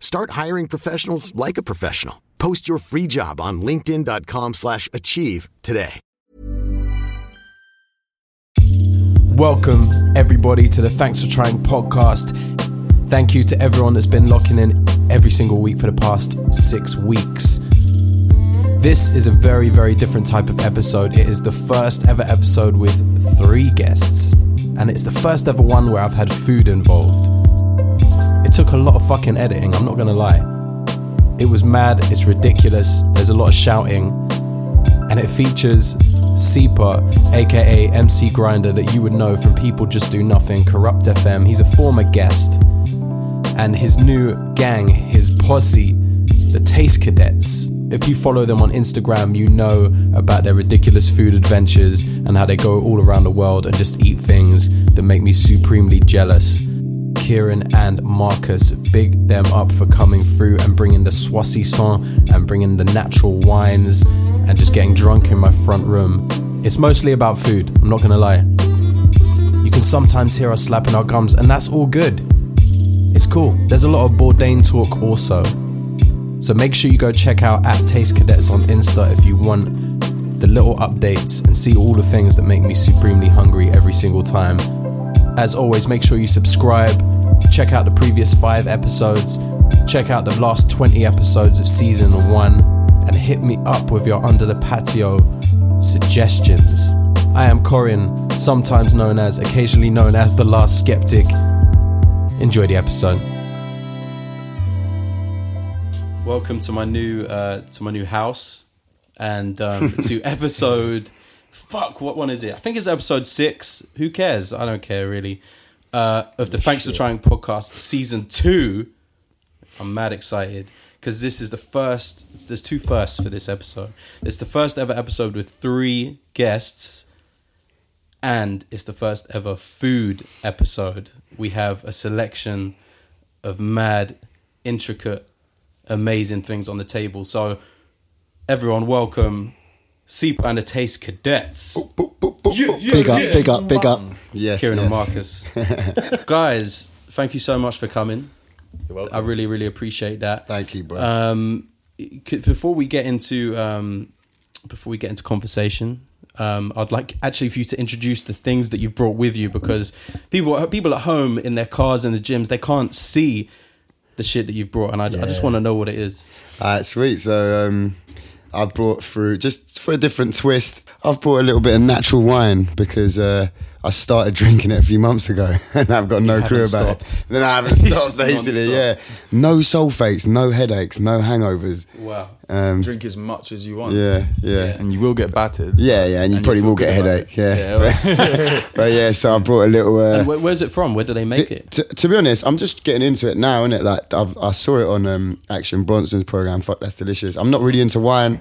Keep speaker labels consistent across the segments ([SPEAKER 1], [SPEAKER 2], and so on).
[SPEAKER 1] Start hiring professionals like a professional. Post your free job on linkedin.com/achieve slash achieve today.
[SPEAKER 2] Welcome, everybody, to the Thanks for Trying podcast. Thank you to everyone that's been locking in every single week for the past six weeks. This is a very, very different type of episode. It is the first ever episode with three guests, and it's the first ever one where I've had food involved. It took a lot of fucking editing, I'm not gonna lie. It was mad, it's ridiculous, there's a lot of shouting, and it features Sipa, aka MC Grinder, that you would know from People Just Do Nothing, Corrupt FM. He's a former guest, and his new gang, his posse, the Taste Cadets. If you follow them on Instagram, you know about their ridiculous food adventures and how they go all around the world and just eat things that make me supremely jealous. Kieran and Marcus, big them up for coming through and bringing the soissons and bringing the natural wines and just getting drunk in my front room. It's mostly about food, I'm not gonna lie. You can sometimes hear us slapping our gums, and that's all good. It's cool. There's a lot of Bourdain talk also. So make sure you go check out at Taste Cadets on Insta if you want the little updates and see all the things that make me supremely hungry every single time. As always, make sure you subscribe, check out the previous five episodes, check out the last 20 episodes of season one, and hit me up with your under the patio suggestions. I am Corin, sometimes known as, occasionally known as the last skeptic. Enjoy the episode. Welcome to my new uh, to my new house and um, to episode fuck what one is it i think it's episode six who cares i don't care really uh, of the thanks for trying podcast season two i'm mad excited because this is the first there's two firsts for this episode it's the first ever episode with three guests and it's the first ever food episode we have a selection of mad intricate amazing things on the table so everyone welcome Seep and the Taste Cadets,
[SPEAKER 3] Big up, big up, big up. Oh, Yes.
[SPEAKER 2] Kieran and
[SPEAKER 3] yes.
[SPEAKER 2] Marcus. Guys, thank you so much for coming. I really, really appreciate that.
[SPEAKER 3] Thank you, bro.
[SPEAKER 2] Could- Before we get into um, before we get into conversation, um, I'd like actually for you to introduce the things that you've brought with you because people people at home in their cars and the gyms they can't see the shit that you've brought, and I, I just
[SPEAKER 3] Yeah.
[SPEAKER 2] want to know what it is.
[SPEAKER 3] All right, sweet. So um, I've brought through just for a different twist. I've brought a little bit of natural wine because uh, I started drinking it a few months ago, and I've got no clue
[SPEAKER 2] haven't
[SPEAKER 3] about
[SPEAKER 2] stopped.
[SPEAKER 3] it. Then I haven't
[SPEAKER 2] It's
[SPEAKER 3] stopped.
[SPEAKER 2] just
[SPEAKER 3] Basically,
[SPEAKER 2] non-stop.
[SPEAKER 3] yeah. No sulfates, no headaches, no hangovers.
[SPEAKER 2] Wow.
[SPEAKER 3] Um,
[SPEAKER 4] drink as much as you want.
[SPEAKER 3] yeah, yeah,
[SPEAKER 4] And you will get battered.
[SPEAKER 3] yeah, yeah. And you
[SPEAKER 4] And
[SPEAKER 3] probably
[SPEAKER 4] you
[SPEAKER 3] will
[SPEAKER 4] feel
[SPEAKER 3] get a
[SPEAKER 4] good about
[SPEAKER 3] headache.
[SPEAKER 4] it.
[SPEAKER 3] Yeah.
[SPEAKER 4] Yeah,
[SPEAKER 3] but yeah, so I brought a little. Uh,
[SPEAKER 2] And where, where's it from? Where do they make it?
[SPEAKER 3] To, to be honest, I'm just getting into it now, innit? Like I've, I saw it on um, Action Bronson's program. Fuck, that's delicious. I'm not really into wine,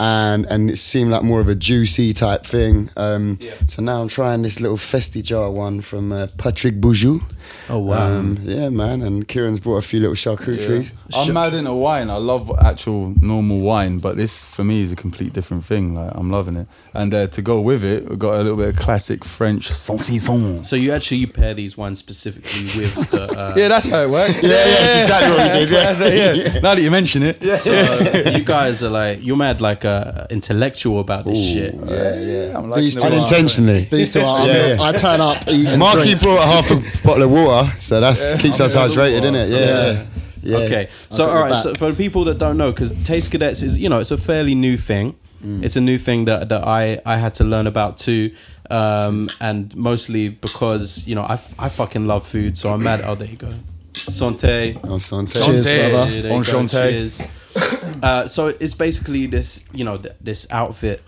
[SPEAKER 3] and and it seemed like more of a juicy type thing. Um, So now I'm trying this little festi jar one from uh, Patrick Boujou.
[SPEAKER 2] Oh wow.
[SPEAKER 3] Um, yeah, man. And Kieran's brought a few little charcuteries.
[SPEAKER 4] I'm mad into wine. I love actual normal wine, but this for me is a complete different thing. Like I'm loving it. And uh, to go with it, we've got a little bit of classic French saucisson.
[SPEAKER 2] so you actually pair these wines specifically with the uh,
[SPEAKER 4] Yeah, that's how it works.
[SPEAKER 3] Yeah, yeah, that's exactly what we did,
[SPEAKER 4] That's what I said, yeah. Now that you mention it,
[SPEAKER 2] So you guys are like you're mad like uh, intellectual about this shit.
[SPEAKER 3] Yeah, yeah.
[SPEAKER 4] I'm liking
[SPEAKER 3] These
[SPEAKER 4] the
[SPEAKER 3] two
[SPEAKER 4] wine.
[SPEAKER 3] unintentionally.
[SPEAKER 5] These two are.
[SPEAKER 3] Yeah, yeah.
[SPEAKER 5] I turn up, eat, and
[SPEAKER 3] Marky
[SPEAKER 5] drink.
[SPEAKER 3] brought half a bottle of water, so that keeps
[SPEAKER 4] I'm
[SPEAKER 3] us
[SPEAKER 4] gonna have a
[SPEAKER 3] hydrated,
[SPEAKER 4] water.
[SPEAKER 3] innit? Yeah. yeah. yeah.
[SPEAKER 2] Okay, so
[SPEAKER 5] got
[SPEAKER 2] all
[SPEAKER 5] your
[SPEAKER 2] right,
[SPEAKER 5] back.
[SPEAKER 2] so for the people that don't know, because Taste Cadets is you know it's a fairly new thing.
[SPEAKER 3] Mm.
[SPEAKER 2] It's a new thing that that I I had to learn about too, um, and mostly because you know I, f- I fucking love food, so I'm mad. Oh, there you go. Sante.
[SPEAKER 3] On Sunday.
[SPEAKER 4] Cheers, Santé. brother.
[SPEAKER 2] There you go.
[SPEAKER 4] Enchanté.
[SPEAKER 2] Cheers. Uh, so it's basically this, you know, th- this outfit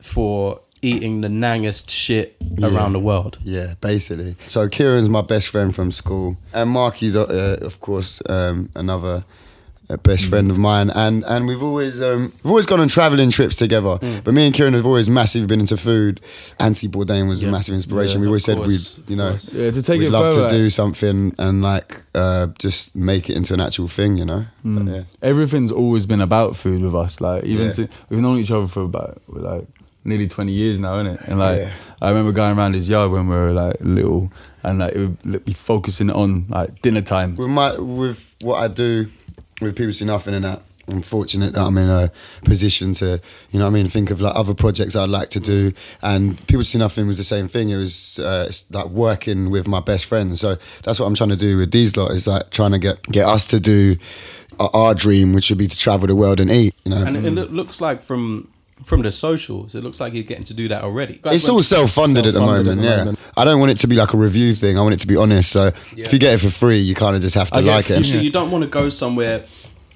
[SPEAKER 2] for eating the nangest shit around the world.
[SPEAKER 3] Yeah, basically. So Kieran's my best friend from school, and Marky's, uh, of course, um, another uh,
[SPEAKER 2] Mm.
[SPEAKER 3] best friend of mine. And and we've always um, we've always gone on traveling trips together.
[SPEAKER 2] Mm.
[SPEAKER 3] But me and Kieran have always massively been into food. Anthony Bourdain was
[SPEAKER 2] Yeah.
[SPEAKER 3] a massive inspiration.
[SPEAKER 2] Yeah,
[SPEAKER 3] we
[SPEAKER 2] of
[SPEAKER 3] always
[SPEAKER 2] course,
[SPEAKER 3] said
[SPEAKER 2] of
[SPEAKER 3] we, you know,
[SPEAKER 2] course.
[SPEAKER 4] Yeah, to take
[SPEAKER 3] we'd
[SPEAKER 4] it
[SPEAKER 3] love
[SPEAKER 4] further,
[SPEAKER 3] to do
[SPEAKER 4] like-
[SPEAKER 3] something and like uh, just make it into an actual thing, you know. But,
[SPEAKER 2] Mm.
[SPEAKER 3] yeah.
[SPEAKER 4] everything's always been about food with us. Like even
[SPEAKER 3] Yeah.
[SPEAKER 4] si- we've known each other for about like nearly twenty years now, innit? And like
[SPEAKER 3] Yeah.
[SPEAKER 4] I remember going around his yard when we were like little, and like it would li- be focusing on like dinner time.
[SPEAKER 3] with my with what I do with people see nothing and that. I'm fortunate that I'm in a position to, you know, what I mean, think of like other projects I'd like to do. And people see nothing was the same thing. It was uh, it's like working with my best friends. So that's what I'm trying to do with these lot is like trying to get get us to do our, our dream, which would be to travel the world and eat. You know,
[SPEAKER 2] And it, it loo- looks like from from the socials, it looks like you're getting to do that already.
[SPEAKER 3] it's all self-funded, at the
[SPEAKER 2] Self-funded
[SPEAKER 3] moment. yeah, I don't want it to be like a review thing. I want it to be honest. So
[SPEAKER 2] Yeah.
[SPEAKER 3] if you get it for free, you kind of just have to
[SPEAKER 2] I
[SPEAKER 3] like it.
[SPEAKER 2] You don't want to go somewhere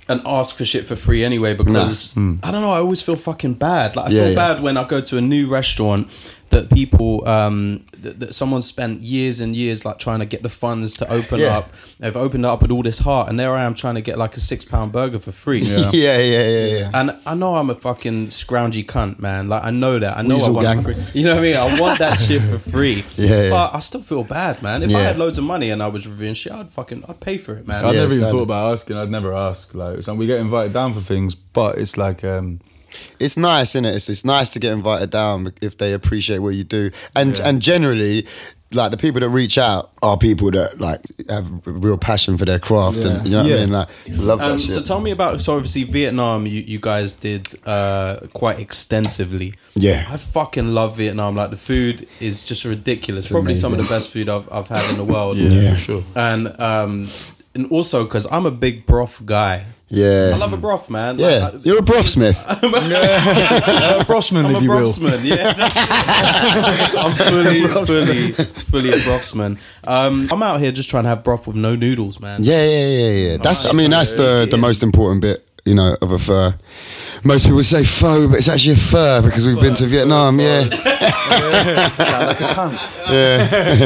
[SPEAKER 2] and ask for shit for free anyway because I don't know. I always feel fucking bad. Like I
[SPEAKER 3] Hmm. Yeah,
[SPEAKER 2] feel
[SPEAKER 3] yeah.
[SPEAKER 2] bad when I go to a new restaurant that people um, that, that someone spent years and years like trying to get the funds to open
[SPEAKER 3] Yeah.
[SPEAKER 2] up. They've opened it up with all this heart, and there I am trying to get like a six pound burger for free.
[SPEAKER 3] yeah, yeah, yeah, yeah.
[SPEAKER 2] And I know I'm a fucking scroungy cunt, man. Like I know that. I know
[SPEAKER 3] Weasel
[SPEAKER 2] I want
[SPEAKER 3] gang.
[SPEAKER 2] it for free. You know what I mean? I want that shit for free.
[SPEAKER 3] Yeah, yeah.
[SPEAKER 2] But I still feel bad, man. If I
[SPEAKER 3] Yeah.
[SPEAKER 2] had loads of money and I was reviewing shit, I'd fucking I'd pay for it, man.
[SPEAKER 4] I
[SPEAKER 3] Yeah,
[SPEAKER 4] never even
[SPEAKER 3] standard.
[SPEAKER 4] thought about asking. I'd never ask. Like, so we get invited down for things, but it's like, um,
[SPEAKER 3] it's nice, isn't it? It's, it's nice to get invited down if they appreciate what you do, and and generally, like the people that reach out are people that like have a real passion for their craft, and you know what
[SPEAKER 4] Yeah.
[SPEAKER 3] I mean. Like, love that
[SPEAKER 2] Um,
[SPEAKER 3] shit.
[SPEAKER 2] so tell me about so obviously Vietnam. You, you guys did uh, quite extensively.
[SPEAKER 3] Yeah.
[SPEAKER 2] I fucking love Vietnam. Like the food is just ridiculous. Probably some of the best food I've, I've had in the world.
[SPEAKER 3] Yeah. for
[SPEAKER 2] sure. And um, and also because I'm a big broth guy.
[SPEAKER 3] yeah,
[SPEAKER 2] I love a broth, man. Like,
[SPEAKER 3] yeah,
[SPEAKER 2] I-
[SPEAKER 3] you're a broth smith.
[SPEAKER 4] a Brossman,
[SPEAKER 2] I'm
[SPEAKER 4] if
[SPEAKER 2] a
[SPEAKER 4] you will.
[SPEAKER 2] brothsman, yeah. that's it. I'm fully, fully, fully a brothsman. Um, I'm out here just trying to have broth with no noodles, man.
[SPEAKER 3] Yeah, yeah, yeah, yeah. That's I mean that's the the
[SPEAKER 2] Yeah.
[SPEAKER 3] most important bit, you know, of a fur. Most people say faux, but it's actually a fur because we've been to Vietnam. Yeah,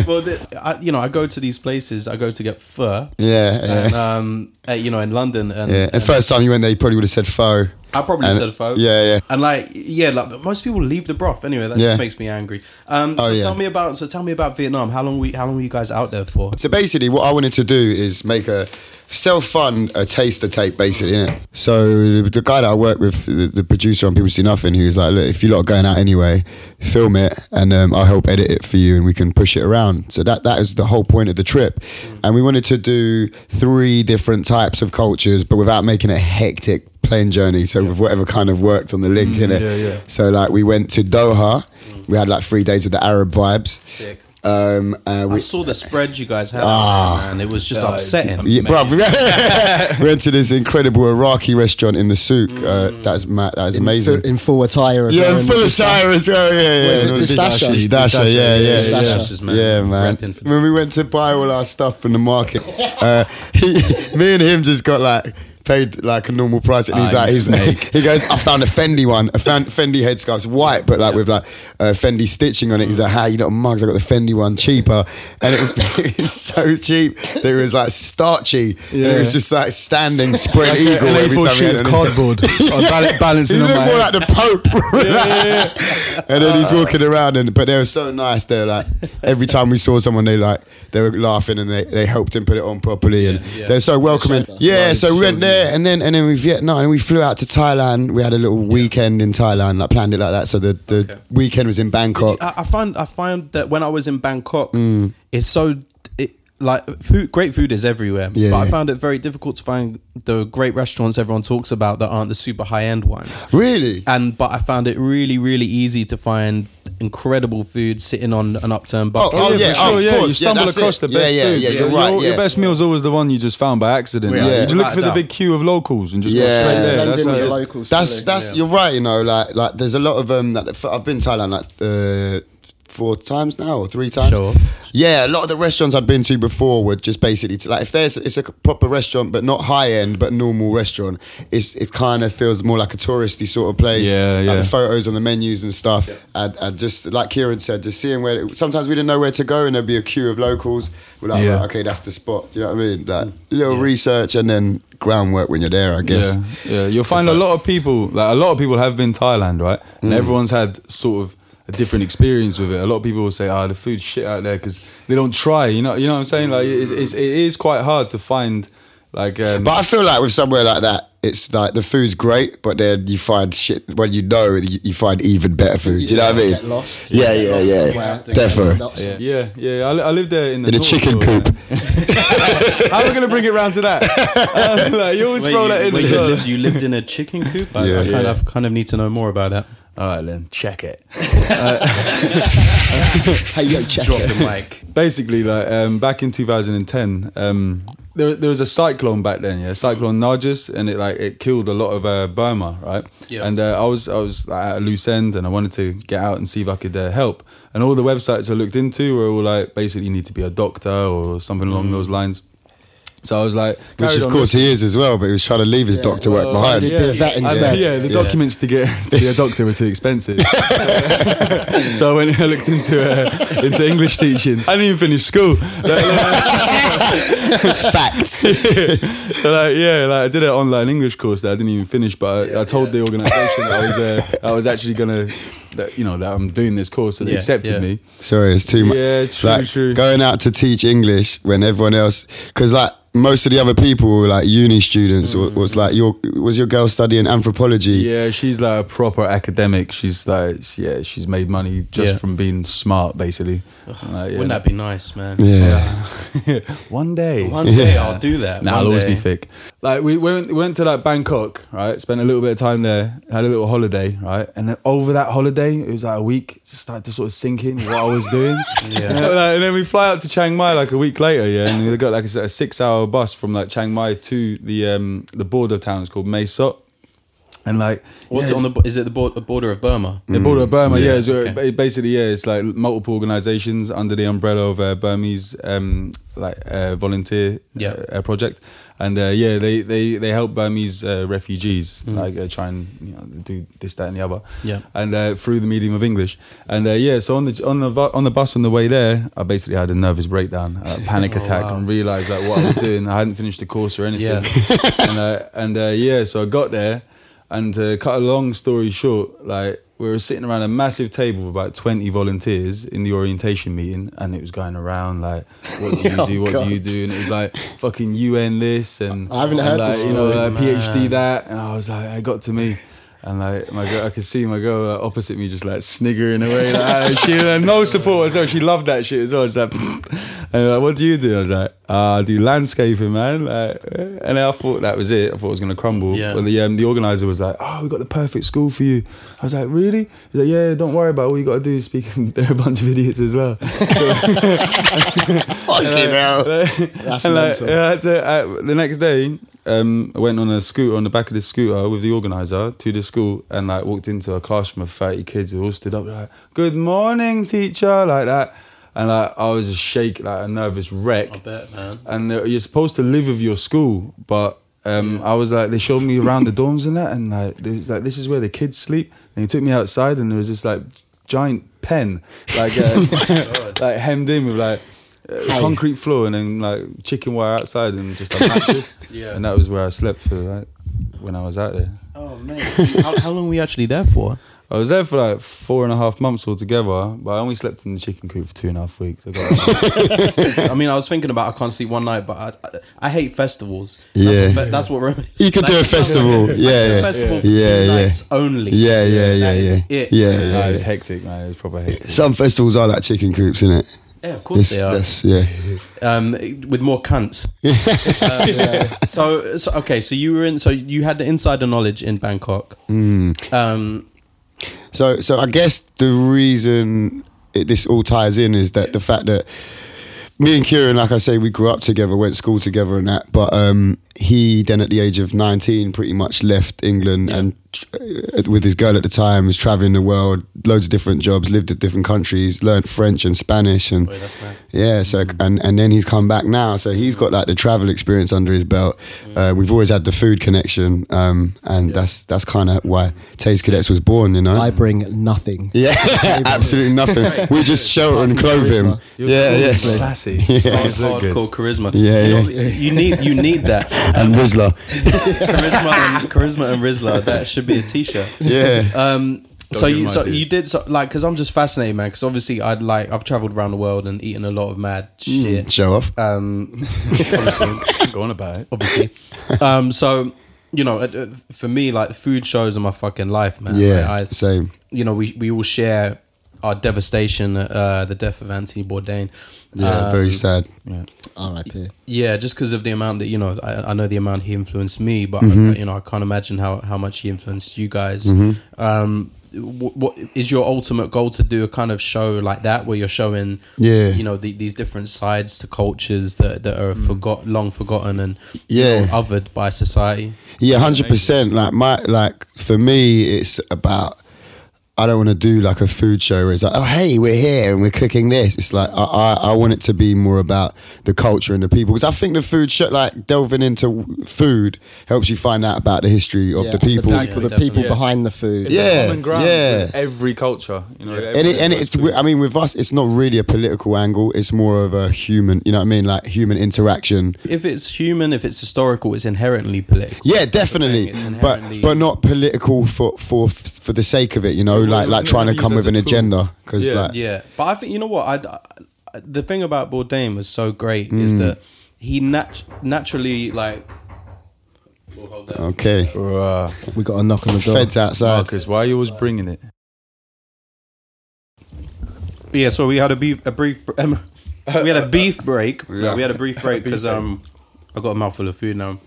[SPEAKER 2] Well, the, I, you know, I go to these places. I go to get fur.
[SPEAKER 3] yeah, yeah.
[SPEAKER 2] And, um, uh, you know, in London, and,
[SPEAKER 3] yeah. And
[SPEAKER 2] and
[SPEAKER 3] first time you went there, you probably would have said faux.
[SPEAKER 2] I probably
[SPEAKER 3] and-
[SPEAKER 2] said faux.
[SPEAKER 3] yeah, yeah.
[SPEAKER 2] And like, yeah, like but most people leave the broth anyway. That
[SPEAKER 3] Yeah.
[SPEAKER 2] just makes me angry. Um, so
[SPEAKER 3] Oh, yeah.
[SPEAKER 2] tell me about so tell me about Vietnam. How long we how long were you guys out there for?
[SPEAKER 3] So basically, what I wanted to do is make a self fund a taster tape, basically, innit? So the, the guy that I work with, the, the producer on People See Nothing, he was like, "Look, if you lot are going out anyway, film it, and um, I'll help edit it for you, and we can push it around." So that that is the whole point of the trip, and we wanted to do three different types of cultures, but without making a hectic plane journey. So with whatever kind of worked on the link, innit?
[SPEAKER 4] Mm, yeah, yeah.
[SPEAKER 3] So like we went to Doha, we had like three days of the Arab vibes.
[SPEAKER 2] Sick.
[SPEAKER 3] Um,
[SPEAKER 2] I
[SPEAKER 3] uh, we,
[SPEAKER 2] saw the spread you guys had, and it was just upsetting.
[SPEAKER 3] Ah. yeah, bro, we went to this incredible Iraqi restaurant in the souk. Uh, that's ma- that's amazing.
[SPEAKER 6] In, full- in full attire. as
[SPEAKER 3] yeah,
[SPEAKER 6] well,
[SPEAKER 3] and full of
[SPEAKER 6] just-
[SPEAKER 3] tire as well. Yeah, yeah.
[SPEAKER 6] is it?
[SPEAKER 3] And all the
[SPEAKER 6] Pistachio?
[SPEAKER 3] dishes. Pistachio, yeah, yeah,
[SPEAKER 2] Pistachio.
[SPEAKER 3] yeah.
[SPEAKER 2] Pistachios, man.
[SPEAKER 3] Yeah, man.
[SPEAKER 2] Repping for-
[SPEAKER 3] When we went to buy all our stuff from the market, uh, he, me and him just got like. Paid like a normal price, and he's
[SPEAKER 4] Ah,
[SPEAKER 3] like,
[SPEAKER 4] you
[SPEAKER 3] he's,
[SPEAKER 4] snake.
[SPEAKER 3] he goes, I found a Fendi one, I found Fendi headscarf's white, but like with like uh, Fendi stitching on it. He's like, "How you little mugs? I got the Fendi one cheaper," and it was, it was so cheap that it was like starchy, and it was just like standing spread
[SPEAKER 4] Like a-
[SPEAKER 3] eagle
[SPEAKER 4] an
[SPEAKER 3] every
[SPEAKER 4] A4
[SPEAKER 3] time he
[SPEAKER 4] sheet
[SPEAKER 3] had
[SPEAKER 4] of
[SPEAKER 3] anything.
[SPEAKER 4] cardboard. I was bal- balancing
[SPEAKER 3] He
[SPEAKER 4] on
[SPEAKER 3] looked
[SPEAKER 4] my
[SPEAKER 3] more
[SPEAKER 4] head.
[SPEAKER 3] like the Pope. and then he's walking around, and but they were so nice. They were like every time we saw someone, they like they were laughing and they, they helped him put it on properly, and
[SPEAKER 2] Yeah, yeah.
[SPEAKER 3] they're so welcoming. Yeah, so we went there, and then and then we Vietnam, and we flew out to Thailand. We had a little weekend in Thailand, like planned it like that. So the the
[SPEAKER 2] Okay. Ah,
[SPEAKER 3] weekend was in Bangkok. Mm.
[SPEAKER 2] I, I find I find that when I was in Bangkok, it's so it, like food. Great food is everywhere,
[SPEAKER 3] Yeah,
[SPEAKER 2] but I
[SPEAKER 3] yeah.
[SPEAKER 2] found it very difficult to find the great restaurants everyone talks about that aren't the super high end ones.
[SPEAKER 3] Really?
[SPEAKER 2] And but I found it really really easy to find incredible food sitting on an upturned bucket.
[SPEAKER 3] Oh, yeah,
[SPEAKER 4] for sure,
[SPEAKER 3] of
[SPEAKER 4] yeah, you
[SPEAKER 3] course. Yeah,
[SPEAKER 4] stumble
[SPEAKER 3] that's
[SPEAKER 4] across
[SPEAKER 3] it.
[SPEAKER 4] the
[SPEAKER 3] Yeah,
[SPEAKER 4] best
[SPEAKER 3] yeah,
[SPEAKER 4] food.
[SPEAKER 3] yeah, you're right,
[SPEAKER 4] Your,
[SPEAKER 3] yeah.
[SPEAKER 4] your best meal's always the one you just found by accident.
[SPEAKER 6] Yeah.
[SPEAKER 4] Like,
[SPEAKER 3] Yeah.
[SPEAKER 4] You look
[SPEAKER 2] Without
[SPEAKER 4] for
[SPEAKER 2] a
[SPEAKER 4] the
[SPEAKER 2] doubt.
[SPEAKER 4] big queue of locals and just go
[SPEAKER 3] Yeah.
[SPEAKER 4] straight there.
[SPEAKER 6] Blend
[SPEAKER 4] That's
[SPEAKER 6] in with
[SPEAKER 4] how
[SPEAKER 6] the
[SPEAKER 4] it-
[SPEAKER 6] locals.
[SPEAKER 3] That's
[SPEAKER 6] too.
[SPEAKER 3] that's you're right. You know, like like there's a lot of um. That, I've been Thailand like uh, four times now or three times.
[SPEAKER 2] Sure.
[SPEAKER 3] Yeah, a lot of the restaurants I'd been to before were just basically to, like if there's it's a proper restaurant but not high end but normal restaurant. It's it kind of feels more like a touristy sort of place.
[SPEAKER 4] Yeah,
[SPEAKER 3] like
[SPEAKER 4] yeah.
[SPEAKER 3] The photos on the menus and stuff, and, and just like Kieran said, just seeing where sometimes we didn't know where to go and there'd be a queue of locals. We're like,
[SPEAKER 4] Yeah.
[SPEAKER 3] right, okay, that's the spot. Do you know what I mean? Like little research and then groundwork when you're there. I guess.
[SPEAKER 4] Yeah, yeah. You'll find a lot of people. Like a lot of people have been Thailand, right? And everyone's had sort of a different experience with it. A lot of people will say, "Ah, the food's shit out there" because they don't try. You know, you know what I'm saying? Like it's, it's, it is quite hard to find. Like, um,
[SPEAKER 3] But I feel like with somewhere like that, it's like the food's great, but then you find shit when you know you, you find even better food. Do you know what I mean?
[SPEAKER 6] Get lost.
[SPEAKER 3] Yeah,
[SPEAKER 6] Get
[SPEAKER 3] yeah,
[SPEAKER 6] lost
[SPEAKER 3] yeah.
[SPEAKER 6] somewhere.
[SPEAKER 3] Yeah. Defo.
[SPEAKER 6] Get lost.
[SPEAKER 4] yeah, yeah, yeah. I, li- I lived there in the
[SPEAKER 3] In a
[SPEAKER 4] north,
[SPEAKER 3] chicken
[SPEAKER 4] so,
[SPEAKER 3] coop.
[SPEAKER 4] How are we gonna bring it round to that? Uh, like, you always
[SPEAKER 2] Wait,
[SPEAKER 4] throw
[SPEAKER 2] you,
[SPEAKER 4] that in.
[SPEAKER 2] wait,
[SPEAKER 4] as
[SPEAKER 2] you,
[SPEAKER 4] well.
[SPEAKER 2] lived, you lived in a chicken coop. I,
[SPEAKER 3] Yeah.
[SPEAKER 2] I kind of kind of need to know more about that.
[SPEAKER 4] All right, then check it.
[SPEAKER 3] Hey, yo, check
[SPEAKER 2] Drop the mic.
[SPEAKER 4] basically like um, back in 2010 um, there, there was a cyclone back then yeah cyclone Nargis and it like it killed a lot of uh, Burma right
[SPEAKER 2] Yeah.
[SPEAKER 4] and uh, I was I was like, at a loose end and I wanted to get out and see if I could uh, help and all the websites I looked into were all like basically you need to be a doctor or something along those lines so I was like
[SPEAKER 3] Which
[SPEAKER 4] carried
[SPEAKER 3] of
[SPEAKER 4] on
[SPEAKER 3] course he is as well, but he was trying to leave his doctor work
[SPEAKER 6] well,
[SPEAKER 3] behind.
[SPEAKER 6] so did- be a vet
[SPEAKER 4] I-
[SPEAKER 6] instead.
[SPEAKER 4] yeah, the documents to get to be a doctor were too expensive. so I went and looked into uh, into English teaching. I didn't even finish school.
[SPEAKER 3] Facts.
[SPEAKER 4] so like, yeah, like I did an online English course that I didn't even finish, but I, I told the organisation that I was uh, I was actually gonna, that, you know, that I'm doing this course, so they
[SPEAKER 2] Yeah,
[SPEAKER 4] accepted
[SPEAKER 2] yeah.
[SPEAKER 4] me.
[SPEAKER 3] Sorry, it's too much.
[SPEAKER 4] Yeah, true,
[SPEAKER 3] like,
[SPEAKER 4] true.
[SPEAKER 3] Going out to teach English when everyone else, because like most of the other people were like uni students.
[SPEAKER 4] Mm.
[SPEAKER 3] or Was like your was your girl studying anthropology?
[SPEAKER 4] Yeah, she's like a proper academic. She's like, yeah, she's made money just
[SPEAKER 2] Yeah.
[SPEAKER 4] from being smart, basically. Like, yeah.
[SPEAKER 2] Wouldn't that be nice, man?
[SPEAKER 3] yeah.
[SPEAKER 4] one day?
[SPEAKER 2] One day I'll do that.
[SPEAKER 4] Nah,
[SPEAKER 2] One
[SPEAKER 4] I'll always
[SPEAKER 2] day.
[SPEAKER 4] be thick. Like we went, we went to like Bangkok, right? Spent a little bit of time there, had a little holiday, right? And then over that holiday, it was like a week, just started to sort of sink in what I was doing. yeah. and, like, and then we fly out to Chiang Mai like a week later, yeah. And we got like a, six-hour bus from like Chiang Mai to the um the border town. It's called Mae Sot. And like,
[SPEAKER 2] What's
[SPEAKER 4] yeah,
[SPEAKER 2] it on the? bo- Is it the bor- the border of Burma?
[SPEAKER 3] Mm.
[SPEAKER 4] the border of Burma, yeah. it's
[SPEAKER 2] okay.
[SPEAKER 4] ba- basically, yeah, it's like multiple organizations under the umbrella of uh, Burmese um, like uh, volunteer
[SPEAKER 2] Yeah.
[SPEAKER 4] uh, uh, project, and uh, yeah, they, they they help Burmese uh, refugees like uh, try and you know do this that and the other,
[SPEAKER 2] Mm. Yeah.
[SPEAKER 4] and uh, through the medium of English, and uh, yeah, so on the on the bu- on the bus on the way there, I basically had a nervous breakdown, a panic
[SPEAKER 2] Oh,
[SPEAKER 4] attack, and realized that what I was doing, I hadn't finished the course or anything, and uh, and uh, yeah, so I got there, and to cut a long story short, like we were sitting around a massive table with about twenty volunteers in the orientation meeting, and it was going around like, what do you
[SPEAKER 6] Oh,
[SPEAKER 4] do? What
[SPEAKER 6] God.
[SPEAKER 4] do you do? And it was like fucking UN this and
[SPEAKER 6] I haven't
[SPEAKER 4] and,
[SPEAKER 6] heard
[SPEAKER 4] like,
[SPEAKER 6] this
[SPEAKER 4] you know,
[SPEAKER 6] story,
[SPEAKER 4] like, PhD that, and I was like, I got to me. And like my girl, I could see my girl like, opposite me just like sniggering away. Like, "Ah, she had no support as well. She loved that shit as well. Just like, and like, what do you do? I was like, uh, I do landscaping, man. Like, and I thought that was it. I thought it was gonna crumble.
[SPEAKER 2] Yeah.
[SPEAKER 4] But the um, the organizer was like, oh, we got the perfect school for you. I was like, really? He's like, yeah, don't worry about it. All you gotta do is speak. They're a bunch of idiots as well.
[SPEAKER 3] Fucking hell.
[SPEAKER 4] That's
[SPEAKER 6] mental.
[SPEAKER 4] I had to, I, the next day, um, I went on a scooter on the back of the scooter with the organizer to the school, and like walked into a classroom of thirty kids who all stood up like, "Good morning, teacher," like that, and like I was a shake, like a nervous wreck.
[SPEAKER 2] I bet, man.
[SPEAKER 4] And they're- you're supposed to live with your school, but. Um, I was like, they showed me around the dorms and that, and like, they was like, this is where the kids sleep. And he took me outside, and there was this like giant pen, like, uh, like hemmed in with like uh concrete floor and then like chicken wire outside and just like mattress.
[SPEAKER 2] Yeah.
[SPEAKER 4] And that was where I slept for like when I was out there.
[SPEAKER 2] Oh man, how, how long were you actually there for?
[SPEAKER 4] I was there for like four and a half months altogether, but I only slept in the chicken coop for two and a half weeks. I got
[SPEAKER 2] I mean, I was thinking about I can't sleep one night, but I I, I hate festivals. That's
[SPEAKER 3] Yeah.
[SPEAKER 2] what, fe- that's what. rem-
[SPEAKER 3] You could do a
[SPEAKER 2] it sounds
[SPEAKER 3] festival.
[SPEAKER 2] like
[SPEAKER 3] Yeah,
[SPEAKER 2] I did
[SPEAKER 3] yeah.
[SPEAKER 2] a festival for
[SPEAKER 3] Yeah,
[SPEAKER 2] two
[SPEAKER 3] yeah.
[SPEAKER 2] nights only.
[SPEAKER 3] Yeah, yeah, yeah,
[SPEAKER 2] That is
[SPEAKER 3] yeah.
[SPEAKER 2] it.
[SPEAKER 3] Yeah,
[SPEAKER 4] yeah,
[SPEAKER 3] yeah.
[SPEAKER 4] it
[SPEAKER 3] yeah.
[SPEAKER 4] was hectic, man. It was proper hectic.
[SPEAKER 3] Some festivals are like chicken coops, innit?
[SPEAKER 2] Yeah, of course
[SPEAKER 3] It's,
[SPEAKER 2] they are.
[SPEAKER 3] that's yeah.
[SPEAKER 2] Um, with more cunts. Uh, So, so okay, so you were in. So you had the insider knowledge in Bangkok. Um,
[SPEAKER 3] So, so I guess the reason it, this all ties in is that the fact that me and Kieran, like I say, we grew up together, went to school together, and that. But um, he then, at the age of nineteen, pretty much left England and and with his girl at the time, was traveling the world, loads of different jobs, lived at different countries, learnt French and Spanish, and yeah. So and and then he's come back now, so he's got like the travel experience under his belt. Uh, we've always had the food connection, um, and that's that's kind of why Taste Cadets was born, you know.
[SPEAKER 6] I bring nothing.
[SPEAKER 3] yeah, absolutely nothing. We just shelter and clothe him.
[SPEAKER 6] charisma.
[SPEAKER 3] Yeah, yeah.
[SPEAKER 4] Sassy.
[SPEAKER 2] That's hardcore charisma.
[SPEAKER 3] Yeah,
[SPEAKER 2] you, know,
[SPEAKER 3] yeah.
[SPEAKER 2] you need you need that
[SPEAKER 3] And Rizzler.
[SPEAKER 2] charisma and charisma and Rizla. That should be a t-shirt.
[SPEAKER 3] Yeah.
[SPEAKER 2] Um, so
[SPEAKER 4] give
[SPEAKER 2] you
[SPEAKER 4] my
[SPEAKER 2] so
[SPEAKER 4] views.
[SPEAKER 2] you did so like because I'm just fascinated, man. Because obviously I'd like I've travelled around the world and eaten a lot of mad shit.
[SPEAKER 3] Show off.
[SPEAKER 2] Um, obviously,
[SPEAKER 4] Mm. Go on about it.
[SPEAKER 2] obviously. Um, so you know, uh, uh, for me, like food shows are my fucking life, man. Like,
[SPEAKER 3] yeah,
[SPEAKER 2] I,
[SPEAKER 3] same.
[SPEAKER 2] you know, we we all share our devastation, at, uh, the death of Anthony Bourdain.
[SPEAKER 3] Yeah,
[SPEAKER 2] Um,
[SPEAKER 3] very sad.
[SPEAKER 6] R.I.P.
[SPEAKER 2] Yeah, just because of the amount that you know, I, I know the amount he influenced me, but
[SPEAKER 3] Mm-hmm.
[SPEAKER 2] you know, I can't imagine how how much he influenced you guys.
[SPEAKER 3] Mm-hmm.
[SPEAKER 2] Um, what, what is your ultimate goal to do a kind of show like that where you're showing,
[SPEAKER 3] Yeah. Mm.
[SPEAKER 2] you know, the, these different sides to cultures that that are forgot, long forgotten, and you
[SPEAKER 3] Yeah.
[SPEAKER 2] know, othered by society?
[SPEAKER 3] Yeah, hundred percent. Like my like for me, it's about. I don't want to do like a food show where it's like, oh hey, we're here and we're cooking this. It's like I I, I want it to be more about the culture and the people because I think the food show like delving into food helps you find out about the history of
[SPEAKER 6] Yeah,
[SPEAKER 3] the people.
[SPEAKER 6] The people, the people
[SPEAKER 2] Yeah.
[SPEAKER 6] behind the food.
[SPEAKER 3] Yeah.
[SPEAKER 4] common ground
[SPEAKER 3] yeah.
[SPEAKER 4] with every culture. You know,
[SPEAKER 3] and it, and it's, I mean, with us, it's not really a political angle. It's more of a human, you know what I mean, like human interaction.
[SPEAKER 2] If it's human, if it's historical, it's inherently political.
[SPEAKER 3] Yeah, definitely,
[SPEAKER 2] It's
[SPEAKER 3] but
[SPEAKER 2] inherently-
[SPEAKER 3] but not political for for for the sake of it, you know,
[SPEAKER 4] Yeah, well,
[SPEAKER 3] like
[SPEAKER 4] it
[SPEAKER 3] like
[SPEAKER 4] was
[SPEAKER 3] trying to
[SPEAKER 4] never
[SPEAKER 3] come with
[SPEAKER 4] used
[SPEAKER 3] an
[SPEAKER 4] as a tool.
[SPEAKER 3] agenda because
[SPEAKER 4] Yeah.
[SPEAKER 3] like
[SPEAKER 2] Yeah, but I think you know what I, I- the thing about Bourdain was so great
[SPEAKER 3] Mm.
[SPEAKER 2] is that he nat- naturally like. We'll hold that.
[SPEAKER 3] okay,
[SPEAKER 4] Bruh,
[SPEAKER 6] We got a knock on the door.
[SPEAKER 3] feds outside.
[SPEAKER 4] Marcus, why are you always bringing it?
[SPEAKER 2] Yeah, so we had a beef, a brief, um, we had a beef break. No, we had a brief break because um, I got a mouthful of food now.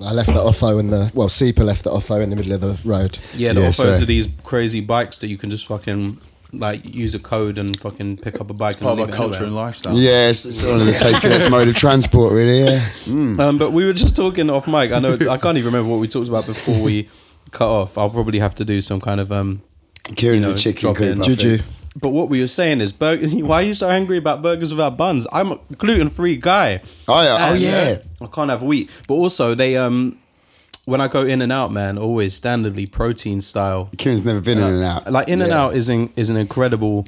[SPEAKER 6] I left the offo in the well, Seeper left the offo in the middle of the road.
[SPEAKER 2] Yeah, the
[SPEAKER 3] Yeah,
[SPEAKER 2] offers
[SPEAKER 3] sorry.
[SPEAKER 2] are these crazy bikes that you can just fucking like use a code and fucking pick up a bike. and
[SPEAKER 4] Part of
[SPEAKER 2] leave
[SPEAKER 4] our
[SPEAKER 2] it
[SPEAKER 4] culture
[SPEAKER 2] anywhere.
[SPEAKER 4] and lifestyle.
[SPEAKER 3] Yeah, it's, it's one of the taste that's mode of transport, really. Yeah,
[SPEAKER 2] Um, but we were just talking off mic. I know I can't even remember what we talked about before we cut off. I'll probably have to do some kind of um.
[SPEAKER 3] Kieran
[SPEAKER 2] know,
[SPEAKER 3] the chicken
[SPEAKER 2] drop
[SPEAKER 3] coop,
[SPEAKER 2] in.
[SPEAKER 3] I
[SPEAKER 2] Juju.
[SPEAKER 3] think.
[SPEAKER 2] But what we were saying is, burger. Why are you so angry about burgers without buns? I'm a gluten free guy.
[SPEAKER 3] Oh yeah, oh
[SPEAKER 2] And,
[SPEAKER 3] yeah.
[SPEAKER 2] uh, I can't have wheat. But also, they um, when I go in and out, man, always standardly protein style.
[SPEAKER 3] Kieran's never been in and out.
[SPEAKER 2] Like in and
[SPEAKER 3] Yeah.
[SPEAKER 2] out is in, is an incredible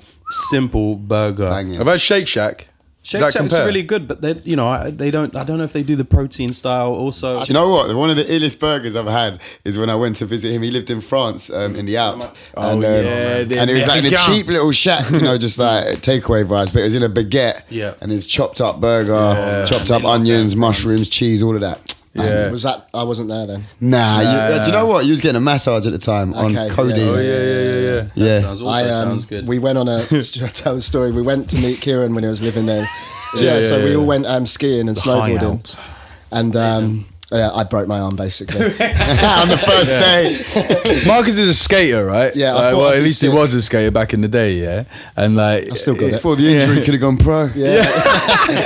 [SPEAKER 2] simple burger.
[SPEAKER 3] Banging.
[SPEAKER 7] I've had Shake Shack. Does
[SPEAKER 2] Shake
[SPEAKER 7] that
[SPEAKER 2] Shack's
[SPEAKER 7] compare?
[SPEAKER 2] really good, but they you know I, they don't. I don't know if they do the protein style. Also,
[SPEAKER 3] Do you know what? One of the illest burgers I've had is when I went to visit him. He lived in France um, in the
[SPEAKER 6] Mm.
[SPEAKER 3] Alps.
[SPEAKER 4] Oh,
[SPEAKER 3] and, um,
[SPEAKER 4] yeah, the
[SPEAKER 3] and it was like in a
[SPEAKER 4] Baguette.
[SPEAKER 3] cheap little shack, you know, just like takeaway vibes, but it was in a baguette.
[SPEAKER 2] Yeah.
[SPEAKER 3] And it's chopped up burger, chopped
[SPEAKER 2] They
[SPEAKER 3] up
[SPEAKER 2] love
[SPEAKER 3] onions,
[SPEAKER 2] that.
[SPEAKER 3] mushrooms, cheese, all of that.
[SPEAKER 6] Yeah. Was that I wasn't there then.
[SPEAKER 3] Nah, you, uh, do you know what? You was getting a massage at the time
[SPEAKER 6] Okay,
[SPEAKER 3] on Cody.
[SPEAKER 6] yeah. Oh, yeah,
[SPEAKER 3] yeah, yeah.
[SPEAKER 2] that sounds also
[SPEAKER 6] I, um,
[SPEAKER 2] sounds good.
[SPEAKER 6] We went on a should I tell the story. We went to meet Kieran when he was living there. Yeah, so we all went um, skiing and snowboarding, and um, yeah, I broke my arm basically.
[SPEAKER 3] on the first day.
[SPEAKER 7] Marcus is a skater, right?
[SPEAKER 6] Yeah, I
[SPEAKER 7] Like,
[SPEAKER 6] thought
[SPEAKER 7] well,
[SPEAKER 6] I
[SPEAKER 7] at
[SPEAKER 6] could
[SPEAKER 7] least he
[SPEAKER 6] sit.
[SPEAKER 7] was a skater back in the day, yeah. And like, I
[SPEAKER 6] still got it.
[SPEAKER 3] Before the injury, could have gone pro. Yeah.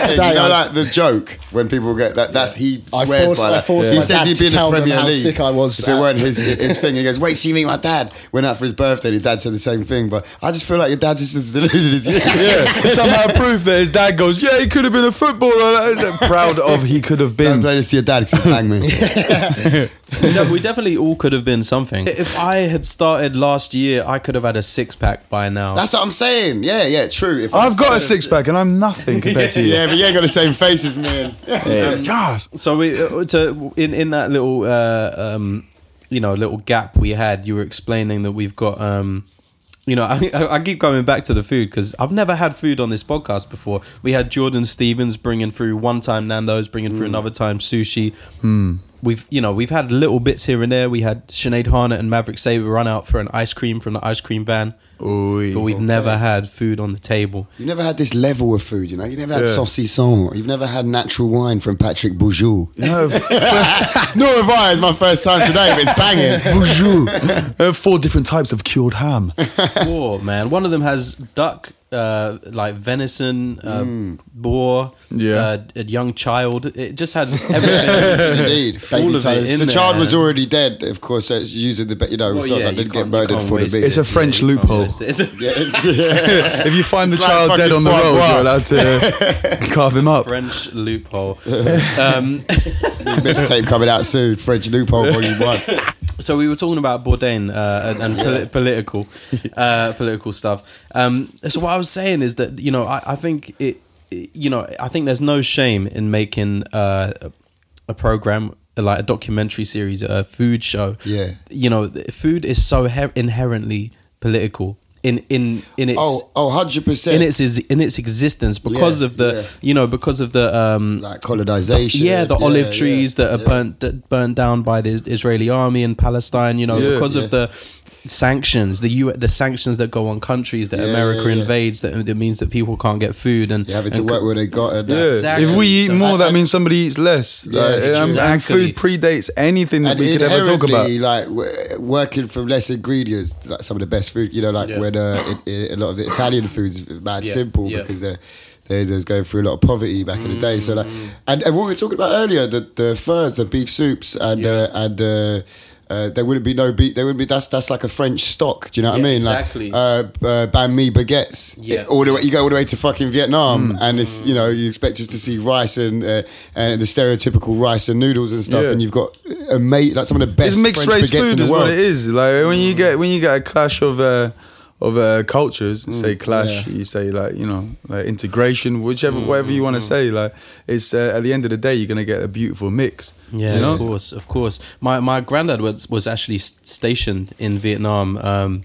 [SPEAKER 3] you know,
[SPEAKER 6] I-
[SPEAKER 3] like the joke when people get that. That's he
[SPEAKER 6] I
[SPEAKER 3] swears
[SPEAKER 6] forced-
[SPEAKER 3] by
[SPEAKER 6] I
[SPEAKER 3] that.
[SPEAKER 6] forced
[SPEAKER 3] He
[SPEAKER 6] my
[SPEAKER 3] says
[SPEAKER 6] dad
[SPEAKER 3] he'd
[SPEAKER 6] to
[SPEAKER 3] been in
[SPEAKER 6] tell
[SPEAKER 3] Premier
[SPEAKER 6] them how
[SPEAKER 3] League.
[SPEAKER 6] sick I was
[SPEAKER 3] If it
[SPEAKER 6] at-
[SPEAKER 3] weren't his his thing, he goes, "Wait, see me, my dad." Went out for his birthday, and his dad said the same thing. But I just feel like your dad's just as deluded as you.
[SPEAKER 7] yeah, somehow proof that his dad goes, yeah, he could have been a footballer. Proud of he could have
[SPEAKER 3] Don't
[SPEAKER 7] been.
[SPEAKER 3] play this to your dad because he'll bang me.
[SPEAKER 2] we, de- we definitely all could have been something. If I had started last year, I could have had a six pack by now.
[SPEAKER 3] That's what I'm saying. Yeah, yeah, true. If
[SPEAKER 7] I've got a six pack and I'm nothing compared to you.
[SPEAKER 3] Yeah, but you ain't got the same face as me. and-
[SPEAKER 7] Gosh.
[SPEAKER 2] so we uh, to in in that little uh, um, you know little gap we had, you were explaining that we've got um, you know I, I keep going back to the food because I've never had food on this podcast before. We had Jordan Stevens bringing through one time Nando's, bringing through another time sushi. we've you know we've had little bits here and there. We had Sinead Harnett and Maverick Saber run out for an ice cream from the ice cream van, but we've never had food on the table.
[SPEAKER 3] You never had this level of food, you know. You never had saucisson. You've never had natural wine from Patrick Bourgeois.
[SPEAKER 4] No,
[SPEAKER 3] Nor have I. It's my first time today, but it's banging.
[SPEAKER 4] bonjour. Uh, four different types of cured ham.
[SPEAKER 2] Boar, man. One of them has duck, uh, like venison, uh,
[SPEAKER 3] Mm.
[SPEAKER 2] boar,
[SPEAKER 4] Yeah.
[SPEAKER 2] uh, a young child. It just has everything.
[SPEAKER 3] Indeed,
[SPEAKER 2] All
[SPEAKER 3] baby
[SPEAKER 2] of it in
[SPEAKER 3] toes. The
[SPEAKER 2] there.
[SPEAKER 3] child was already dead, of course. So it's using the, ba- Oh, you know, it's not
[SPEAKER 2] yeah,
[SPEAKER 3] like
[SPEAKER 2] you
[SPEAKER 3] they didn't
[SPEAKER 2] can't-
[SPEAKER 3] get
[SPEAKER 2] you
[SPEAKER 3] murdered
[SPEAKER 2] can't
[SPEAKER 3] for the
[SPEAKER 2] waste
[SPEAKER 3] beat.
[SPEAKER 4] It's a French
[SPEAKER 2] You can't
[SPEAKER 4] loophole.
[SPEAKER 2] waste it. It's a
[SPEAKER 3] Yeah, it's- yeah.
[SPEAKER 4] If you find the
[SPEAKER 3] It's like
[SPEAKER 4] child dead
[SPEAKER 3] fucking
[SPEAKER 4] on the
[SPEAKER 3] foie
[SPEAKER 4] road,
[SPEAKER 3] gras.
[SPEAKER 4] you're allowed to carve him up.
[SPEAKER 2] French loophole. Um,
[SPEAKER 3] Mixtape coming out soon. French loophole volume one.
[SPEAKER 2] so we were talking about Bourdain uh, and, and poli- political, uh, political stuff. Um, so what I was saying is that you know I, I think it, it- you know I think there's no shame in making uh, a- a program like a documentary series, a food show.
[SPEAKER 3] Yeah.
[SPEAKER 2] you know, th- food is so he- inherently political in in in its.
[SPEAKER 3] Oh, oh, 100 percent.
[SPEAKER 2] in its in its existence because
[SPEAKER 3] Yeah,
[SPEAKER 2] of the
[SPEAKER 3] yeah.
[SPEAKER 2] you know because of the um
[SPEAKER 3] like colonization.
[SPEAKER 2] yeah, the olive
[SPEAKER 3] yeah,
[SPEAKER 2] trees that are
[SPEAKER 3] yeah.
[SPEAKER 2] burnt that burnt down by the Israeli army in Palestine. You know,
[SPEAKER 4] Yeah.
[SPEAKER 2] because
[SPEAKER 3] Yeah.
[SPEAKER 2] of the sanctions, the U, the sanctions that go on countries that
[SPEAKER 3] Yeah,
[SPEAKER 2] America
[SPEAKER 3] yeah, yeah.
[SPEAKER 2] invades. That it means that people can't get food and
[SPEAKER 3] You're having to
[SPEAKER 2] and
[SPEAKER 3] work where they got it.
[SPEAKER 4] Yeah.
[SPEAKER 2] Exactly.
[SPEAKER 4] If we eat
[SPEAKER 3] So
[SPEAKER 4] more,
[SPEAKER 3] that-
[SPEAKER 4] that, means somebody eats less.
[SPEAKER 3] Yeah,
[SPEAKER 4] Like,
[SPEAKER 3] it's
[SPEAKER 4] um,
[SPEAKER 3] true.
[SPEAKER 4] and
[SPEAKER 2] Exactly.
[SPEAKER 4] food predates anything that
[SPEAKER 3] And
[SPEAKER 4] we could ever talk about.
[SPEAKER 3] inherently, like w- working from less ingredients, like some of the best food. You know, like when uh, it, it- a lot of the Italian foods mad
[SPEAKER 2] Yeah,
[SPEAKER 3] simple
[SPEAKER 2] yeah.
[SPEAKER 3] because they're. They, they was going through a lot of poverty back in the day. So like,
[SPEAKER 2] Mm.
[SPEAKER 3] and, and what we were talking about earlier, the, the furs, the beef soups, and uh, and uh, uh, there wouldn't be no beef. There wouldn't be that's that's like a French stock. Do you know what
[SPEAKER 2] Yeah,
[SPEAKER 3] I mean? Like,
[SPEAKER 2] exactly.
[SPEAKER 3] uh, uh, banh mi baguettes.
[SPEAKER 2] Yeah.
[SPEAKER 3] It- all the way, you go all the way to fucking Vietnam,
[SPEAKER 4] Hmm.
[SPEAKER 3] and it's you know you expect just to see rice and uh, and the stereotypical rice and noodles and stuff,
[SPEAKER 4] Yeah.
[SPEAKER 3] and you've got a mate like some of the best
[SPEAKER 4] it's mixed
[SPEAKER 3] French
[SPEAKER 4] race
[SPEAKER 3] baguettes in
[SPEAKER 4] food
[SPEAKER 3] the
[SPEAKER 4] is
[SPEAKER 3] world. Mm.
[SPEAKER 4] what it is. Like when you get when you get a clash of uh, of uh, cultures, you say clash,
[SPEAKER 3] Mm. yeah. Mm,
[SPEAKER 4] you say like you know like integration, whichever whatever you want to say. Like it's uh, at the end of the day, you're gonna get a beautiful mix.
[SPEAKER 2] Yeah,
[SPEAKER 4] you know?
[SPEAKER 2] of course, of course. My my granddad was was actually s- stationed in Vietnam. Um,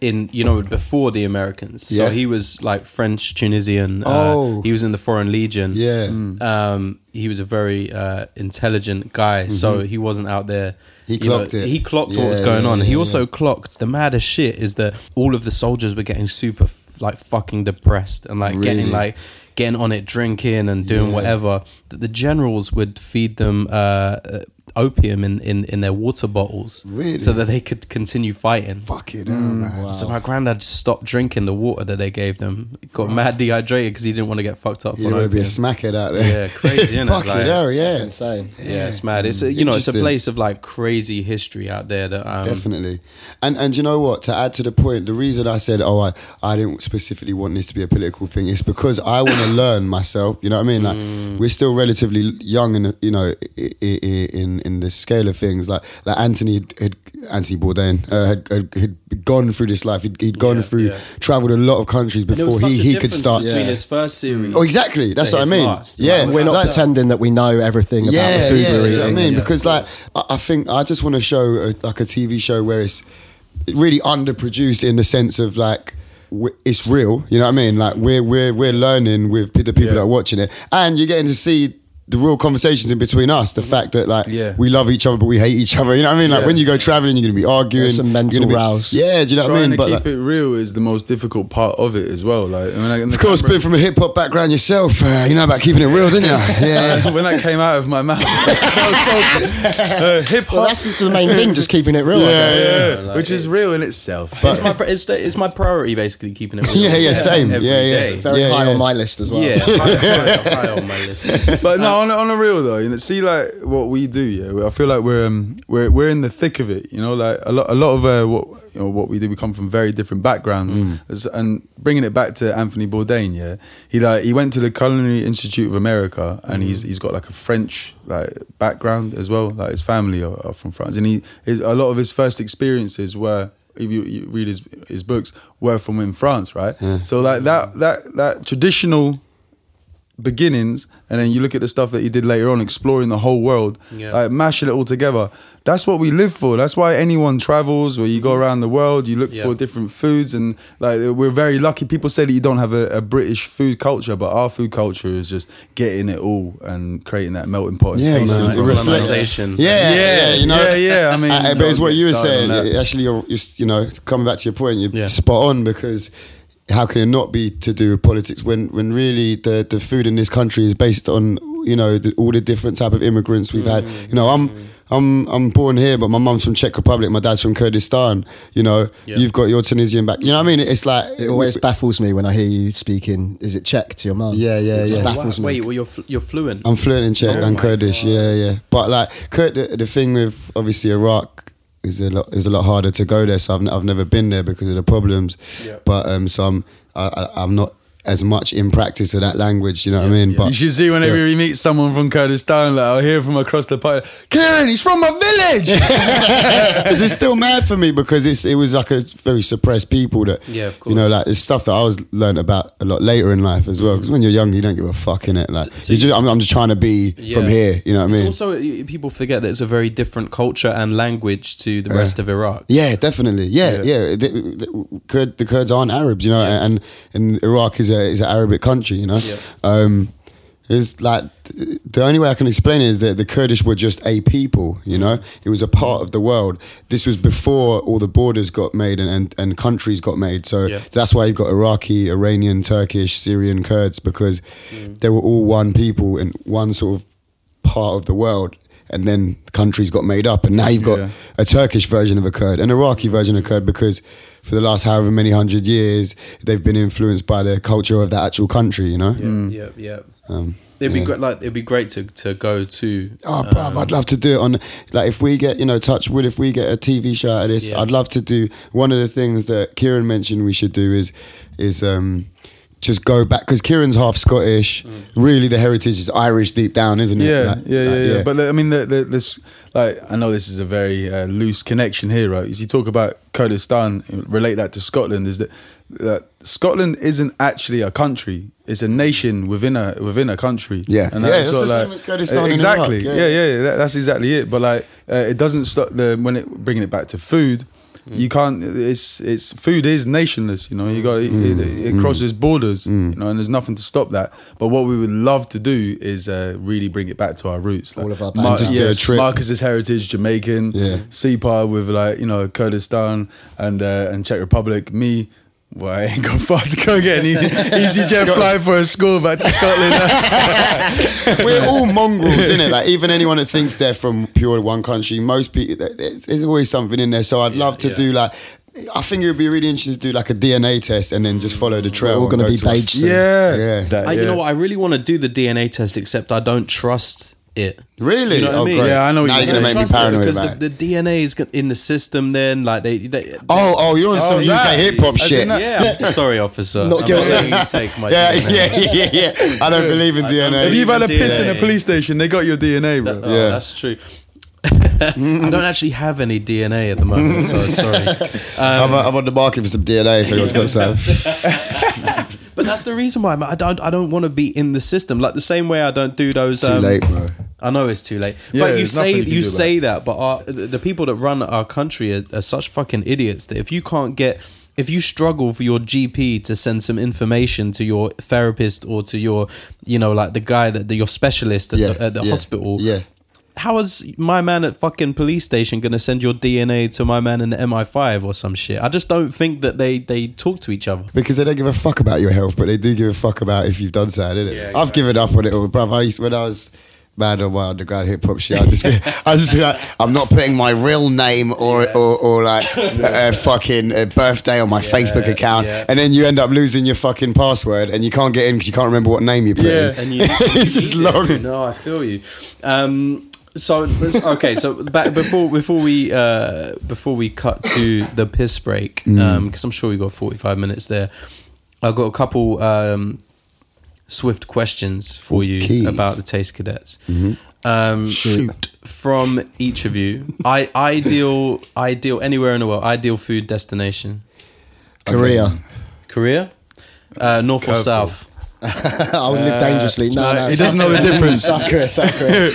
[SPEAKER 2] in you know before the Americans, so
[SPEAKER 3] Yeah.
[SPEAKER 2] he was like French Tunisian. uh,
[SPEAKER 3] Oh.
[SPEAKER 2] he was in the Foreign Legion.
[SPEAKER 3] Yeah.
[SPEAKER 4] Hmm.
[SPEAKER 2] um, he was a very uh, intelligent guy, so he wasn't out there.
[SPEAKER 3] Mm-hmm. He
[SPEAKER 2] you know,
[SPEAKER 3] clocked it.
[SPEAKER 2] He clocked what
[SPEAKER 3] Yeah,
[SPEAKER 2] was going
[SPEAKER 3] yeah,
[SPEAKER 2] on. he
[SPEAKER 3] yeah,
[SPEAKER 2] also clocked the maddest shit is that all of the soldiers were getting super f- like fucking depressed and like getting
[SPEAKER 3] Really?
[SPEAKER 2] like getting on it drinking and doing whatever that the generals would feed them uh, uh, opium in, in, in their water bottles
[SPEAKER 3] Really?
[SPEAKER 2] so that they could continue fighting
[SPEAKER 3] Fucking hell,
[SPEAKER 4] Hmm.
[SPEAKER 3] man.
[SPEAKER 2] so my granddad just stopped drinking the water that they gave them got mad dehydrated because he didn't want to get fucked up
[SPEAKER 3] You
[SPEAKER 2] on
[SPEAKER 3] don't want to be a
[SPEAKER 2] opium.
[SPEAKER 3] smacker out there.
[SPEAKER 2] Yeah, crazy, innit?
[SPEAKER 3] Fucking
[SPEAKER 2] Like-
[SPEAKER 3] hell, yeah.
[SPEAKER 8] Insane.
[SPEAKER 2] Yeah, it's mad. It's a, you know, it's a
[SPEAKER 3] Mm, Interesting.
[SPEAKER 2] place of like crazy history out there that um,
[SPEAKER 3] Definitely, and and you know what? To add to the point, the reason I said, "Oh, I, I didn't specifically want this to be a political thing," is because I want to learn myself. You know what I mean? Like
[SPEAKER 2] Mm.
[SPEAKER 3] we're still relatively young in the- you know i- i- i- in in the scale of things. Like like Anthony had, had Anthony Bourdain uh, had, had had gone through this life. He'd, he'd gone
[SPEAKER 2] Yeah,
[SPEAKER 3] through,
[SPEAKER 2] yeah.
[SPEAKER 3] traveled a lot of countries
[SPEAKER 2] there was
[SPEAKER 3] before
[SPEAKER 2] such
[SPEAKER 3] he
[SPEAKER 2] a
[SPEAKER 3] he could
[SPEAKER 2] difference
[SPEAKER 3] start.
[SPEAKER 2] between
[SPEAKER 3] Yeah.
[SPEAKER 2] his first series.
[SPEAKER 3] Oh, exactly. That's
[SPEAKER 2] to
[SPEAKER 3] what I
[SPEAKER 2] his
[SPEAKER 3] mean.
[SPEAKER 2] last.
[SPEAKER 3] Yeah,
[SPEAKER 2] Like,
[SPEAKER 8] We're not
[SPEAKER 2] like-
[SPEAKER 8] pretending that we know everything about the food
[SPEAKER 3] yeah,
[SPEAKER 8] we're
[SPEAKER 3] you know what I
[SPEAKER 8] eating.
[SPEAKER 3] mean,
[SPEAKER 2] Yeah,
[SPEAKER 3] because like I, I think I just want to show a, like a TV show where it's really underproduced in the sense of like w- it's real. You know what I mean? Like we're we're we're learning with the people that are watching it, and you're getting to see. The real conversations in between us, the fact that like
[SPEAKER 4] Yeah.
[SPEAKER 3] we love each other but we hate each other. You know what I mean? Like
[SPEAKER 4] Yeah.
[SPEAKER 3] when you go traveling, you're gonna be arguing,
[SPEAKER 8] There's some mental
[SPEAKER 3] you're gonna be-
[SPEAKER 8] rouse.
[SPEAKER 3] Yeah, do you know
[SPEAKER 4] Trying
[SPEAKER 3] what I mean?
[SPEAKER 4] to
[SPEAKER 3] But
[SPEAKER 4] keep
[SPEAKER 3] like,
[SPEAKER 4] it real is the most difficult part of it as well. Like, I mean, like, and the
[SPEAKER 3] of course,
[SPEAKER 4] camera-
[SPEAKER 3] being from a hip hop background yourself, uh, you know about keeping it real, didn't you? Yeah.
[SPEAKER 4] when that came out of my mouth, that was so uh, hip hop.
[SPEAKER 8] Well, that's just the main thing, just keeping it real. I
[SPEAKER 4] yeah,
[SPEAKER 8] guess.
[SPEAKER 4] yeah,
[SPEAKER 2] Yeah, like,
[SPEAKER 4] which is
[SPEAKER 2] it's-
[SPEAKER 4] real in itself.
[SPEAKER 2] it's my pr- it's, the- it's my priority basically keeping it. Real
[SPEAKER 3] Yeah, yeah, same.
[SPEAKER 2] every
[SPEAKER 3] Yeah, yeah.
[SPEAKER 2] day.
[SPEAKER 8] Very
[SPEAKER 3] Yeah,
[SPEAKER 8] high
[SPEAKER 3] yeah.
[SPEAKER 8] on my list as well.
[SPEAKER 2] Yeah, high, high- high on my list.
[SPEAKER 4] but no, on, a- on a real though, you know, see like what we do. Yeah, I feel like we're um, we're we're in the thick of it. You know, like a lot a lot of uh, what you know what we do. We come from very different backgrounds, As- and bringing it back to Anthony Bourdain. Yeah, he like he went to the Culinary Institute of America, and he's he's got like a French like background as well. Like his family are, are from France, and he his, a lot of his first experiences were if you, you read his his books were from in France, right? So like that that that traditional beginnings and then you look at the stuff that he did later on exploring the whole world
[SPEAKER 2] Yeah.
[SPEAKER 4] like mashing it all together that's what we live for that's why anyone travels or you go around the world you look
[SPEAKER 2] Mm-hmm. Yeah.
[SPEAKER 4] for different foods and like we're very lucky people say that you don't have a, a british food culture but our food culture is just getting it all and creating that melting pot and
[SPEAKER 3] Yeah,
[SPEAKER 4] tasting
[SPEAKER 3] man.
[SPEAKER 4] it from
[SPEAKER 3] Reflect-
[SPEAKER 2] Colonization.
[SPEAKER 3] Yeah,
[SPEAKER 4] Yeah,
[SPEAKER 3] yeah, you know,
[SPEAKER 4] yeah, yeah, I mean,
[SPEAKER 3] Uh, but it's
[SPEAKER 4] don't
[SPEAKER 3] what
[SPEAKER 4] get
[SPEAKER 3] you were
[SPEAKER 4] started
[SPEAKER 3] saying.
[SPEAKER 4] on that.
[SPEAKER 3] Actually, you're, you're s- you know coming back to your point, you're
[SPEAKER 2] Yeah.
[SPEAKER 3] spot on because how can it not be to do with politics when when really the the food in this country is based on you know the, all the different type of immigrants we've had.
[SPEAKER 4] Mm.
[SPEAKER 3] You know, I'm. I'm I'm born here, but my mum's from Czech Republic. My dad's from Kurdistan. You know,
[SPEAKER 2] Yeah.
[SPEAKER 3] you've got your Tunisian back. You know what I mean? It's like
[SPEAKER 9] It always baffles me when I hear you speaking. Is it Czech to your mum?
[SPEAKER 3] Yeah, yeah,
[SPEAKER 9] It just
[SPEAKER 3] yeah.
[SPEAKER 9] baffles
[SPEAKER 2] Wait,
[SPEAKER 9] me.
[SPEAKER 2] well, you're fl- you're fluent.
[SPEAKER 3] I'm fluent in Czech
[SPEAKER 2] Oh
[SPEAKER 3] and
[SPEAKER 2] my
[SPEAKER 3] Kurdish. Yeah, yeah. But like, Kur- the, the thing with obviously Iraq is a lot is a lot harder to go there. So I've, n- I've never been there because of the problems.
[SPEAKER 2] Yeah.
[SPEAKER 3] But um, so I'm I, I, I'm not as much in practice of that language. You know what I mean? But
[SPEAKER 4] you should see whenever
[SPEAKER 3] still.
[SPEAKER 4] you meet someone from Kurdistan, like I'll hear from across the party, Karen, he's from my village.
[SPEAKER 3] Because it's still mad for me because it's it was like a very suppressed people that
[SPEAKER 2] Yeah, of
[SPEAKER 3] you know
[SPEAKER 2] course.
[SPEAKER 3] like it's stuff that I was learned about a lot later in life as well because when you're young you don't give a fuck in it like
[SPEAKER 2] So- so
[SPEAKER 3] you
[SPEAKER 2] you-
[SPEAKER 3] just I'm, I'm just trying to be from
[SPEAKER 2] Yeah.
[SPEAKER 3] here you know what I
[SPEAKER 2] It's
[SPEAKER 3] mean
[SPEAKER 2] also y- people forget that it's a very different culture and language to the rest of Iraq.
[SPEAKER 3] Yeah, definitely. Yeah, yeah. The, the, Kurd, the Kurds aren't Arabs, you know, and and Iraq is a is an Arabic country, you know.
[SPEAKER 2] Yeah.
[SPEAKER 3] Um, it's like the only way I can explain it is that the Kurdish were just a people, you know. It was a part of the world. This was before all the borders got made and and, and countries got made. So
[SPEAKER 2] Yeah.
[SPEAKER 3] that's why you've got Iraqi, Iranian, Turkish, Syrian Kurds because
[SPEAKER 2] Mm.
[SPEAKER 3] they were all one people and one sort of part of the world. And then countries got made up, and now you've got
[SPEAKER 4] Yeah.
[SPEAKER 3] a Turkish version of a Kurd, an Iraqi version of a Kurd, because for the last however many hundred years, they've been influenced by the culture of that actual country, you know?
[SPEAKER 2] yeah, yeah.
[SPEAKER 3] Um,
[SPEAKER 2] Mm. It'd be
[SPEAKER 3] yeah.
[SPEAKER 2] great. Like it'd be great to, to go to.
[SPEAKER 3] Oh, bruv,
[SPEAKER 9] Um,
[SPEAKER 3] I'd love to do it on, like, if we get, you know, touch wood, if we get a TV show out of this,
[SPEAKER 2] Yeah.
[SPEAKER 3] I'd love to do one of the things that Kieran mentioned we should do is, is, um, just go back because Kieran's half Scottish.
[SPEAKER 9] Mm.
[SPEAKER 3] Really, the heritage is Irish deep down, isn't it?
[SPEAKER 4] yeah,
[SPEAKER 3] Like-
[SPEAKER 4] yeah, yeah,
[SPEAKER 3] like,
[SPEAKER 4] yeah, But the- I mean, the, the, this like I know this is a very uh, loose connection here, right? As you talk about Kurdistan, relate that to Scotland, is that that Scotland isn't actually a country; it's a nation within a within a country.
[SPEAKER 3] Yeah.
[SPEAKER 4] and
[SPEAKER 3] Yeah,
[SPEAKER 4] that's
[SPEAKER 3] that's
[SPEAKER 4] sort of
[SPEAKER 3] the
[SPEAKER 4] like- e-
[SPEAKER 3] same as Kurdistan in
[SPEAKER 4] Exactly.
[SPEAKER 3] Iraq,
[SPEAKER 4] yeah,
[SPEAKER 3] yeah.
[SPEAKER 4] yeah, yeah, that, that's exactly it. But like, uh, it doesn't stop the when it bringing it back to food.
[SPEAKER 3] Mm.
[SPEAKER 4] You can't. It's it's food is nationless. You know, you got it,
[SPEAKER 2] Mm.
[SPEAKER 4] it, it crosses borders. You know, and there's nothing to stop that. But what we would love to do is uh, really bring it back to our roots. Like,
[SPEAKER 9] All of our
[SPEAKER 4] Mar-
[SPEAKER 9] bands.
[SPEAKER 3] Just do a
[SPEAKER 4] yes,
[SPEAKER 3] trip.
[SPEAKER 4] Marcus's heritage, Jamaican.
[SPEAKER 3] Yeah.
[SPEAKER 4] Separ with like you know Kurdistan and uh, and Czech Republic. Me. Well, I ain't got far to go get any EasyJet flight for a school back to Scotland.
[SPEAKER 3] We're all mongrels, isn't it? Like even anyone that thinks they're from pure one country, most people there's, there's always something in there. So I'd love to
[SPEAKER 2] yeah.
[SPEAKER 3] do like. I think it would be really interesting to do like a DNA test and then just follow the trail.
[SPEAKER 9] We're all gonna
[SPEAKER 3] and go
[SPEAKER 9] be
[SPEAKER 3] to-
[SPEAKER 9] beige soon.
[SPEAKER 4] yeah,
[SPEAKER 3] Uh, Yeah.
[SPEAKER 4] That,
[SPEAKER 2] I, Uh, you
[SPEAKER 4] yeah.
[SPEAKER 2] know what? I really want to do the DNA test, except I don't trust it.
[SPEAKER 3] Really?
[SPEAKER 2] You know what I
[SPEAKER 3] Oh,
[SPEAKER 2] mean?
[SPEAKER 3] great.
[SPEAKER 4] Yeah, I know what
[SPEAKER 3] Now
[SPEAKER 2] I
[SPEAKER 3] you're gonna
[SPEAKER 4] you're saying.
[SPEAKER 3] make me
[SPEAKER 2] trust it
[SPEAKER 3] paranoid
[SPEAKER 2] because
[SPEAKER 3] about it.
[SPEAKER 2] the, the DNA is go- in the system. Then, like they, they
[SPEAKER 3] Oh, oh, you're on some
[SPEAKER 4] Oh,
[SPEAKER 3] UK
[SPEAKER 4] that-
[SPEAKER 3] hip hop
[SPEAKER 4] as in
[SPEAKER 3] shit.
[SPEAKER 4] that-
[SPEAKER 2] yeah. Sorry, officer.
[SPEAKER 3] Not
[SPEAKER 2] I'm
[SPEAKER 3] guilty.
[SPEAKER 2] letting you take my
[SPEAKER 3] Yeah,
[SPEAKER 2] DNA.
[SPEAKER 3] yeah, yeah, yeah. I don't believe in DNA.
[SPEAKER 4] If you've had a
[SPEAKER 2] DNA.
[SPEAKER 4] piss in a police station, they got your DNA, bro.
[SPEAKER 2] Oh,
[SPEAKER 3] Yeah.
[SPEAKER 2] that's true. I don't actually have any DNA at the moment, so sorry.
[SPEAKER 3] I'm, I'm on the market for some DNA if anyone's got some.
[SPEAKER 2] But that's the reason why I'm, I don't. I don't want to be in the system. Like the same way I don't do those.
[SPEAKER 3] Too
[SPEAKER 2] um,
[SPEAKER 3] late, bro.
[SPEAKER 2] I know it's too late.
[SPEAKER 4] Yeah,
[SPEAKER 2] but you
[SPEAKER 4] there's
[SPEAKER 2] say
[SPEAKER 4] nothing you
[SPEAKER 2] you,
[SPEAKER 4] can do about
[SPEAKER 2] say that, but our, the the people that run our country are, are such fucking idiots that if you can't get if you struggle for your GP to send some information to your therapist or to your you know like the guy that the, your specialist at
[SPEAKER 3] Yeah,
[SPEAKER 2] the, at the
[SPEAKER 3] yeah,
[SPEAKER 2] hospital,
[SPEAKER 3] Yeah.
[SPEAKER 2] how is my man at fucking police station gonna send your DNA to my man in the MI5 or some shit? I just don't think that they they talk to each other.
[SPEAKER 3] Because they don't give a fuck about your health, but they do give a fuck about if you've done something, innit?
[SPEAKER 2] Yeah,
[SPEAKER 3] I've given up on it all, bruv. I used, when I was mad on my underground hip hop shit, I just be, I just be like, I'm not putting my real name or or, or like a, fucking uh birthday on my Facebook account,
[SPEAKER 2] yeah.
[SPEAKER 3] and then you end up losing your fucking password and you can't get in because you can't remember what name you put
[SPEAKER 4] Yeah.
[SPEAKER 3] in.
[SPEAKER 2] and you,
[SPEAKER 3] it's just
[SPEAKER 2] you-
[SPEAKER 3] long.
[SPEAKER 2] No, I feel you. Um, so okay, so back before before we uh, before we cut to the piss break because I'm sure we got 45 minutes there. I've got a couple um, swift questions for you
[SPEAKER 3] Okay.
[SPEAKER 2] about the Taste Cadets. Um, Shoot. From each of you, I ideal ideal anywhere in the world ideal food destination
[SPEAKER 3] Korea.
[SPEAKER 2] Korea, uh, North or
[SPEAKER 4] Curveball.
[SPEAKER 2] South
[SPEAKER 10] I would live dangerously. No, no,
[SPEAKER 4] he doesn't know the difference.
[SPEAKER 10] South Korea, South Korea.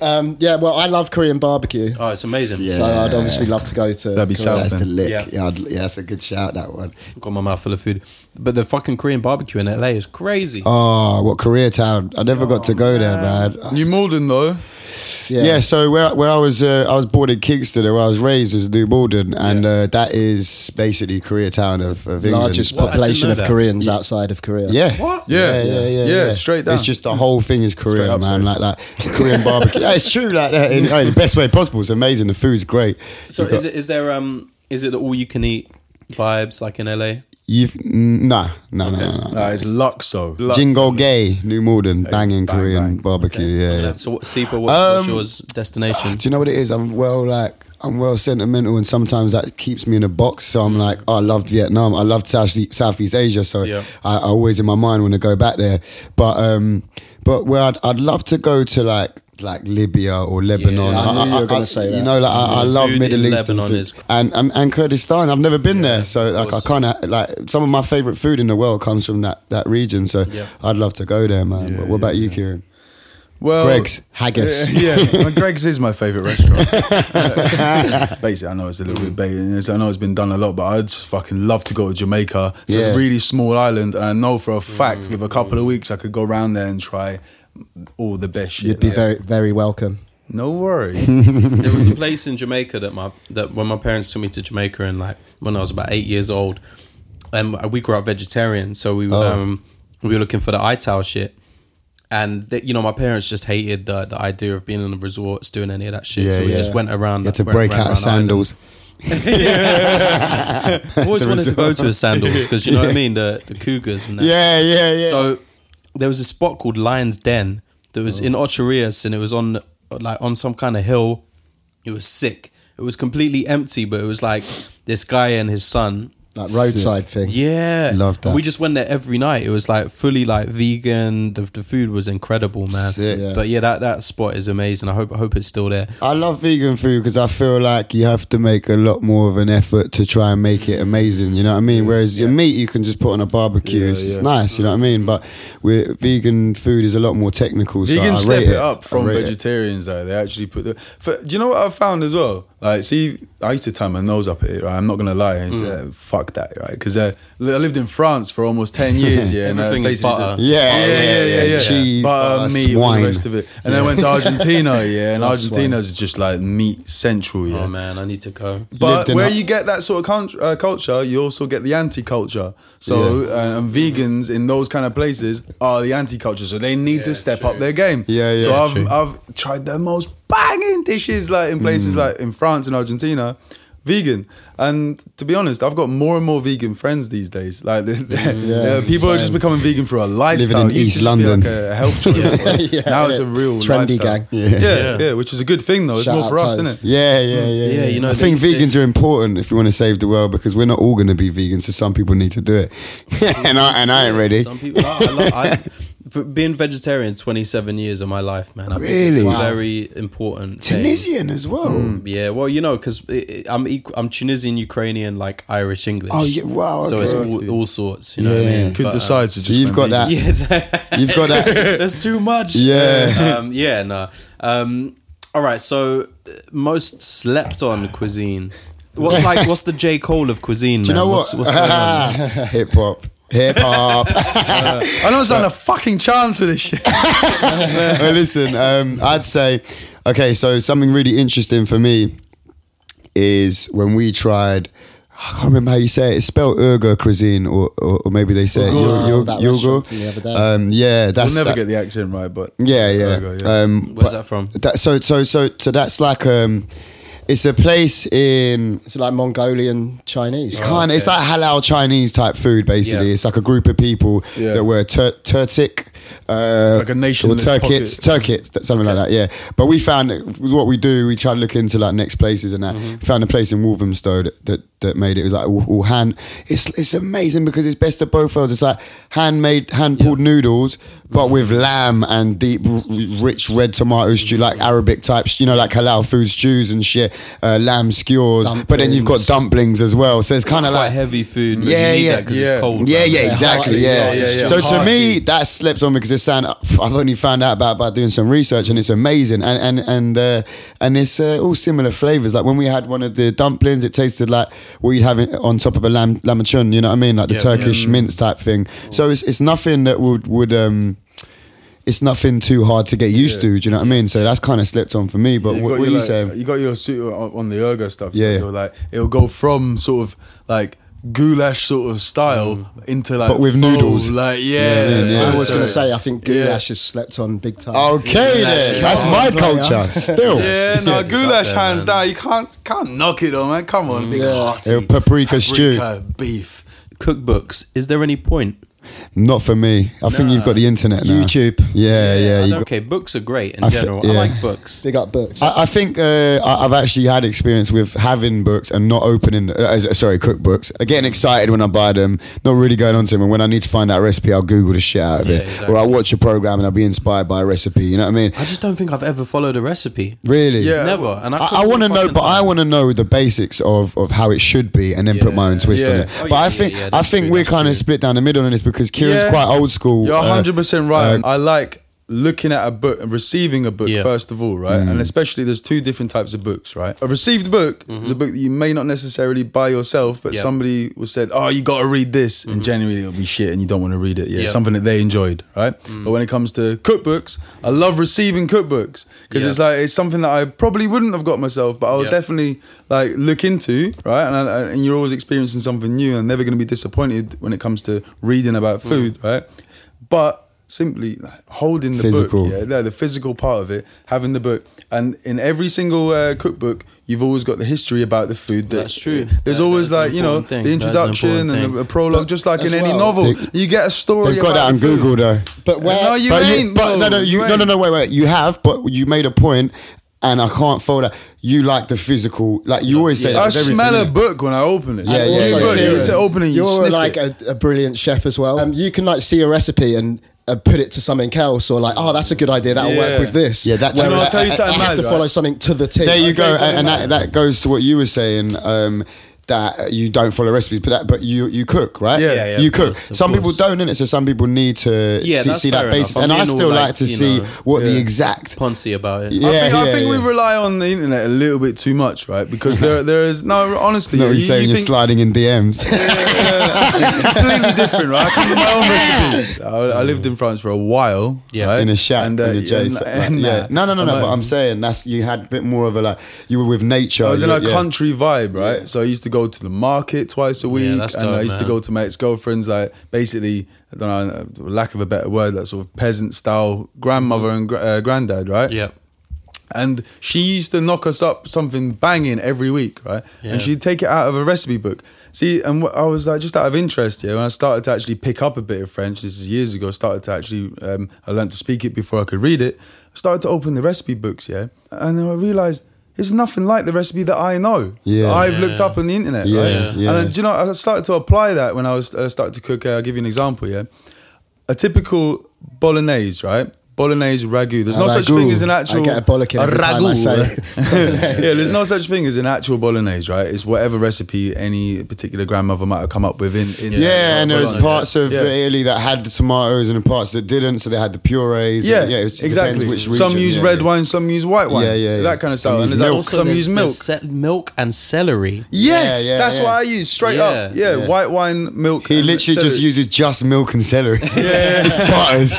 [SPEAKER 10] um, yeah, well, I love Korean barbecue,
[SPEAKER 2] Oh, it's amazing.
[SPEAKER 10] so I'd obviously love to go to.
[SPEAKER 4] That'd be
[SPEAKER 10] Korea.
[SPEAKER 4] South
[SPEAKER 3] That's the
[SPEAKER 4] then.
[SPEAKER 3] lick.
[SPEAKER 2] Yeah.
[SPEAKER 3] Yeah, I'd- yeah, that's a good shout. That one.
[SPEAKER 2] Got my mouth full of food. But the fucking Korean barbecue in LA is crazy.
[SPEAKER 3] Oh, what Korea Town! I never got to go
[SPEAKER 2] Oh,
[SPEAKER 3] there, man.
[SPEAKER 4] New Malden though.
[SPEAKER 10] Yeah.
[SPEAKER 3] Yeah. so where where I was uh, I was born in Kingston, and where I was raised was New Malden, and uh, that is basically Koreatown of, of England.
[SPEAKER 10] largest
[SPEAKER 2] What? I didn't
[SPEAKER 10] population
[SPEAKER 2] know
[SPEAKER 10] of
[SPEAKER 2] that.
[SPEAKER 10] Koreans outside of Korea.
[SPEAKER 3] Yeah.
[SPEAKER 2] What?
[SPEAKER 3] Yeah, yeah, yeah,
[SPEAKER 4] yeah. Straight down.
[SPEAKER 3] It's just the whole thing is Korean,
[SPEAKER 4] up,
[SPEAKER 3] man. Like that Korean barbecue. yeah, it's true. Like that in, in the best way possible. It's amazing. The food's great.
[SPEAKER 2] So
[SPEAKER 3] You've got-
[SPEAKER 2] is it is there um is it the all you can eat vibes like in LA?
[SPEAKER 3] You've mm, nah, no, no, no, no.
[SPEAKER 4] Nah, it's Luxo. Luxo.
[SPEAKER 3] Jingle Gay, New Malden, banging
[SPEAKER 4] bang,
[SPEAKER 3] Korean
[SPEAKER 4] bang.
[SPEAKER 3] barbecue. Yeah, yeah. Um,
[SPEAKER 2] So what Sipa, what's, what's yours destination?
[SPEAKER 3] Do you know what it is? I'm well like I'm well sentimental, and sometimes that keeps me in a box. So I'm like, oh, I loved Vietnam, I loved South Southeast Asia, so
[SPEAKER 2] Yeah.
[SPEAKER 3] I, I always in my mind want to go back there. But um, but where I'd, I'd love to go to like like Libya or Lebanon.
[SPEAKER 2] Yeah,
[SPEAKER 10] I knew you were gonna say that.
[SPEAKER 3] You know, like I, I
[SPEAKER 2] Yeah.
[SPEAKER 3] love
[SPEAKER 2] Food
[SPEAKER 3] Middle
[SPEAKER 2] in
[SPEAKER 3] East
[SPEAKER 2] Lebanon
[SPEAKER 3] and, food.
[SPEAKER 2] is-
[SPEAKER 3] and, and and Kurdistan. I've never been there, so
[SPEAKER 2] of
[SPEAKER 3] like I
[SPEAKER 2] course.
[SPEAKER 3] kind of like some of my favorite food in the world comes from that that region. So
[SPEAKER 2] Yeah.
[SPEAKER 3] I'd love to go there, man. what, what about you, Kieran?
[SPEAKER 4] Well,
[SPEAKER 3] Greg's haggis.
[SPEAKER 4] Oh. Yeah, yeah. Well, Greg's is my favorite restaurant. Basically, I know it's a little bit bait. and it's- I know it's been done a lot, but I'd just fucking love to go to Jamaica. It's
[SPEAKER 3] Yeah.
[SPEAKER 4] a really small island, and I know for a fact with a couple of weeks I could go around there and try all the best shit.
[SPEAKER 10] You'd be
[SPEAKER 4] like-
[SPEAKER 10] very, very welcome.
[SPEAKER 4] No worries.
[SPEAKER 2] there was a place in Jamaica that my that when my parents took me to Jamaica and like when I was about eight years old, um, we grew up vegetarian, so
[SPEAKER 3] Oh.
[SPEAKER 2] we um we were looking for the ital shit, and th- you know my parents just hated the the idea of being in the resorts doing any of that shit, so we just went around
[SPEAKER 3] You had to
[SPEAKER 2] went
[SPEAKER 3] break
[SPEAKER 2] around
[SPEAKER 3] out of
[SPEAKER 2] around island.
[SPEAKER 3] sandals.
[SPEAKER 2] I always wanted to go to a sandals because you know what I mean, the the cougars and that.
[SPEAKER 3] Yeah, yeah, yeah.
[SPEAKER 2] So there was a spot called Lion's Den that was in
[SPEAKER 3] Oh.
[SPEAKER 2] Ocherias and it was on like on some kind of hill. It was sick. It was completely empty, but it was like this guy and his son.
[SPEAKER 10] Like roadside thing.
[SPEAKER 2] Yeah,
[SPEAKER 3] Love that.
[SPEAKER 2] And we just went there every night. It was like fully like vegan. The, the food was incredible, man.
[SPEAKER 3] Sick.
[SPEAKER 10] Yeah.
[SPEAKER 2] But yeah, that that spot is amazing. I hope I hope it's still there.
[SPEAKER 3] I love vegan food because I feel like you have to make a lot more of an effort to try and make it amazing. You know what I mean? Whereas your meat, you can just put on a barbecue. it's just nice. You know what I mean? But with vegan food is a lot more technical. so I
[SPEAKER 4] Vegans step
[SPEAKER 3] rate
[SPEAKER 4] it,
[SPEAKER 3] it
[SPEAKER 4] up
[SPEAKER 3] I
[SPEAKER 4] from
[SPEAKER 3] rate it.
[SPEAKER 4] vegetarians though. They actually put the. For, do you know what I found as well? Like, see, I used to tie my nose up at it. Right, I'm not gonna lie. I used to,
[SPEAKER 3] Mm.
[SPEAKER 4] fuck that, right? Because uh, I lived in France for almost ten years. Yeah, and I
[SPEAKER 2] Everything is
[SPEAKER 4] basically
[SPEAKER 2] butter.
[SPEAKER 4] did-
[SPEAKER 3] Yeah,
[SPEAKER 4] yeah, yeah, yeah, yeah.
[SPEAKER 3] Cheese,
[SPEAKER 4] butter,
[SPEAKER 3] butter,
[SPEAKER 4] meat, all
[SPEAKER 3] swine.
[SPEAKER 4] the rest of it. And then I went to Argentina. Yeah, and Argentina's is just like meat central. Yeah,
[SPEAKER 2] Oh man, I need to go.
[SPEAKER 4] but
[SPEAKER 3] lived in
[SPEAKER 4] where
[SPEAKER 3] a-
[SPEAKER 4] you get that sort of con- uh, culture, you also get the anti-culture. So uh, and vegans in those kind of places are the anti-culture. So they need to step up their game.
[SPEAKER 3] Yeah, yeah,
[SPEAKER 4] So I've
[SPEAKER 3] true.
[SPEAKER 4] I've tried the most banging dishes like in
[SPEAKER 3] Mm.
[SPEAKER 4] places like in France and Argentina. Vegan, and to be honest, I've got more and more vegan friends these days. Like,
[SPEAKER 3] Mm,
[SPEAKER 4] they're, they're- they're- people are just becoming vegan for a lifestyle.
[SPEAKER 3] in
[SPEAKER 4] It used
[SPEAKER 3] East
[SPEAKER 4] to just be
[SPEAKER 3] London.
[SPEAKER 4] like a health choice.
[SPEAKER 10] Yeah.
[SPEAKER 4] now it's a real
[SPEAKER 10] Trendy
[SPEAKER 4] lifestyle.
[SPEAKER 10] gang.
[SPEAKER 4] Yeah. Yeah, which is a good thing though. It's
[SPEAKER 10] Shout
[SPEAKER 4] more
[SPEAKER 10] out
[SPEAKER 4] for us,
[SPEAKER 10] Toes.
[SPEAKER 4] isn't it?
[SPEAKER 3] Yeah, yeah, yeah.
[SPEAKER 2] Yeah, you know,
[SPEAKER 3] I
[SPEAKER 2] they-
[SPEAKER 3] think
[SPEAKER 2] they-
[SPEAKER 3] vegans are important if you want to save the world because we're not all going to be vegan, so some people need to do it. and I and I ain't ready.
[SPEAKER 2] Some people are. I love, I, for being vegetarian, 27 years of my life, man. I think
[SPEAKER 3] Really?
[SPEAKER 2] it's a
[SPEAKER 3] Wow.
[SPEAKER 2] very important. thing.
[SPEAKER 3] Tunisian as well.
[SPEAKER 2] Yeah, well, you know, because I'm equ- I'm Tunisian, Ukrainian, like Irish English.
[SPEAKER 3] Oh, yeah, wow,
[SPEAKER 2] So it's
[SPEAKER 3] okay.
[SPEAKER 2] all, all sorts, you know what I mean?
[SPEAKER 4] Could
[SPEAKER 2] But, um,
[SPEAKER 4] decide to just.
[SPEAKER 3] So you've
[SPEAKER 4] went
[SPEAKER 3] got
[SPEAKER 4] vegan.
[SPEAKER 3] that.
[SPEAKER 2] yeah, it's-
[SPEAKER 3] You've got that.
[SPEAKER 2] That's too much.
[SPEAKER 3] Yeah.
[SPEAKER 2] Um, yeah. No. Um, all right. So uh, most slept on cuisine. What's like? What's the J Cole of cuisine?
[SPEAKER 3] You
[SPEAKER 2] man?
[SPEAKER 3] know what?
[SPEAKER 2] What's, what's going on?
[SPEAKER 3] Hip hop. Hip hop.
[SPEAKER 4] I don't stand a fucking chance for this shit.
[SPEAKER 3] well, listen, um, I'd say, okay, so something really interesting for me is when we tried. I can't remember how you say it. It's spelled Urga cuisine, or, or, or maybe they say it
[SPEAKER 10] Urga.
[SPEAKER 3] Ur- Ur-
[SPEAKER 10] That
[SPEAKER 3] Urga.
[SPEAKER 10] restaurant from the other day.
[SPEAKER 3] Um, yeah,
[SPEAKER 4] We'll
[SPEAKER 3] that's
[SPEAKER 4] never
[SPEAKER 3] that-
[SPEAKER 4] get the accent right, but
[SPEAKER 3] yeah, yeah.
[SPEAKER 4] There we go, yeah.
[SPEAKER 3] Um,
[SPEAKER 2] Where's
[SPEAKER 3] but
[SPEAKER 2] that from?
[SPEAKER 3] that, so, so, so, so that's like um, it's a place in
[SPEAKER 10] It's like Mongolian Chinese.
[SPEAKER 3] It's
[SPEAKER 4] Oh,
[SPEAKER 3] kind of, it's like halal Chinese type food, basically.
[SPEAKER 2] Yeah.
[SPEAKER 3] It's like a group of people
[SPEAKER 4] Yeah.
[SPEAKER 3] that were tur- Turtic Uh,
[SPEAKER 4] It's like a nation
[SPEAKER 3] Or
[SPEAKER 4] in its
[SPEAKER 3] Turkits,
[SPEAKER 4] pocket.
[SPEAKER 3] Turkits, th- something like that. Yeah. But we found that with what we do, we try to look into like next places and that. We Found a place in Walthamstow that, that that made it, it was like all all hand. It's it's amazing because it's best of both worlds. It's like handmade, hand pulled noodles, but with lamb and deep, r- r- rich red tomato stew, like Arabic type, you know, like halal food stews and shit, uh, lamb skewers. But then you've got
[SPEAKER 11] Dumplings.
[SPEAKER 3] dumplings as well. So it's kind of
[SPEAKER 2] Quite
[SPEAKER 3] like
[SPEAKER 2] heavy food. But
[SPEAKER 3] Yeah,
[SPEAKER 2] you need
[SPEAKER 3] yeah,
[SPEAKER 2] because
[SPEAKER 4] yeah.
[SPEAKER 2] it's cold.
[SPEAKER 3] yeah,
[SPEAKER 2] man.
[SPEAKER 3] yeah,
[SPEAKER 11] Yeah,
[SPEAKER 3] exactly.
[SPEAKER 11] hearty,
[SPEAKER 3] Yeah.
[SPEAKER 11] yeah, yeah, yeah.
[SPEAKER 3] So to
[SPEAKER 4] Hearty.
[SPEAKER 3] me, that slipped on because it's sound I've only found out about by doing some research, and it's amazing. And and and uh, and it's uh, all similar flavors. Like when we had one of the dumplings, it tasted like what you'd have it on top of a lamb lamachun. You know what I mean? Like the
[SPEAKER 2] Yeah,
[SPEAKER 3] Turkish mince type thing. So it's it's nothing that would would. Um, it's nothing too hard to get used to, do you know what I mean? So that's kind of slipped on for me. But what,
[SPEAKER 4] got
[SPEAKER 3] what are
[SPEAKER 4] your,
[SPEAKER 3] you
[SPEAKER 4] like,
[SPEAKER 3] saying?
[SPEAKER 4] You got your suit on, on the ergo stuff.
[SPEAKER 3] Yeah.
[SPEAKER 4] You're like it'll go from sort of like goulash sort of style into like
[SPEAKER 3] But with
[SPEAKER 4] full,
[SPEAKER 3] noodles.
[SPEAKER 4] Like yeah,
[SPEAKER 3] Yeah, yeah.
[SPEAKER 11] I was
[SPEAKER 4] so-
[SPEAKER 11] going to say, I think
[SPEAKER 4] Yeah.
[SPEAKER 11] goulash has slept on big time.
[SPEAKER 3] Okay,
[SPEAKER 2] Yeah,
[SPEAKER 3] then.
[SPEAKER 2] yeah.
[SPEAKER 3] That's
[SPEAKER 2] Oh,
[SPEAKER 3] my
[SPEAKER 11] yeah.
[SPEAKER 3] culture still.
[SPEAKER 4] Yeah, no,
[SPEAKER 2] It's
[SPEAKER 4] goulash
[SPEAKER 2] up there,
[SPEAKER 4] hands
[SPEAKER 2] man.
[SPEAKER 4] down. You can't can't knock it though, man. Come on, big
[SPEAKER 11] Yeah.
[SPEAKER 4] hearty.
[SPEAKER 3] Yeah, paprika stew.
[SPEAKER 4] beef.
[SPEAKER 2] Cookbooks. Is there any point?
[SPEAKER 3] Not for me. I think you've got the internet now.
[SPEAKER 11] YouTube.
[SPEAKER 3] Yeah, yeah.
[SPEAKER 2] I
[SPEAKER 3] you
[SPEAKER 2] don't- okay, books are great in
[SPEAKER 3] I fe-
[SPEAKER 2] general.
[SPEAKER 3] yeah.
[SPEAKER 2] I like books.
[SPEAKER 11] Big up books.
[SPEAKER 3] I, I think uh, I- I've actually had experience with having books and not opening. Uh, as- sorry, cookbooks. Uh, Getting excited when I buy them, not really going on to them. And when I need to find out a recipe, I'll Google the shit out of
[SPEAKER 2] Yeah,
[SPEAKER 3] it,
[SPEAKER 2] exactly.
[SPEAKER 3] or I watch a program and I'll be inspired by a recipe. You know what I mean?
[SPEAKER 2] I just don't think I've ever followed a recipe.
[SPEAKER 3] Really?
[SPEAKER 4] Yeah.
[SPEAKER 2] Never. And I,
[SPEAKER 3] I, I
[SPEAKER 2] couldn't
[SPEAKER 3] want to
[SPEAKER 2] fucking
[SPEAKER 3] know, but I
[SPEAKER 2] time.
[SPEAKER 3] want to know the basics of, of how it should be, and then put my own twist on
[SPEAKER 4] Yeah.
[SPEAKER 3] it.
[SPEAKER 4] Oh,
[SPEAKER 3] but
[SPEAKER 2] yeah,
[SPEAKER 3] I
[SPEAKER 2] yeah,
[SPEAKER 3] think
[SPEAKER 2] yeah,
[SPEAKER 3] I
[SPEAKER 2] that's
[SPEAKER 3] think
[SPEAKER 2] true,
[SPEAKER 3] we're
[SPEAKER 2] that's
[SPEAKER 3] kind of
[SPEAKER 2] true.
[SPEAKER 3] split down the middle on this because Kieran's
[SPEAKER 4] Yeah.
[SPEAKER 3] quite old school.
[SPEAKER 4] You're
[SPEAKER 3] uh,
[SPEAKER 4] 100 percent right.
[SPEAKER 3] uh,
[SPEAKER 4] I like looking at a book and receiving a book
[SPEAKER 2] Yeah.
[SPEAKER 4] first of all, right? And especially there's two different types of books, right? A received book is a book that you may not necessarily buy yourself, but
[SPEAKER 2] Mm-hmm. Yeah. Mm-hmm.
[SPEAKER 4] somebody was said, "Oh, you got to read this," and generally it'll be shit, and you don't want to read it. Yeah,
[SPEAKER 2] Yeah. Mm.
[SPEAKER 4] something that they enjoyed, right? But when it comes to cookbooks, I love receiving cookbooks because
[SPEAKER 2] Yeah.
[SPEAKER 4] it's like it's something that I probably wouldn't have got myself, but I'll
[SPEAKER 2] Yeah.
[SPEAKER 4] definitely like look into, right? And, I, and you're always experiencing something new, and never going to be disappointed when it comes to reading about
[SPEAKER 2] Mm.
[SPEAKER 4] food, right? But simply like, holding the
[SPEAKER 3] Physical.
[SPEAKER 4] book, yeah, no, the physical part of it, having the book, and in every single uh, cookbook, you've always got the history about the food. That,
[SPEAKER 2] That's true.
[SPEAKER 4] There's
[SPEAKER 2] That-
[SPEAKER 4] always
[SPEAKER 2] that's an
[SPEAKER 4] like you know
[SPEAKER 2] important thing.
[SPEAKER 4] the
[SPEAKER 2] That's an
[SPEAKER 4] introduction and
[SPEAKER 2] important
[SPEAKER 4] the,
[SPEAKER 2] thing.
[SPEAKER 4] prologue,
[SPEAKER 11] But
[SPEAKER 4] just like in
[SPEAKER 11] as
[SPEAKER 4] any
[SPEAKER 11] well-
[SPEAKER 4] novel,
[SPEAKER 3] They-
[SPEAKER 4] you get a story.
[SPEAKER 3] They've got
[SPEAKER 4] about
[SPEAKER 3] that on
[SPEAKER 4] the food.
[SPEAKER 3] Google though.
[SPEAKER 11] But where-
[SPEAKER 4] no, you
[SPEAKER 3] but
[SPEAKER 4] ain't.
[SPEAKER 3] but no, no, you, no,
[SPEAKER 4] ain't.
[SPEAKER 3] no, no, wait, wait. You have, but you made a point, and I can't fold that. You like the physical, like you always say. that
[SPEAKER 4] I
[SPEAKER 3] with everything,
[SPEAKER 4] smell a
[SPEAKER 3] innit?
[SPEAKER 4] book when I open it.
[SPEAKER 3] Yeah,
[SPEAKER 11] And
[SPEAKER 3] yeah,
[SPEAKER 4] Any
[SPEAKER 3] yeah,
[SPEAKER 4] book,
[SPEAKER 3] yeah.
[SPEAKER 4] you to open it, you
[SPEAKER 11] you're
[SPEAKER 4] sniff
[SPEAKER 11] like
[SPEAKER 4] it.
[SPEAKER 11] A, a brilliant chef as well. Um, you can like see a recipe and uh, put it to something else, or like, oh, that's a good idea. That'll
[SPEAKER 4] Yeah.
[SPEAKER 11] work with this.
[SPEAKER 3] Yeah, that- Do you know,
[SPEAKER 11] Whereas
[SPEAKER 3] I'll
[SPEAKER 4] tell you
[SPEAKER 11] I- I-
[SPEAKER 4] something
[SPEAKER 11] I have
[SPEAKER 4] mad,
[SPEAKER 11] to follow
[SPEAKER 4] right?
[SPEAKER 11] something to the T.
[SPEAKER 3] There you go, and, and that, that goes to what you were saying. Um, that you don't follow recipes, but that, but you you cook, right?
[SPEAKER 4] Yeah. Yeah, yeah,
[SPEAKER 3] you
[SPEAKER 2] of
[SPEAKER 3] cook.
[SPEAKER 2] course, of
[SPEAKER 3] some
[SPEAKER 2] course.
[SPEAKER 3] people don't, in it, so some people need to
[SPEAKER 2] Yeah,
[SPEAKER 3] see,
[SPEAKER 2] that's
[SPEAKER 3] see that
[SPEAKER 2] fair enough.
[SPEAKER 3] basis.
[SPEAKER 2] I'm
[SPEAKER 3] And I
[SPEAKER 2] being all
[SPEAKER 3] still
[SPEAKER 2] like,
[SPEAKER 3] like to
[SPEAKER 2] you
[SPEAKER 3] see
[SPEAKER 2] know,
[SPEAKER 3] what the
[SPEAKER 4] yeah.
[SPEAKER 3] exact.
[SPEAKER 2] Poncy about it.
[SPEAKER 3] Yeah,
[SPEAKER 4] I think, I
[SPEAKER 3] yeah,
[SPEAKER 4] think
[SPEAKER 3] yeah.
[SPEAKER 4] we rely on the internet a little bit too much, right? Because there, there is no honestly.
[SPEAKER 3] No, you're
[SPEAKER 4] you,
[SPEAKER 3] saying
[SPEAKER 4] you
[SPEAKER 3] you're
[SPEAKER 4] think-
[SPEAKER 3] sliding in DMs.
[SPEAKER 4] It's completely different, right? I can do my own recipe. I, I lived in France for a while,
[SPEAKER 2] Yeah.
[SPEAKER 4] right?
[SPEAKER 3] in a shack
[SPEAKER 4] And,
[SPEAKER 3] and,
[SPEAKER 4] uh,
[SPEAKER 3] in a J.
[SPEAKER 4] and-
[SPEAKER 3] so- like,
[SPEAKER 4] and,
[SPEAKER 3] yeah.
[SPEAKER 4] uh,
[SPEAKER 3] No, no, no, no.
[SPEAKER 4] I'm
[SPEAKER 3] But
[SPEAKER 4] like-
[SPEAKER 3] I'm saying that's you had a bit more of a like you were with nature.
[SPEAKER 4] I was in
[SPEAKER 3] you-
[SPEAKER 4] a
[SPEAKER 3] yeah.
[SPEAKER 4] country vibe, right? So I used to go to the market twice a week,
[SPEAKER 2] that's
[SPEAKER 4] and I
[SPEAKER 2] dope,
[SPEAKER 4] used to
[SPEAKER 2] man.
[SPEAKER 4] go to my ex-girlfriend's, like basically, I don't know, uh, lack of a better word, that sort of peasant style grandmother and gra- uh, granddad, right?
[SPEAKER 2] Mm-hmm. Yeah.
[SPEAKER 4] And she used to knock us up something banging every week, right?
[SPEAKER 2] Yeah.
[SPEAKER 4] And she'd take it out of a recipe book. See, and wh- I was like, just out of interest here, when I started to actually pick up a bit of French, this is years ago, I started to actually, um, I learned to speak it before I could read it. I started to open the recipe books, yeah? And then I realized it's nothing like the recipe that I know.
[SPEAKER 3] Yeah.
[SPEAKER 4] that I've
[SPEAKER 2] Yeah.
[SPEAKER 4] looked up on the internet,
[SPEAKER 3] Yeah,
[SPEAKER 4] right?
[SPEAKER 3] yeah.
[SPEAKER 4] And then, do you know, I started to apply that when I was uh, started to cook. Uh, I'll give you an example, yeah? A typical bolognese, right? Bolognese ragu. There's no such
[SPEAKER 11] ragu.
[SPEAKER 4] thing as an actual
[SPEAKER 11] I get a bollocking every time I say
[SPEAKER 4] yeah, there's no such thing as an actual bolognese, right? It's whatever recipe any particular grandmother might have come up with in. in
[SPEAKER 3] Yeah, and there was
[SPEAKER 4] Bologna.
[SPEAKER 3] parts of
[SPEAKER 4] Yeah.
[SPEAKER 3] Italy that had the tomatoes and the parts that didn't, so they had the purees.
[SPEAKER 4] Yeah,
[SPEAKER 3] and, yeah, it was- it
[SPEAKER 4] exactly.
[SPEAKER 3] depends Which region,
[SPEAKER 4] some use
[SPEAKER 3] yeah,
[SPEAKER 4] red
[SPEAKER 3] yeah.
[SPEAKER 4] wine, some use white wine.
[SPEAKER 3] Yeah, yeah, yeah.
[SPEAKER 4] That kind of
[SPEAKER 3] Some
[SPEAKER 4] stuff.
[SPEAKER 3] use
[SPEAKER 4] and there's like,
[SPEAKER 3] milk.
[SPEAKER 2] Also,
[SPEAKER 4] some
[SPEAKER 2] there's,
[SPEAKER 4] use
[SPEAKER 2] there's
[SPEAKER 4] milk.
[SPEAKER 2] ce- milk and celery.
[SPEAKER 4] Yes,
[SPEAKER 3] Yeah, yeah,
[SPEAKER 4] that's
[SPEAKER 3] yeah.
[SPEAKER 4] what I use straight up.
[SPEAKER 2] Yeah.
[SPEAKER 4] Yeah,
[SPEAKER 3] Yeah.
[SPEAKER 4] white wine, milk.
[SPEAKER 3] He
[SPEAKER 4] and
[SPEAKER 3] literally just
[SPEAKER 4] celery.
[SPEAKER 3] uses just milk and celery. Yeah, it's butters.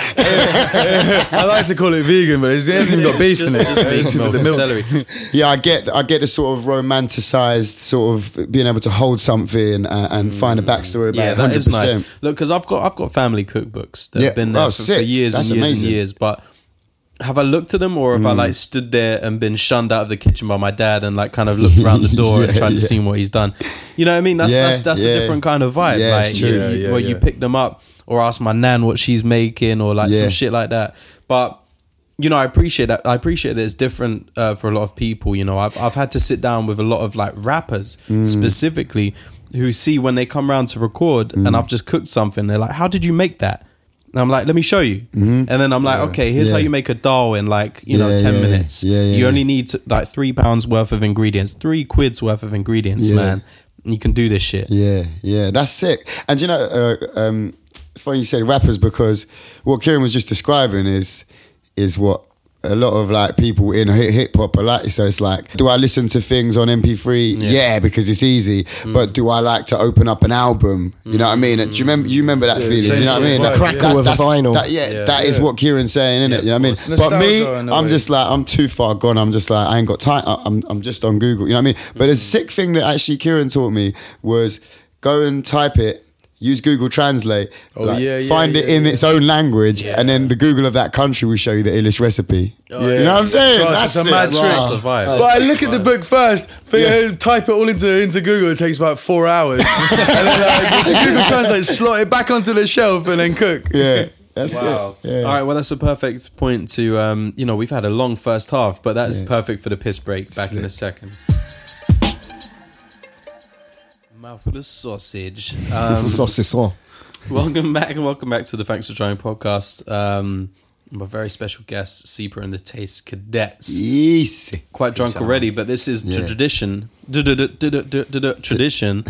[SPEAKER 4] I like to call it vegan, but it's, it hasn't even got beef
[SPEAKER 2] Just-
[SPEAKER 4] in it.
[SPEAKER 2] just beef,
[SPEAKER 4] It's
[SPEAKER 2] milk
[SPEAKER 4] the
[SPEAKER 2] and celery.
[SPEAKER 3] yeah, I get, I get the sort of romanticized sort of being able to hold something and, and find a backstory about
[SPEAKER 2] Yeah,
[SPEAKER 3] it. 100%.
[SPEAKER 2] that is nice. Look, because I've got I've got family cookbooks that
[SPEAKER 3] Yeah.
[SPEAKER 2] have been there
[SPEAKER 3] Oh,
[SPEAKER 2] for, for
[SPEAKER 3] sick.
[SPEAKER 2] years
[SPEAKER 3] That's
[SPEAKER 2] and years
[SPEAKER 3] amazing. Mm.
[SPEAKER 2] and years, but have I looked at them or have I like stood there and been shunned out of the kitchen by my dad and like kind of looked around the door and
[SPEAKER 3] Yeah,
[SPEAKER 2] tried to
[SPEAKER 3] yeah.
[SPEAKER 2] see what he's done? You know what I mean? That's
[SPEAKER 3] Yeah,
[SPEAKER 2] that's that's
[SPEAKER 3] yeah.
[SPEAKER 2] a different kind of vibe.
[SPEAKER 3] Yeah,
[SPEAKER 2] like
[SPEAKER 3] it's true.
[SPEAKER 2] you,
[SPEAKER 3] Yeah,
[SPEAKER 2] you-
[SPEAKER 3] yeah,
[SPEAKER 2] where you
[SPEAKER 3] yeah.
[SPEAKER 2] pick them up or ask my nan what she's making or like
[SPEAKER 3] Yeah.
[SPEAKER 2] some shit like that. But you know, I appreciate that. I appreciate that it's different uh, for a lot of people. You know, I've I've had to sit down with a lot of like rappers
[SPEAKER 3] Mm.
[SPEAKER 2] specifically who see when they come round to record
[SPEAKER 3] Mm.
[SPEAKER 2] and I've just cooked something. They're like, "How did you make that?" And I'm like, "Let me show you." And then I'm like, "Okay, here's how
[SPEAKER 3] Mm-hmm. Yeah.
[SPEAKER 2] you make a dal in like you know
[SPEAKER 3] Yeah,
[SPEAKER 2] ten
[SPEAKER 3] yeah,
[SPEAKER 2] minutes.
[SPEAKER 3] yeah, yeah,
[SPEAKER 2] you
[SPEAKER 3] yeah.
[SPEAKER 2] only need like three pounds worth of ingredients, three quid's worth of ingredients,
[SPEAKER 3] Yeah.
[SPEAKER 2] man. And you can do this shit.
[SPEAKER 3] Yeah, yeah, that's sick. And you know, uh, um, it's funny you said rappers because what Kieran was just describing is is what a lot of like people in hip hop are like. So it's like, do I listen to things on MP3? Yeah, because it's easy.
[SPEAKER 7] Mm.
[SPEAKER 3] But do I like to open up an album? You know what I mean? Do you remember? You remember that feeling?
[SPEAKER 7] same
[SPEAKER 3] You know what I
[SPEAKER 7] sort
[SPEAKER 3] mean?
[SPEAKER 7] of
[SPEAKER 3] That-
[SPEAKER 7] vibe,
[SPEAKER 3] that-
[SPEAKER 6] Crackle of a
[SPEAKER 3] that's-
[SPEAKER 6] vinyl.
[SPEAKER 3] That, yeah,
[SPEAKER 2] Yeah.
[SPEAKER 3] that is
[SPEAKER 7] Yeah.
[SPEAKER 3] what Kieran's saying, isn't it? You know what I mean?
[SPEAKER 7] course.
[SPEAKER 3] But me,
[SPEAKER 7] Nostalgia in a
[SPEAKER 3] I'm
[SPEAKER 7] way.
[SPEAKER 3] just like I'm too far gone. I'm just like I ain't got time. I- I'm I'm just on Google. You know what I mean? But
[SPEAKER 7] Mm.
[SPEAKER 3] a sick thing that actually Kieran taught me was go and type it. Use Google Translate. Oh
[SPEAKER 7] yeah, yeah,
[SPEAKER 3] Find it
[SPEAKER 7] yeah,
[SPEAKER 3] in
[SPEAKER 7] yeah.
[SPEAKER 3] its own language, and then the Google of that country will show you the illest recipe. You know what I'm saying?
[SPEAKER 7] Oh, Christ,
[SPEAKER 3] That's
[SPEAKER 7] it's a
[SPEAKER 3] it.
[SPEAKER 7] mad
[SPEAKER 3] Wow.
[SPEAKER 7] trick.
[SPEAKER 2] It's a vibe.
[SPEAKER 7] But I look at the book first, figure, type it all into into Google. It takes about four hours, and then like, with the Google Translate slot it back onto the shelf and then cook.
[SPEAKER 3] Yeah, that's
[SPEAKER 2] Wow.
[SPEAKER 3] it. Yeah.
[SPEAKER 2] All right. Well, that's a perfect point to, um, you know, we've had a long first half, but that's perfect for the piss break back in a second. Mouthful of sausage. Um,
[SPEAKER 6] Saucisson.
[SPEAKER 2] welcome back and welcome back to the Thanks for Trying podcast. Um, my very special guest, Seeper and the Taste Cadets.
[SPEAKER 3] Easy.
[SPEAKER 2] Quite drunk already, but this is
[SPEAKER 3] Yeah.
[SPEAKER 2] tradition. Tradition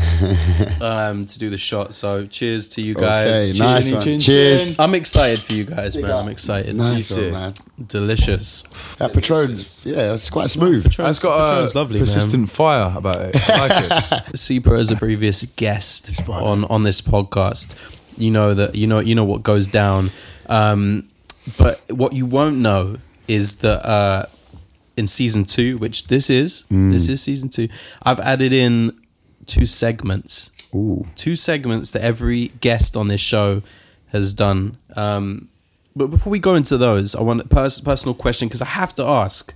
[SPEAKER 2] um, to do the shot. So, cheers to you guys.
[SPEAKER 3] okay, nice one.
[SPEAKER 7] chin,
[SPEAKER 3] Cheers.
[SPEAKER 2] I'm excited for you guys, man. I'm excited.
[SPEAKER 3] Nice
[SPEAKER 2] You
[SPEAKER 3] one,
[SPEAKER 2] too.
[SPEAKER 3] man.
[SPEAKER 2] Delicious.
[SPEAKER 3] That Patron's, yeah, it's quite smooth.
[SPEAKER 4] It's got a
[SPEAKER 2] Patron's lovely,
[SPEAKER 4] persistent fire about it. I like it.
[SPEAKER 2] Sepa is a previous guest on on this podcast. You know that you know you know what goes down. Um, but what you won't know is that uh, in season two, which this is, this is season two. I've added in two segments. Two segments that every guest on this show has done. Um, but before we go into those, I want a pers- personal question because I have to ask.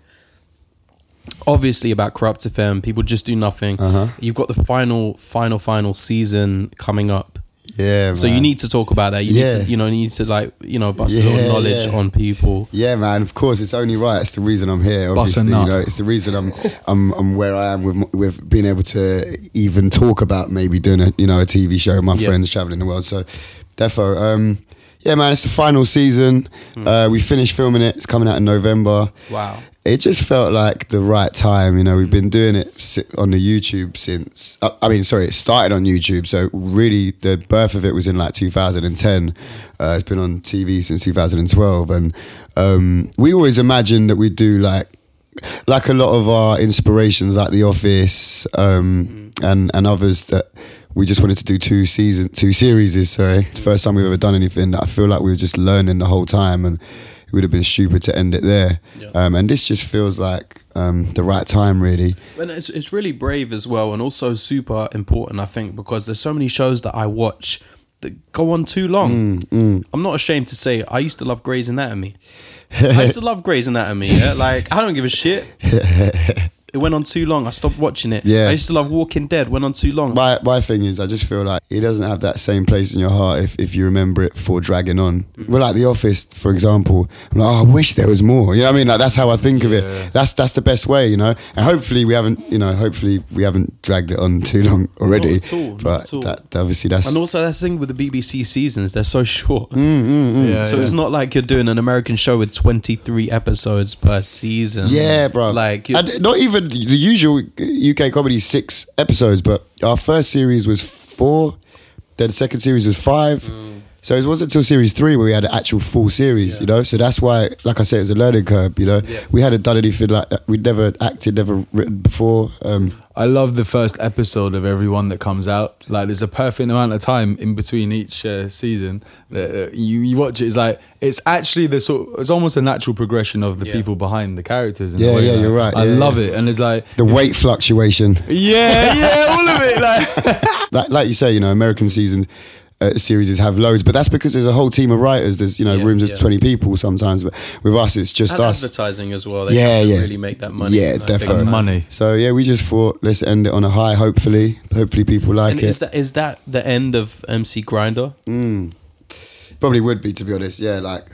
[SPEAKER 2] Obviously, about corrupt FM, people just do nothing.
[SPEAKER 3] Uh-huh.
[SPEAKER 2] You've got the final, final, final season coming up,
[SPEAKER 3] Yeah, man.
[SPEAKER 2] so you need to talk about that. You
[SPEAKER 3] Yeah.
[SPEAKER 2] need to, you know, you need to like, you know, bust a
[SPEAKER 3] Yeah,
[SPEAKER 2] little knowledge
[SPEAKER 3] yeah.
[SPEAKER 2] on people.
[SPEAKER 3] Yeah, man. Of course, it's only right. It's the reason I'm here.
[SPEAKER 4] Bust a
[SPEAKER 3] Obviously, you
[SPEAKER 4] nut.
[SPEAKER 3] know, it's the reason I'm, I'm, I'm where I am with, m- with being able to even talk about maybe doing a, you know, a TV show. My
[SPEAKER 2] Yeah.
[SPEAKER 3] friends traveling the world, so defo. Um, yeah, man. It's the final season. Uh, we finished filming it. It's coming out in November.
[SPEAKER 2] Wow.
[SPEAKER 3] It just felt like the right time. You know, we've been doing it si- on the YouTube since. uh, I I mean, sorry, it started on YouTube. So really, the birth of it was in like 2010. Uh, it's been on TV since 2012, and um, we always imagined that we'd do like like a lot of our inspirations, like The Office um, and and others that we just wanted to do two season, two series. Sorry, It's the first time we've ever done anything that I feel like we were just learning the whole time, and it would have been stupid to end it there. Um, and this just feels like um, the right time, really.
[SPEAKER 2] And it's, it's really brave as well, and also super important, I think, because there's so many shows that I watch that go on too long.
[SPEAKER 3] Mm,
[SPEAKER 2] I'm not ashamed to say I used to love Grey's Anatomy. I used to love Grey's Anatomy. Yeah? Like I don't give a shit. It went on too long. I stopped watching it.
[SPEAKER 3] Yeah.
[SPEAKER 2] I used to love Walking Dead. Went on too long.
[SPEAKER 3] My my thing is, I just feel like it doesn't have that same place in your heart if, if you remember it for dragging on.
[SPEAKER 2] Mm.
[SPEAKER 3] We're like The Office, for example. I'm like, oh, I wish there was more. You know what I mean? Like that's how I think of it. That's that's the best way, you know. And hopefully we haven't, you know, hopefully we haven't dragged it on too long already.
[SPEAKER 2] at all, not
[SPEAKER 3] but
[SPEAKER 2] at all.
[SPEAKER 3] That, obviously that's
[SPEAKER 2] And also that's the thing with the BBC seasons, they're so
[SPEAKER 3] Mm,
[SPEAKER 2] short.
[SPEAKER 4] Yeah,
[SPEAKER 2] so
[SPEAKER 4] yeah.
[SPEAKER 2] it's not like you're doing an American show with 23 episodes per season.
[SPEAKER 3] yeah, bro.
[SPEAKER 2] Like
[SPEAKER 3] and not even the usual UK comedy is six episodes, but our first series was four. Then the second series was five.
[SPEAKER 2] Mm.
[SPEAKER 3] So it wasn't until series three where we had an actual full series, you know. So that's why, like I said, it was a learning curve. You know, we hadn't done anything like that. We'd never acted, never written before. Um,
[SPEAKER 4] I love the first episode of every one that comes out. Like, there's a perfect amount of time in between each uh, season that uh, you, you watch it. It's like it's actually the sort. It's almost a natural progression of the
[SPEAKER 2] Yeah.
[SPEAKER 4] people behind the characters. in a
[SPEAKER 3] Yeah,
[SPEAKER 4] way,
[SPEAKER 3] yeah,
[SPEAKER 4] like,
[SPEAKER 3] you're right.
[SPEAKER 4] I
[SPEAKER 3] Yeah,
[SPEAKER 4] love
[SPEAKER 3] yeah.
[SPEAKER 4] it, and it's like
[SPEAKER 3] the weight fluctuation,
[SPEAKER 4] yeah, yeah, all of it. Like,
[SPEAKER 3] like, like you say, you know, American seasons. uh, series have loads, but that's because there's a whole team of writers. There's you know
[SPEAKER 2] Yeah,
[SPEAKER 3] rooms of
[SPEAKER 2] yeah.
[SPEAKER 3] twenty people sometimes, but with us it's just
[SPEAKER 2] And
[SPEAKER 3] us.
[SPEAKER 2] advertising as well. They
[SPEAKER 3] Yeah,
[SPEAKER 2] yeah,
[SPEAKER 3] yeah.
[SPEAKER 2] Really make that money.
[SPEAKER 3] Yeah,
[SPEAKER 2] like, big
[SPEAKER 3] definitely.
[SPEAKER 2] time.
[SPEAKER 4] Money.
[SPEAKER 3] So yeah, we just thought let's end it on a high. Hopefully, hopefully people like
[SPEAKER 2] And
[SPEAKER 3] it.
[SPEAKER 2] is that is that the end of MC Grinder?
[SPEAKER 3] Probably would be to be honest. Yeah, like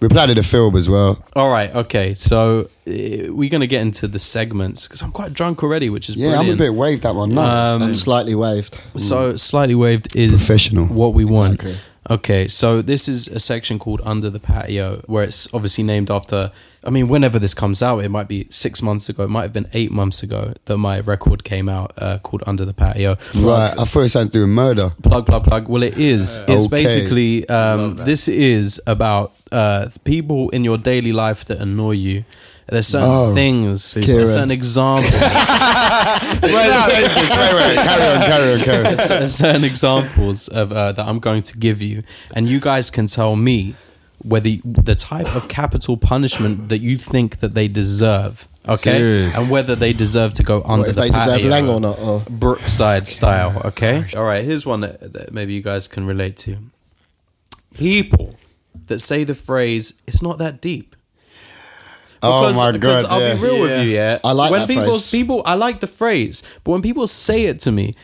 [SPEAKER 3] we applied to the film as well.
[SPEAKER 2] All right, okay. So uh, we're gonna get into the segments because I'm quite drunk already, which is
[SPEAKER 3] Yeah, I'm a
[SPEAKER 2] brilliant.
[SPEAKER 3] bit waved that one. No,
[SPEAKER 6] I'm slightly waved.
[SPEAKER 2] So slightly waved is
[SPEAKER 3] Professional.
[SPEAKER 2] What we want.
[SPEAKER 6] Exactly.
[SPEAKER 2] Okay, so this is a section called Under the Patio, where it's obviously named after. I mean, whenever this comes out, it might be six months ago, it might have been eight months ago that my record came out uh, called Under the Patio.
[SPEAKER 3] right. I thought it sounded doing murder.
[SPEAKER 2] Plug, plug, plug. Well, it is. It's
[SPEAKER 3] Okay.
[SPEAKER 2] basically um, this is about uh, people in your daily life that annoy you. There's certain
[SPEAKER 3] Oh,
[SPEAKER 2] things.
[SPEAKER 3] Kieran.
[SPEAKER 2] There's certain examples.
[SPEAKER 3] wait, wait, wait, wait. Carry on, carry on, carry on.
[SPEAKER 2] there's certain- certain examples of uh, that I'm going to give you, and you guys can tell me whether you- the type of capital punishment that you think that they deserve. Okay,
[SPEAKER 4] Serious.
[SPEAKER 2] and whether they deserve to go under
[SPEAKER 6] What, if
[SPEAKER 2] the
[SPEAKER 6] they deserve
[SPEAKER 2] patio.
[SPEAKER 6] lang or not? Or
[SPEAKER 2] Brookside style, okay? All right, here's one that, that maybe you guys can relate to. People that say the phrase, it's not that deep.
[SPEAKER 3] Oh my
[SPEAKER 2] Because
[SPEAKER 3] God,
[SPEAKER 2] I'll
[SPEAKER 3] yeah.
[SPEAKER 2] be real with you, yeah.
[SPEAKER 6] I like
[SPEAKER 2] when
[SPEAKER 6] that
[SPEAKER 2] people,
[SPEAKER 6] phrase.
[SPEAKER 2] people, I like the phrase, but when people say it to me,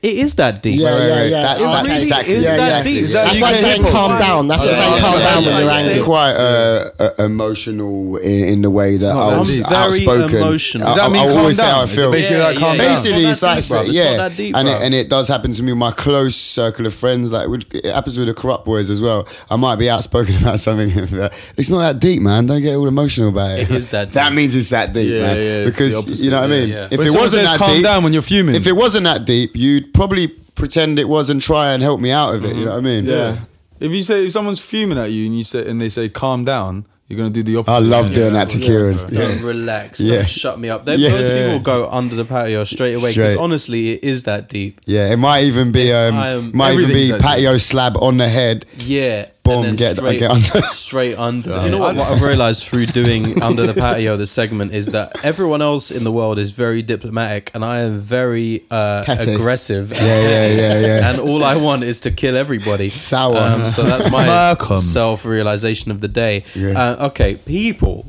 [SPEAKER 2] it is that deep.
[SPEAKER 6] Yeah, yeah, yeah.
[SPEAKER 3] That's,
[SPEAKER 6] It
[SPEAKER 3] that's
[SPEAKER 6] really
[SPEAKER 3] exactly.
[SPEAKER 2] is
[SPEAKER 3] yeah,
[SPEAKER 2] that
[SPEAKER 3] yeah.
[SPEAKER 2] deep.
[SPEAKER 6] That's
[SPEAKER 2] You
[SPEAKER 6] like
[SPEAKER 2] can
[SPEAKER 6] saying
[SPEAKER 2] just-
[SPEAKER 6] calm down. That's like
[SPEAKER 2] Yeah,
[SPEAKER 6] saying
[SPEAKER 2] yeah,
[SPEAKER 6] calm
[SPEAKER 2] yeah,
[SPEAKER 6] down
[SPEAKER 2] it's
[SPEAKER 6] when you're
[SPEAKER 2] like
[SPEAKER 6] angry.
[SPEAKER 2] saying-
[SPEAKER 3] quite uh, uh, emotional in, in the way that
[SPEAKER 4] not
[SPEAKER 3] I
[SPEAKER 4] that
[SPEAKER 3] was
[SPEAKER 4] deep.
[SPEAKER 2] Very
[SPEAKER 3] outspoken.
[SPEAKER 2] emotional.
[SPEAKER 3] I-
[SPEAKER 2] Does that
[SPEAKER 3] I-
[SPEAKER 4] mean
[SPEAKER 3] I
[SPEAKER 4] calm
[SPEAKER 3] always say
[SPEAKER 4] down?
[SPEAKER 3] how I
[SPEAKER 4] Is it
[SPEAKER 3] feel.
[SPEAKER 4] basically like calm down?
[SPEAKER 3] Basically,
[SPEAKER 2] It's
[SPEAKER 3] it's
[SPEAKER 2] not that
[SPEAKER 3] like
[SPEAKER 2] deep, bruv. It's
[SPEAKER 3] yeah,
[SPEAKER 2] not that deep,
[SPEAKER 3] and it,
[SPEAKER 2] bruv.
[SPEAKER 3] and it does happen to me. with My close circle of friends, like would- it happens with the corrupt boys as well. I might be outspoken about something. but it's not that deep, man. Don't get all emotional about it.
[SPEAKER 2] It is that
[SPEAKER 3] that
[SPEAKER 2] deep.
[SPEAKER 3] means it's that deep,
[SPEAKER 4] Yeah,
[SPEAKER 3] man.
[SPEAKER 4] yeah, it's
[SPEAKER 3] because
[SPEAKER 4] the opposite,
[SPEAKER 3] you know what I
[SPEAKER 4] yeah,
[SPEAKER 3] mean.
[SPEAKER 4] yeah.
[SPEAKER 3] If
[SPEAKER 4] When
[SPEAKER 3] it
[SPEAKER 4] someone
[SPEAKER 3] wasn't
[SPEAKER 4] says
[SPEAKER 3] that
[SPEAKER 4] calm
[SPEAKER 3] deep,
[SPEAKER 4] down when you're fuming.
[SPEAKER 3] If it wasn't that deep, you'd probably pretend it was and try and help me out of it.
[SPEAKER 2] Mm-hmm.
[SPEAKER 3] You know what I mean?
[SPEAKER 4] Yeah. If you say if someone's fuming at you and you say and they say calm down, you're gonna do the opposite.
[SPEAKER 3] I love doing that to
[SPEAKER 4] Yeah.
[SPEAKER 3] Kieran.
[SPEAKER 2] Don't relax.
[SPEAKER 3] Yeah.
[SPEAKER 2] Don't shut me up. They,
[SPEAKER 3] Yeah.
[SPEAKER 2] Those people go under the patio straight away because
[SPEAKER 3] Straight.
[SPEAKER 2] honestly, it is that deep.
[SPEAKER 3] Yeah, it might even be um,
[SPEAKER 2] I am-
[SPEAKER 3] might even be
[SPEAKER 4] Everything's like
[SPEAKER 3] patio slab on the head.
[SPEAKER 2] Yeah.
[SPEAKER 3] Boom,
[SPEAKER 2] and then
[SPEAKER 3] get- get under.
[SPEAKER 2] Straight under. You know what, what I've realised through doing Under the Patio, the segment, is that everyone else in the world is very diplomatic and I am very uh,
[SPEAKER 3] Petty.
[SPEAKER 2] aggressive.
[SPEAKER 3] Yeah, yeah, yeah, yeah.
[SPEAKER 2] And all I want is to kill everybody.
[SPEAKER 3] Sour.
[SPEAKER 2] Um, so that's my
[SPEAKER 4] Malcolm.
[SPEAKER 2] self realisation of the day.
[SPEAKER 3] Yeah.
[SPEAKER 2] Uh, okay, people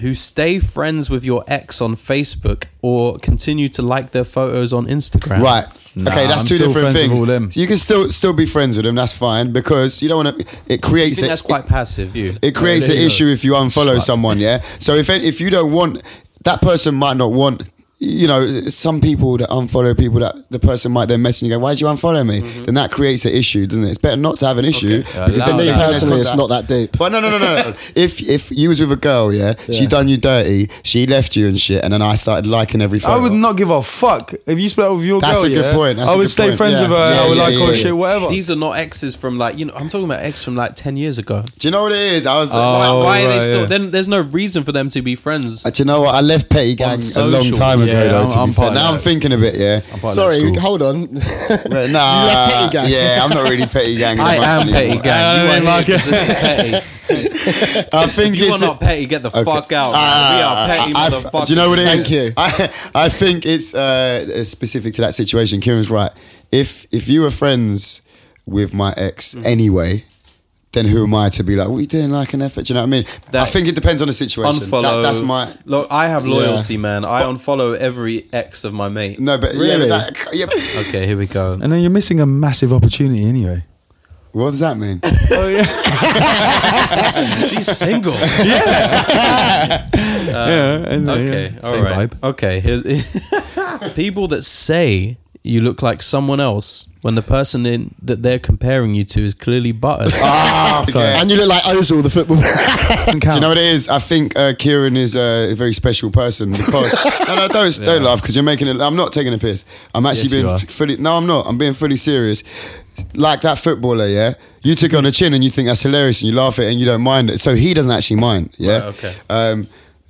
[SPEAKER 2] who stay friends with your ex on Facebook or continue to like their photos on Instagram.
[SPEAKER 3] Right.
[SPEAKER 4] Nah,
[SPEAKER 3] okay, that's
[SPEAKER 4] I'm
[SPEAKER 3] two
[SPEAKER 4] still
[SPEAKER 3] different
[SPEAKER 4] friends with
[SPEAKER 3] things.
[SPEAKER 4] all them.
[SPEAKER 3] So you can still still be friends with them. That's fine because you don't want to. It
[SPEAKER 2] I
[SPEAKER 3] creates
[SPEAKER 2] think
[SPEAKER 3] a-
[SPEAKER 2] that's quite passive. You.
[SPEAKER 3] It creates an issue if you unfollow someone, yeah. So if it- if you don't want that person, might not want. You know, some people that unfollow people that the person might then message you go, "Why did you unfollow me?" Then that creates an issue, doesn't it? It's better not to have an issue
[SPEAKER 4] Mm-hmm. Yeah,
[SPEAKER 3] because
[SPEAKER 6] For
[SPEAKER 3] then
[SPEAKER 4] allow
[SPEAKER 6] me
[SPEAKER 3] you can
[SPEAKER 6] personally, it's
[SPEAKER 3] contact-
[SPEAKER 6] not that deep.
[SPEAKER 3] But no, no, no, no. if if you was with a girl, yeah, she
[SPEAKER 6] Yeah.
[SPEAKER 3] done you dirty, she left you and shit, and then I started liking every photo.
[SPEAKER 4] I would not give a fuck if you split up with your
[SPEAKER 3] That's
[SPEAKER 4] girl.
[SPEAKER 3] a good
[SPEAKER 4] yeah,
[SPEAKER 3] point, that's
[SPEAKER 4] I
[SPEAKER 3] a
[SPEAKER 4] would
[SPEAKER 3] good
[SPEAKER 4] stay
[SPEAKER 3] point.
[SPEAKER 4] friends
[SPEAKER 3] Yeah.
[SPEAKER 4] with her. and
[SPEAKER 3] Yeah,
[SPEAKER 4] I would
[SPEAKER 3] yeah,
[SPEAKER 4] like
[SPEAKER 3] yeah,
[SPEAKER 4] her
[SPEAKER 3] yeah.
[SPEAKER 4] shit, whatever.
[SPEAKER 2] These are not exes from like you know. I'm talking about ex from like ten years ago. Oh,
[SPEAKER 3] Do you know what it is? I was like,
[SPEAKER 2] Why,
[SPEAKER 4] Oh,
[SPEAKER 3] wow.
[SPEAKER 2] why are they
[SPEAKER 4] right,
[SPEAKER 2] still?
[SPEAKER 4] yeah.
[SPEAKER 2] Then there's no reason for them to be friends.
[SPEAKER 3] Uh, Do you know what? I left Petty Gang a
[SPEAKER 2] social.
[SPEAKER 3] long time ago,
[SPEAKER 4] Yeah,
[SPEAKER 3] though.
[SPEAKER 4] I'm-
[SPEAKER 3] to be
[SPEAKER 4] I'm
[SPEAKER 3] fair.
[SPEAKER 4] part of
[SPEAKER 3] Now
[SPEAKER 4] that.
[SPEAKER 3] I'm thinking a bit, yeah.
[SPEAKER 6] Sorry, hold on.
[SPEAKER 3] Nah,
[SPEAKER 6] left Petty Gang?
[SPEAKER 3] yeah, I'm not really Petty Gang.
[SPEAKER 2] I
[SPEAKER 3] much
[SPEAKER 2] am
[SPEAKER 3] anymore.
[SPEAKER 2] petty gang. You
[SPEAKER 4] I
[SPEAKER 2] are
[SPEAKER 4] don't
[SPEAKER 2] here
[SPEAKER 4] like
[SPEAKER 2] 'cause this is petty.
[SPEAKER 3] I think
[SPEAKER 2] If you are
[SPEAKER 3] it's
[SPEAKER 2] not petty, get the
[SPEAKER 3] Okay.
[SPEAKER 2] fuck out.
[SPEAKER 3] Ah,
[SPEAKER 2] we are petty
[SPEAKER 3] I- I-
[SPEAKER 2] motherfuckers.
[SPEAKER 3] Do you know what it is?
[SPEAKER 6] Thank you.
[SPEAKER 3] I, I think it's uh, specific to that situation. Kieran's right. If if you were friends with my ex
[SPEAKER 2] Mm.
[SPEAKER 3] anyway, then who am I to be like, what you doing like an effort? Do you know what I mean? I
[SPEAKER 2] That-
[SPEAKER 3] think it depends on the situation. That-
[SPEAKER 2] Unfollow.
[SPEAKER 3] that's my.
[SPEAKER 2] look. I have loyalty, man. I unfollow every ex of my mate.
[SPEAKER 3] No, but yeah,
[SPEAKER 6] Really?
[SPEAKER 3] but that, yeah, but-
[SPEAKER 2] Okay, here we go.
[SPEAKER 4] and then you're missing a massive opportunity anyway.
[SPEAKER 3] what does that mean?
[SPEAKER 4] Oh yeah,
[SPEAKER 2] She's single.
[SPEAKER 4] yeah. And, uh,
[SPEAKER 2] Okay,
[SPEAKER 4] yeah.
[SPEAKER 2] all
[SPEAKER 4] Same
[SPEAKER 2] right.
[SPEAKER 4] vibe.
[SPEAKER 2] Okay, here's people that say you look like someone else when the person in that they're comparing you to is clearly buttered.
[SPEAKER 3] Ah, okay.
[SPEAKER 6] And you look like Ozil, the football.
[SPEAKER 3] Do you know what it is? I think uh, Kieran is a very special person because no, no, don't don't laugh because you're making it. I'm not taking a piss. I'm actually
[SPEAKER 4] Yes, you
[SPEAKER 3] being
[SPEAKER 4] are.
[SPEAKER 3] f- fully. No, I'm not. I'm being fully serious. Like that footballer, yeah. You took it on the chin and you think that's hilarious and you laugh at it and you don't mind it. So he doesn't actually mind. Yeah.
[SPEAKER 2] Right, okay.
[SPEAKER 3] Um.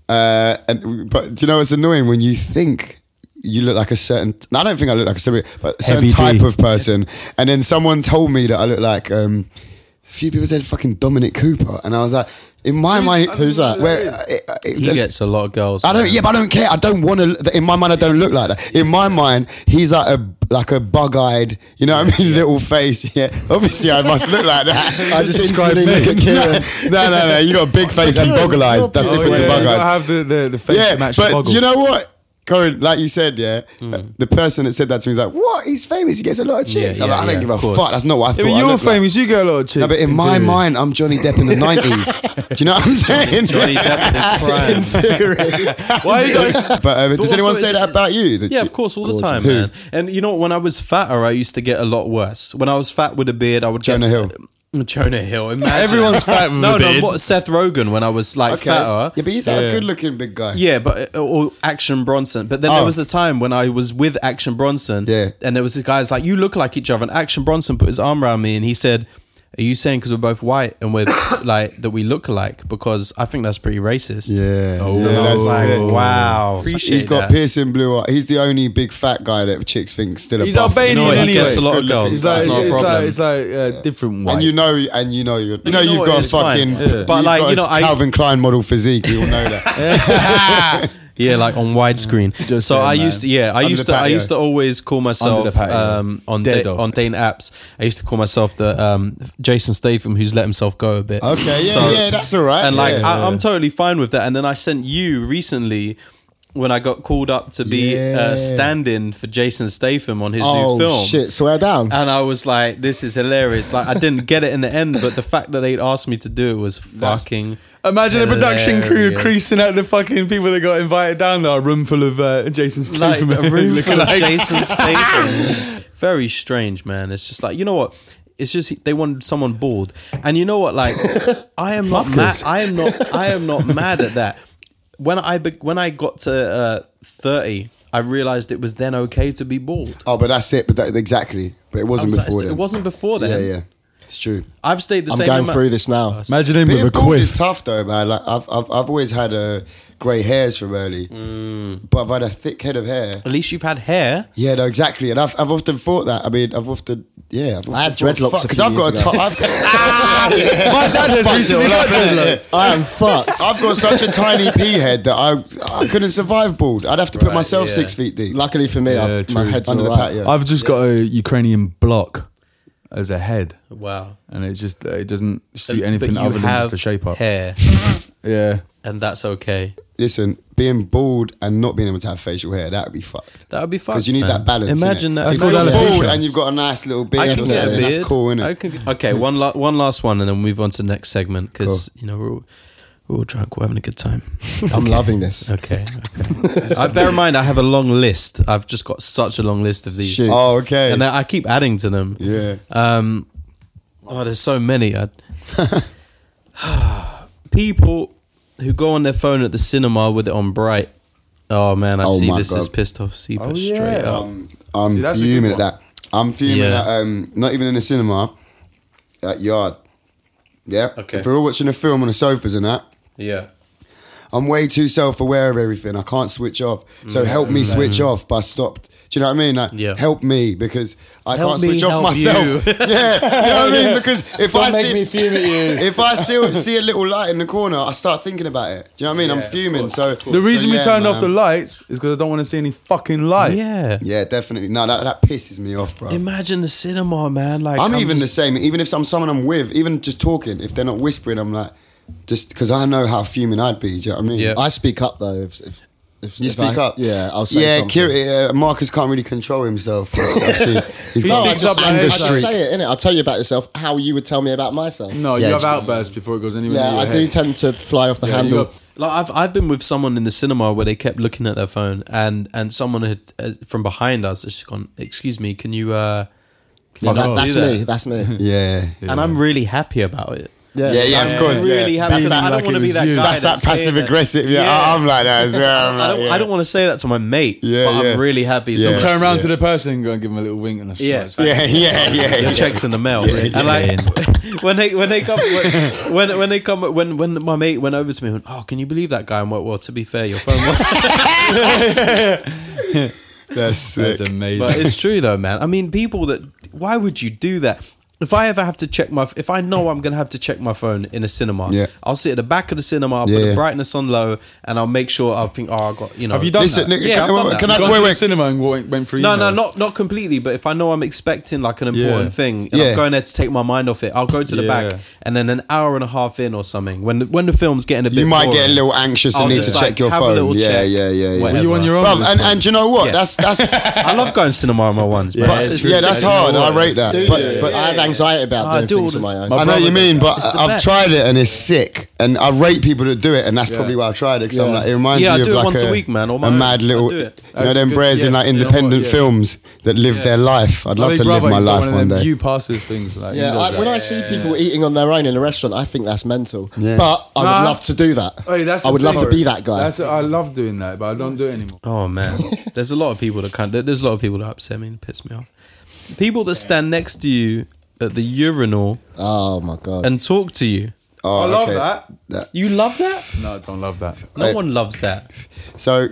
[SPEAKER 3] Uh. And, but do you know it's annoying when you think. You look like a certain. I don't think I look like a certain, but a certain
[SPEAKER 4] Heavy D.
[SPEAKER 3] type of person. And then someone told me that I look like um, a few people said fucking Dominic Cooper, and I was like, in my mind,
[SPEAKER 6] who's that?
[SPEAKER 3] Where, I- I- I-
[SPEAKER 2] He gets a lot of girls.
[SPEAKER 3] I don't.
[SPEAKER 2] man.
[SPEAKER 3] Yeah, but I don't care. I don't want to. In my mind, I don't look like that. In my mind, he's like a like a bug-eyed, you know what I mean, little face. Yeah, obviously, I must look like that.
[SPEAKER 6] I just instantly look at Kieran.
[SPEAKER 3] no, no, no. You got a big face and boggle eyes. That's
[SPEAKER 6] Oh,
[SPEAKER 3] different
[SPEAKER 6] yeah,
[SPEAKER 3] to
[SPEAKER 4] you
[SPEAKER 3] bug
[SPEAKER 4] gotta
[SPEAKER 3] eyes.
[SPEAKER 4] have the, the, the face
[SPEAKER 3] yeah,
[SPEAKER 4] to match
[SPEAKER 3] but
[SPEAKER 4] the boggle.
[SPEAKER 3] you know what? Corin, like you said, yeah,
[SPEAKER 2] Hmm.
[SPEAKER 3] uh, the person that said that to me was like, "What? He's famous. He gets a lot of chicks."
[SPEAKER 2] Yeah,
[SPEAKER 3] I'm
[SPEAKER 2] yeah,
[SPEAKER 3] like, I don't
[SPEAKER 2] yeah,
[SPEAKER 3] give
[SPEAKER 2] of
[SPEAKER 3] a
[SPEAKER 2] course.
[SPEAKER 3] fuck. That's not what I
[SPEAKER 4] Yeah,
[SPEAKER 3] thought.
[SPEAKER 4] but
[SPEAKER 3] I
[SPEAKER 4] you're
[SPEAKER 3] looked like.
[SPEAKER 4] famous. You get a lot of chicks.
[SPEAKER 3] No, but in my
[SPEAKER 4] theory.
[SPEAKER 3] mind, I'm Johnny Depp in the '90s. Do you know what I'm saying?
[SPEAKER 2] Johnny Depp is prime.
[SPEAKER 3] Why you guys? But, uh, does
[SPEAKER 2] also
[SPEAKER 3] anyone say
[SPEAKER 2] it's-
[SPEAKER 3] that about you? That
[SPEAKER 2] Yeah,
[SPEAKER 3] you-
[SPEAKER 2] of course, all the
[SPEAKER 3] Gorgeous.
[SPEAKER 2] time,
[SPEAKER 3] Who?
[SPEAKER 2] man. And you know, when I was fatter, I used to get a lot worse. When I was fat with a beard, I would get-
[SPEAKER 3] Jonah Hill.
[SPEAKER 2] Jonah Hill. Imagine.
[SPEAKER 4] Everyone's fat with
[SPEAKER 2] no,
[SPEAKER 4] a beard.
[SPEAKER 2] No, what Seth Rogen when I was like
[SPEAKER 3] Okay.
[SPEAKER 2] fatter.
[SPEAKER 3] Yeah, but he's like a good-looking big guy.
[SPEAKER 2] Yeah, but uh, or Action Bronson. But then there
[SPEAKER 3] Oh.
[SPEAKER 2] was a time when I was with Action Bronson.
[SPEAKER 3] Yeah.
[SPEAKER 2] And there was this guy's like, "You look like each other." And Action Bronson put his arm around me and he said, "Are you saying because we're both white and we're like that we look alike?" Because I think that's pretty racist.
[SPEAKER 3] Yeah.
[SPEAKER 2] Oh,
[SPEAKER 3] Yeah, that's sick.
[SPEAKER 2] wow.
[SPEAKER 3] He's got piercing blue eyes. He's the only big fat guy that chicks think still.
[SPEAKER 4] He's
[SPEAKER 3] above them.
[SPEAKER 4] Albanian
[SPEAKER 2] No, he
[SPEAKER 4] anyway.
[SPEAKER 2] gets a lot of
[SPEAKER 3] Good-looking.
[SPEAKER 2] girls.
[SPEAKER 4] It's
[SPEAKER 2] That's
[SPEAKER 4] like,
[SPEAKER 2] not a
[SPEAKER 4] it's,
[SPEAKER 2] problem.
[SPEAKER 4] like, it's like uh, different white.
[SPEAKER 3] And you know, and you know, you're, you know,
[SPEAKER 2] you know
[SPEAKER 3] you've
[SPEAKER 2] what,
[SPEAKER 3] got a
[SPEAKER 2] it's fine.
[SPEAKER 3] fucking,
[SPEAKER 2] Yeah. But
[SPEAKER 3] you've
[SPEAKER 2] like,
[SPEAKER 3] got
[SPEAKER 2] you
[SPEAKER 3] a
[SPEAKER 2] know, I-
[SPEAKER 3] Calvin Klein model physique. You all know that.
[SPEAKER 2] Yeah, like on widescreen. so
[SPEAKER 4] saying,
[SPEAKER 2] I
[SPEAKER 4] man.
[SPEAKER 2] used to, yeah, I
[SPEAKER 3] Under
[SPEAKER 2] used
[SPEAKER 3] the
[SPEAKER 2] to, I
[SPEAKER 3] patio.
[SPEAKER 2] used to always call
[SPEAKER 4] Under
[SPEAKER 2] myself
[SPEAKER 4] the patio.
[SPEAKER 2] um, on
[SPEAKER 4] Dead
[SPEAKER 2] da-
[SPEAKER 4] off.
[SPEAKER 2] on Dane apps. I used to call myself the um, Jason Statham who's let himself go a bit.
[SPEAKER 3] Okay, yeah, yeah, that's all right.
[SPEAKER 2] And like,
[SPEAKER 3] Yeah.
[SPEAKER 2] I, I'm totally fine with that. And then I sent you recently. When I got called up to be
[SPEAKER 3] Yeah.
[SPEAKER 2] uh, stand-in for Jason Statham on his new film,
[SPEAKER 6] Oh shit! Swear down.
[SPEAKER 3] Uh,
[SPEAKER 2] and I was like, "This is hilarious!" Like, I didn't get it in the end, but the fact that they'd asked me to do it was fucking.
[SPEAKER 4] Imagine a production crew
[SPEAKER 2] hilarious.
[SPEAKER 4] creasing out the fucking people that got invited down there. A room full of uh, Jason
[SPEAKER 2] like
[SPEAKER 4] Statham.
[SPEAKER 2] a room
[SPEAKER 4] looking
[SPEAKER 2] full of
[SPEAKER 4] like-
[SPEAKER 2] Jason Statham's. Very strange, man. It's just like you know what. It's just they want someone bored, and you know what? Like I am not mad. I am not. I am not mad at that. When I be- when I got to uh, thirty, I realized it was then okay to be bored.
[SPEAKER 3] oh, but that's it. But that, exactly. But it wasn't
[SPEAKER 2] I'm
[SPEAKER 3] before.
[SPEAKER 2] sorry,
[SPEAKER 3] then.
[SPEAKER 2] it wasn't before
[SPEAKER 3] Yeah,
[SPEAKER 2] then.
[SPEAKER 3] yeah. It's true.
[SPEAKER 2] I've stayed the
[SPEAKER 6] I'm
[SPEAKER 2] same.
[SPEAKER 6] going
[SPEAKER 2] amount- Oh,
[SPEAKER 6] through this now.
[SPEAKER 4] Imagine him
[SPEAKER 3] Being
[SPEAKER 4] with a
[SPEAKER 3] bald is
[SPEAKER 4] quiff.
[SPEAKER 3] tough though, man. Like I've, I've, I've always had uh, grey hairs from early,
[SPEAKER 2] Mm.
[SPEAKER 3] but I've had a thick head of hair.
[SPEAKER 2] At least you've had hair.
[SPEAKER 3] Yeah, no, exactly. And I've, I've often thought that. I mean, I've often, yeah. I've often
[SPEAKER 6] I had
[SPEAKER 3] thought,
[SPEAKER 6] dreadlocks
[SPEAKER 3] fuck,
[SPEAKER 6] a
[SPEAKER 3] 'cause
[SPEAKER 6] few
[SPEAKER 3] I've got
[SPEAKER 6] years
[SPEAKER 3] a top.
[SPEAKER 6] ago. Ah,
[SPEAKER 3] I've got,
[SPEAKER 4] My dad has recently got
[SPEAKER 3] dreadlocks.
[SPEAKER 6] I am fucked.
[SPEAKER 3] I've got such a tiny pea head that I I couldn't survive bald. I'd have to put myself
[SPEAKER 2] yeah.
[SPEAKER 3] six feet deep.
[SPEAKER 6] Luckily for me,
[SPEAKER 4] Yeah,
[SPEAKER 6] I've, my
[SPEAKER 4] true.
[SPEAKER 6] head's
[SPEAKER 3] Under the
[SPEAKER 6] all right.
[SPEAKER 3] patio.
[SPEAKER 4] I've just got a Ukrainian block as a head,
[SPEAKER 2] Wow.
[SPEAKER 4] and it just it doesn't suit anything
[SPEAKER 2] But you
[SPEAKER 4] other than
[SPEAKER 2] have
[SPEAKER 4] just a shape up.
[SPEAKER 2] hair,
[SPEAKER 4] Yeah,
[SPEAKER 2] and that's okay.
[SPEAKER 3] Listen, being bald and not being able to have facial hair, that would be fucked.
[SPEAKER 2] That would be fun.
[SPEAKER 3] Because you need that balance.
[SPEAKER 2] Imagine
[SPEAKER 3] innit?
[SPEAKER 2] that.
[SPEAKER 4] That's called
[SPEAKER 2] imagine
[SPEAKER 3] You're
[SPEAKER 2] that.
[SPEAKER 3] bald
[SPEAKER 4] alopecia.
[SPEAKER 3] and you've got a nice little beard.
[SPEAKER 2] I can
[SPEAKER 3] and
[SPEAKER 2] get a
[SPEAKER 3] everything.
[SPEAKER 2] beard.
[SPEAKER 3] That's cool, innit?
[SPEAKER 2] I can, okay, one la- one last one, and then we'll move on to the next segment because you know we're all, we're all drunk, we're having a good time.
[SPEAKER 6] I'm loving this.
[SPEAKER 2] Okay, okay. I bear in mind I have a long list. I've just got such a long list of these,
[SPEAKER 6] Shit.
[SPEAKER 3] Oh, okay.
[SPEAKER 2] and I I keep adding to them.
[SPEAKER 3] yeah.
[SPEAKER 2] Um, oh, there's so many. I, people who go on their phone at the cinema with it on bright. Oh man, I
[SPEAKER 3] Oh,
[SPEAKER 2] see
[SPEAKER 3] my
[SPEAKER 2] this
[SPEAKER 3] God. Oh,
[SPEAKER 2] is pissed off. See, but straight up.
[SPEAKER 3] Um, I'm
[SPEAKER 4] Dude, that's a good
[SPEAKER 3] fuming at
[SPEAKER 4] one.
[SPEAKER 3] that. I'm fuming
[SPEAKER 2] Yeah.
[SPEAKER 3] at um, not even in the cinema, at yard. Yeah.
[SPEAKER 2] Okay.
[SPEAKER 3] If we're all watching a film on the sofas and that,
[SPEAKER 2] Yeah.
[SPEAKER 3] I'm way too self aware of everything. I can't switch off.
[SPEAKER 4] Mm.
[SPEAKER 3] So help me switch off by stopped. Do you know what I mean? Like,
[SPEAKER 2] Yeah.
[SPEAKER 3] help me because I
[SPEAKER 2] Help
[SPEAKER 3] can't
[SPEAKER 2] me
[SPEAKER 3] switch off
[SPEAKER 2] help
[SPEAKER 3] myself.
[SPEAKER 2] you.
[SPEAKER 3] yeah, you know what I mean. Because if I see,
[SPEAKER 4] fume at you.
[SPEAKER 3] if I see see a little light in the corner, I start thinking about it. Do you know what I mean? I'm fuming. So
[SPEAKER 4] The reason
[SPEAKER 3] so
[SPEAKER 4] we
[SPEAKER 3] yeah,
[SPEAKER 4] turned
[SPEAKER 3] man.
[SPEAKER 4] off the lights is because I don't want to see any fucking light.
[SPEAKER 2] Yeah.
[SPEAKER 3] Yeah, definitely. No, that, that pisses me off, bro.
[SPEAKER 2] Imagine the cinema, man. Like
[SPEAKER 3] I'm, even
[SPEAKER 2] just-
[SPEAKER 3] the same. Even if I'm someone I'm with, even just talking, if they're not whispering, I'm like, just because I know how fuming I'd be. Do you know what I mean?
[SPEAKER 2] Yeah.
[SPEAKER 6] I speak up though. If, if, if
[SPEAKER 3] You
[SPEAKER 6] if
[SPEAKER 3] speak
[SPEAKER 6] I-
[SPEAKER 3] up.
[SPEAKER 6] Yeah, I'll say
[SPEAKER 3] yeah,
[SPEAKER 6] something.
[SPEAKER 3] Kira, uh, Marcus can't really control himself. I've seen. He's
[SPEAKER 6] No, I
[SPEAKER 3] got
[SPEAKER 4] speaks
[SPEAKER 6] just,
[SPEAKER 4] up like
[SPEAKER 6] I
[SPEAKER 4] this.
[SPEAKER 6] just say it, innit? I'll tell you about yourself how you would tell me about myself.
[SPEAKER 4] No,
[SPEAKER 3] Yeah,
[SPEAKER 4] you have
[SPEAKER 3] it's-
[SPEAKER 4] outbursts before it goes anywhere.
[SPEAKER 6] Yeah,
[SPEAKER 4] near
[SPEAKER 6] I
[SPEAKER 4] your
[SPEAKER 6] do
[SPEAKER 4] head.
[SPEAKER 6] tend to fly off the
[SPEAKER 4] Yeah, you
[SPEAKER 6] handle.
[SPEAKER 4] got-
[SPEAKER 2] Like I've I've been with someone in the cinema where they kept looking at their phone, and and someone had uh, from behind us has just gone, "Excuse me, can you?" uh can
[SPEAKER 6] Yeah,
[SPEAKER 2] you
[SPEAKER 6] that-
[SPEAKER 2] not
[SPEAKER 6] that's
[SPEAKER 2] do that?"
[SPEAKER 6] me. That's me.
[SPEAKER 3] yeah.
[SPEAKER 2] And I'm really happy about it.
[SPEAKER 6] Yeah,
[SPEAKER 3] Yeah, yeah, of course.
[SPEAKER 2] I'm really
[SPEAKER 3] yeah.
[SPEAKER 2] happy.
[SPEAKER 3] That's,
[SPEAKER 2] because I
[SPEAKER 3] that,
[SPEAKER 2] don't
[SPEAKER 4] like
[SPEAKER 2] want
[SPEAKER 4] it
[SPEAKER 2] to be
[SPEAKER 4] was
[SPEAKER 2] that
[SPEAKER 4] you.
[SPEAKER 2] guy.
[SPEAKER 3] that's that
[SPEAKER 2] saying
[SPEAKER 3] passive aggressive. Yeah,
[SPEAKER 2] Yeah.
[SPEAKER 3] I, am like that as well. I'm
[SPEAKER 2] I don't,
[SPEAKER 3] like, yeah.
[SPEAKER 2] I don't want to say that to my mate.
[SPEAKER 3] Yeah,
[SPEAKER 2] but
[SPEAKER 3] yeah.
[SPEAKER 2] I'm really happy.
[SPEAKER 3] Yeah.
[SPEAKER 2] So
[SPEAKER 3] Yeah.
[SPEAKER 4] Turn around to the person and go and give him a little wink and a
[SPEAKER 2] Yeah.
[SPEAKER 4] smile.
[SPEAKER 3] Yeah, yeah, yeah.
[SPEAKER 2] your
[SPEAKER 3] yeah.
[SPEAKER 2] checks in the mail. and like when they when they come when when they come when when my mate went over to me, and went, oh, can you believe that guy? And went, well, to be fair, your phone was.
[SPEAKER 3] That's
[SPEAKER 4] That's
[SPEAKER 3] sick.
[SPEAKER 4] amazing.
[SPEAKER 2] But it's true though, man. I mean, people that why would you do that? if I ever have to check my, if I know I'm gonna have to check my phone in a cinema,
[SPEAKER 3] Yeah.
[SPEAKER 2] I'll sit at the back of the cinema, I'll
[SPEAKER 3] Yeah,
[SPEAKER 2] put
[SPEAKER 3] yeah.
[SPEAKER 2] the brightness on low, and I'll make sure I think, oh, I got you know.
[SPEAKER 4] Have you done
[SPEAKER 3] Listen,
[SPEAKER 4] that?
[SPEAKER 3] Nick,
[SPEAKER 2] Yeah,
[SPEAKER 3] can,
[SPEAKER 2] I've done that.
[SPEAKER 3] can I,
[SPEAKER 4] You've gone
[SPEAKER 3] wait,
[SPEAKER 4] to the
[SPEAKER 3] wait.
[SPEAKER 4] cinema and went, went through
[SPEAKER 2] No,
[SPEAKER 4] emails?
[SPEAKER 2] no, not not completely. But if I know I'm expecting like an important
[SPEAKER 4] Yeah.
[SPEAKER 2] thing, and
[SPEAKER 3] Yeah.
[SPEAKER 2] I'm going there to take my mind off it, I'll go to the
[SPEAKER 4] Yeah.
[SPEAKER 2] back, and then an hour and a half in or something, when the, when the film's getting a bit,
[SPEAKER 3] You might get
[SPEAKER 2] boring,
[SPEAKER 3] a little anxious
[SPEAKER 2] I'll
[SPEAKER 3] and need to
[SPEAKER 2] just,
[SPEAKER 3] check
[SPEAKER 2] like,
[SPEAKER 3] your
[SPEAKER 2] have a
[SPEAKER 3] phone.
[SPEAKER 2] little
[SPEAKER 3] Yeah,
[SPEAKER 2] check,
[SPEAKER 3] yeah, yeah, yeah.
[SPEAKER 2] whatever.
[SPEAKER 4] Were you on your own?
[SPEAKER 3] Bruv,
[SPEAKER 4] at this
[SPEAKER 3] and,
[SPEAKER 4] point?
[SPEAKER 3] and do you know what?
[SPEAKER 2] Yeah.
[SPEAKER 3] That's that's
[SPEAKER 2] I love going to cinema on my ones, man.
[SPEAKER 3] but- yeah, that's hard. I rate that.
[SPEAKER 6] Do
[SPEAKER 3] but
[SPEAKER 6] you?
[SPEAKER 3] but
[SPEAKER 6] I have anxiety about
[SPEAKER 2] I
[SPEAKER 6] doing
[SPEAKER 2] do all
[SPEAKER 6] things
[SPEAKER 2] the-
[SPEAKER 6] on my own.
[SPEAKER 3] I know what you mean, but
[SPEAKER 2] It's the
[SPEAKER 3] I've
[SPEAKER 2] best.
[SPEAKER 3] tried it and it's sick, and I rate people that do it, and that's probably why I've tried it because I'm
[SPEAKER 6] Yeah.
[SPEAKER 3] like it reminds
[SPEAKER 2] Yeah, I
[SPEAKER 3] you of
[SPEAKER 2] do it
[SPEAKER 3] like
[SPEAKER 2] once
[SPEAKER 3] a,
[SPEAKER 2] a week, man, on my
[SPEAKER 3] a
[SPEAKER 2] own.
[SPEAKER 3] mad
[SPEAKER 2] I
[SPEAKER 3] little,
[SPEAKER 2] do it.
[SPEAKER 3] you know,
[SPEAKER 4] That's
[SPEAKER 3] them
[SPEAKER 4] good,
[SPEAKER 3] brares in
[SPEAKER 4] yeah.
[SPEAKER 3] like
[SPEAKER 4] You know what,
[SPEAKER 3] independent
[SPEAKER 4] yeah.
[SPEAKER 3] films that live their life. I'd love
[SPEAKER 4] Big
[SPEAKER 3] to live
[SPEAKER 4] Brother,
[SPEAKER 3] my
[SPEAKER 4] he's got
[SPEAKER 3] life
[SPEAKER 4] one,
[SPEAKER 3] one
[SPEAKER 4] of them
[SPEAKER 3] day.
[SPEAKER 4] You passes things like he
[SPEAKER 6] Yeah,
[SPEAKER 4] does
[SPEAKER 6] I, when
[SPEAKER 4] that.
[SPEAKER 6] I see people eating on their own in a restaurant, I think that's mental.
[SPEAKER 3] Yeah.
[SPEAKER 6] But I would
[SPEAKER 4] Nah.
[SPEAKER 6] love to do that.
[SPEAKER 4] Hey, that's
[SPEAKER 6] I
[SPEAKER 4] the
[SPEAKER 6] would love
[SPEAKER 4] thing.
[SPEAKER 6] to be that guy.
[SPEAKER 4] That's I love doing that, but I don't do it anymore.
[SPEAKER 2] Oh man, there's a lot of people that can't. there- There's a lot of people that upset me and piss me off. People that stand next to you at the urinal
[SPEAKER 6] oh my god!
[SPEAKER 2] and talk to you.
[SPEAKER 3] Oh,
[SPEAKER 4] I love
[SPEAKER 3] okay.
[SPEAKER 4] that.
[SPEAKER 2] You love that?
[SPEAKER 4] No, I don't love that.
[SPEAKER 2] No
[SPEAKER 3] Right.
[SPEAKER 2] one loves that.
[SPEAKER 3] So,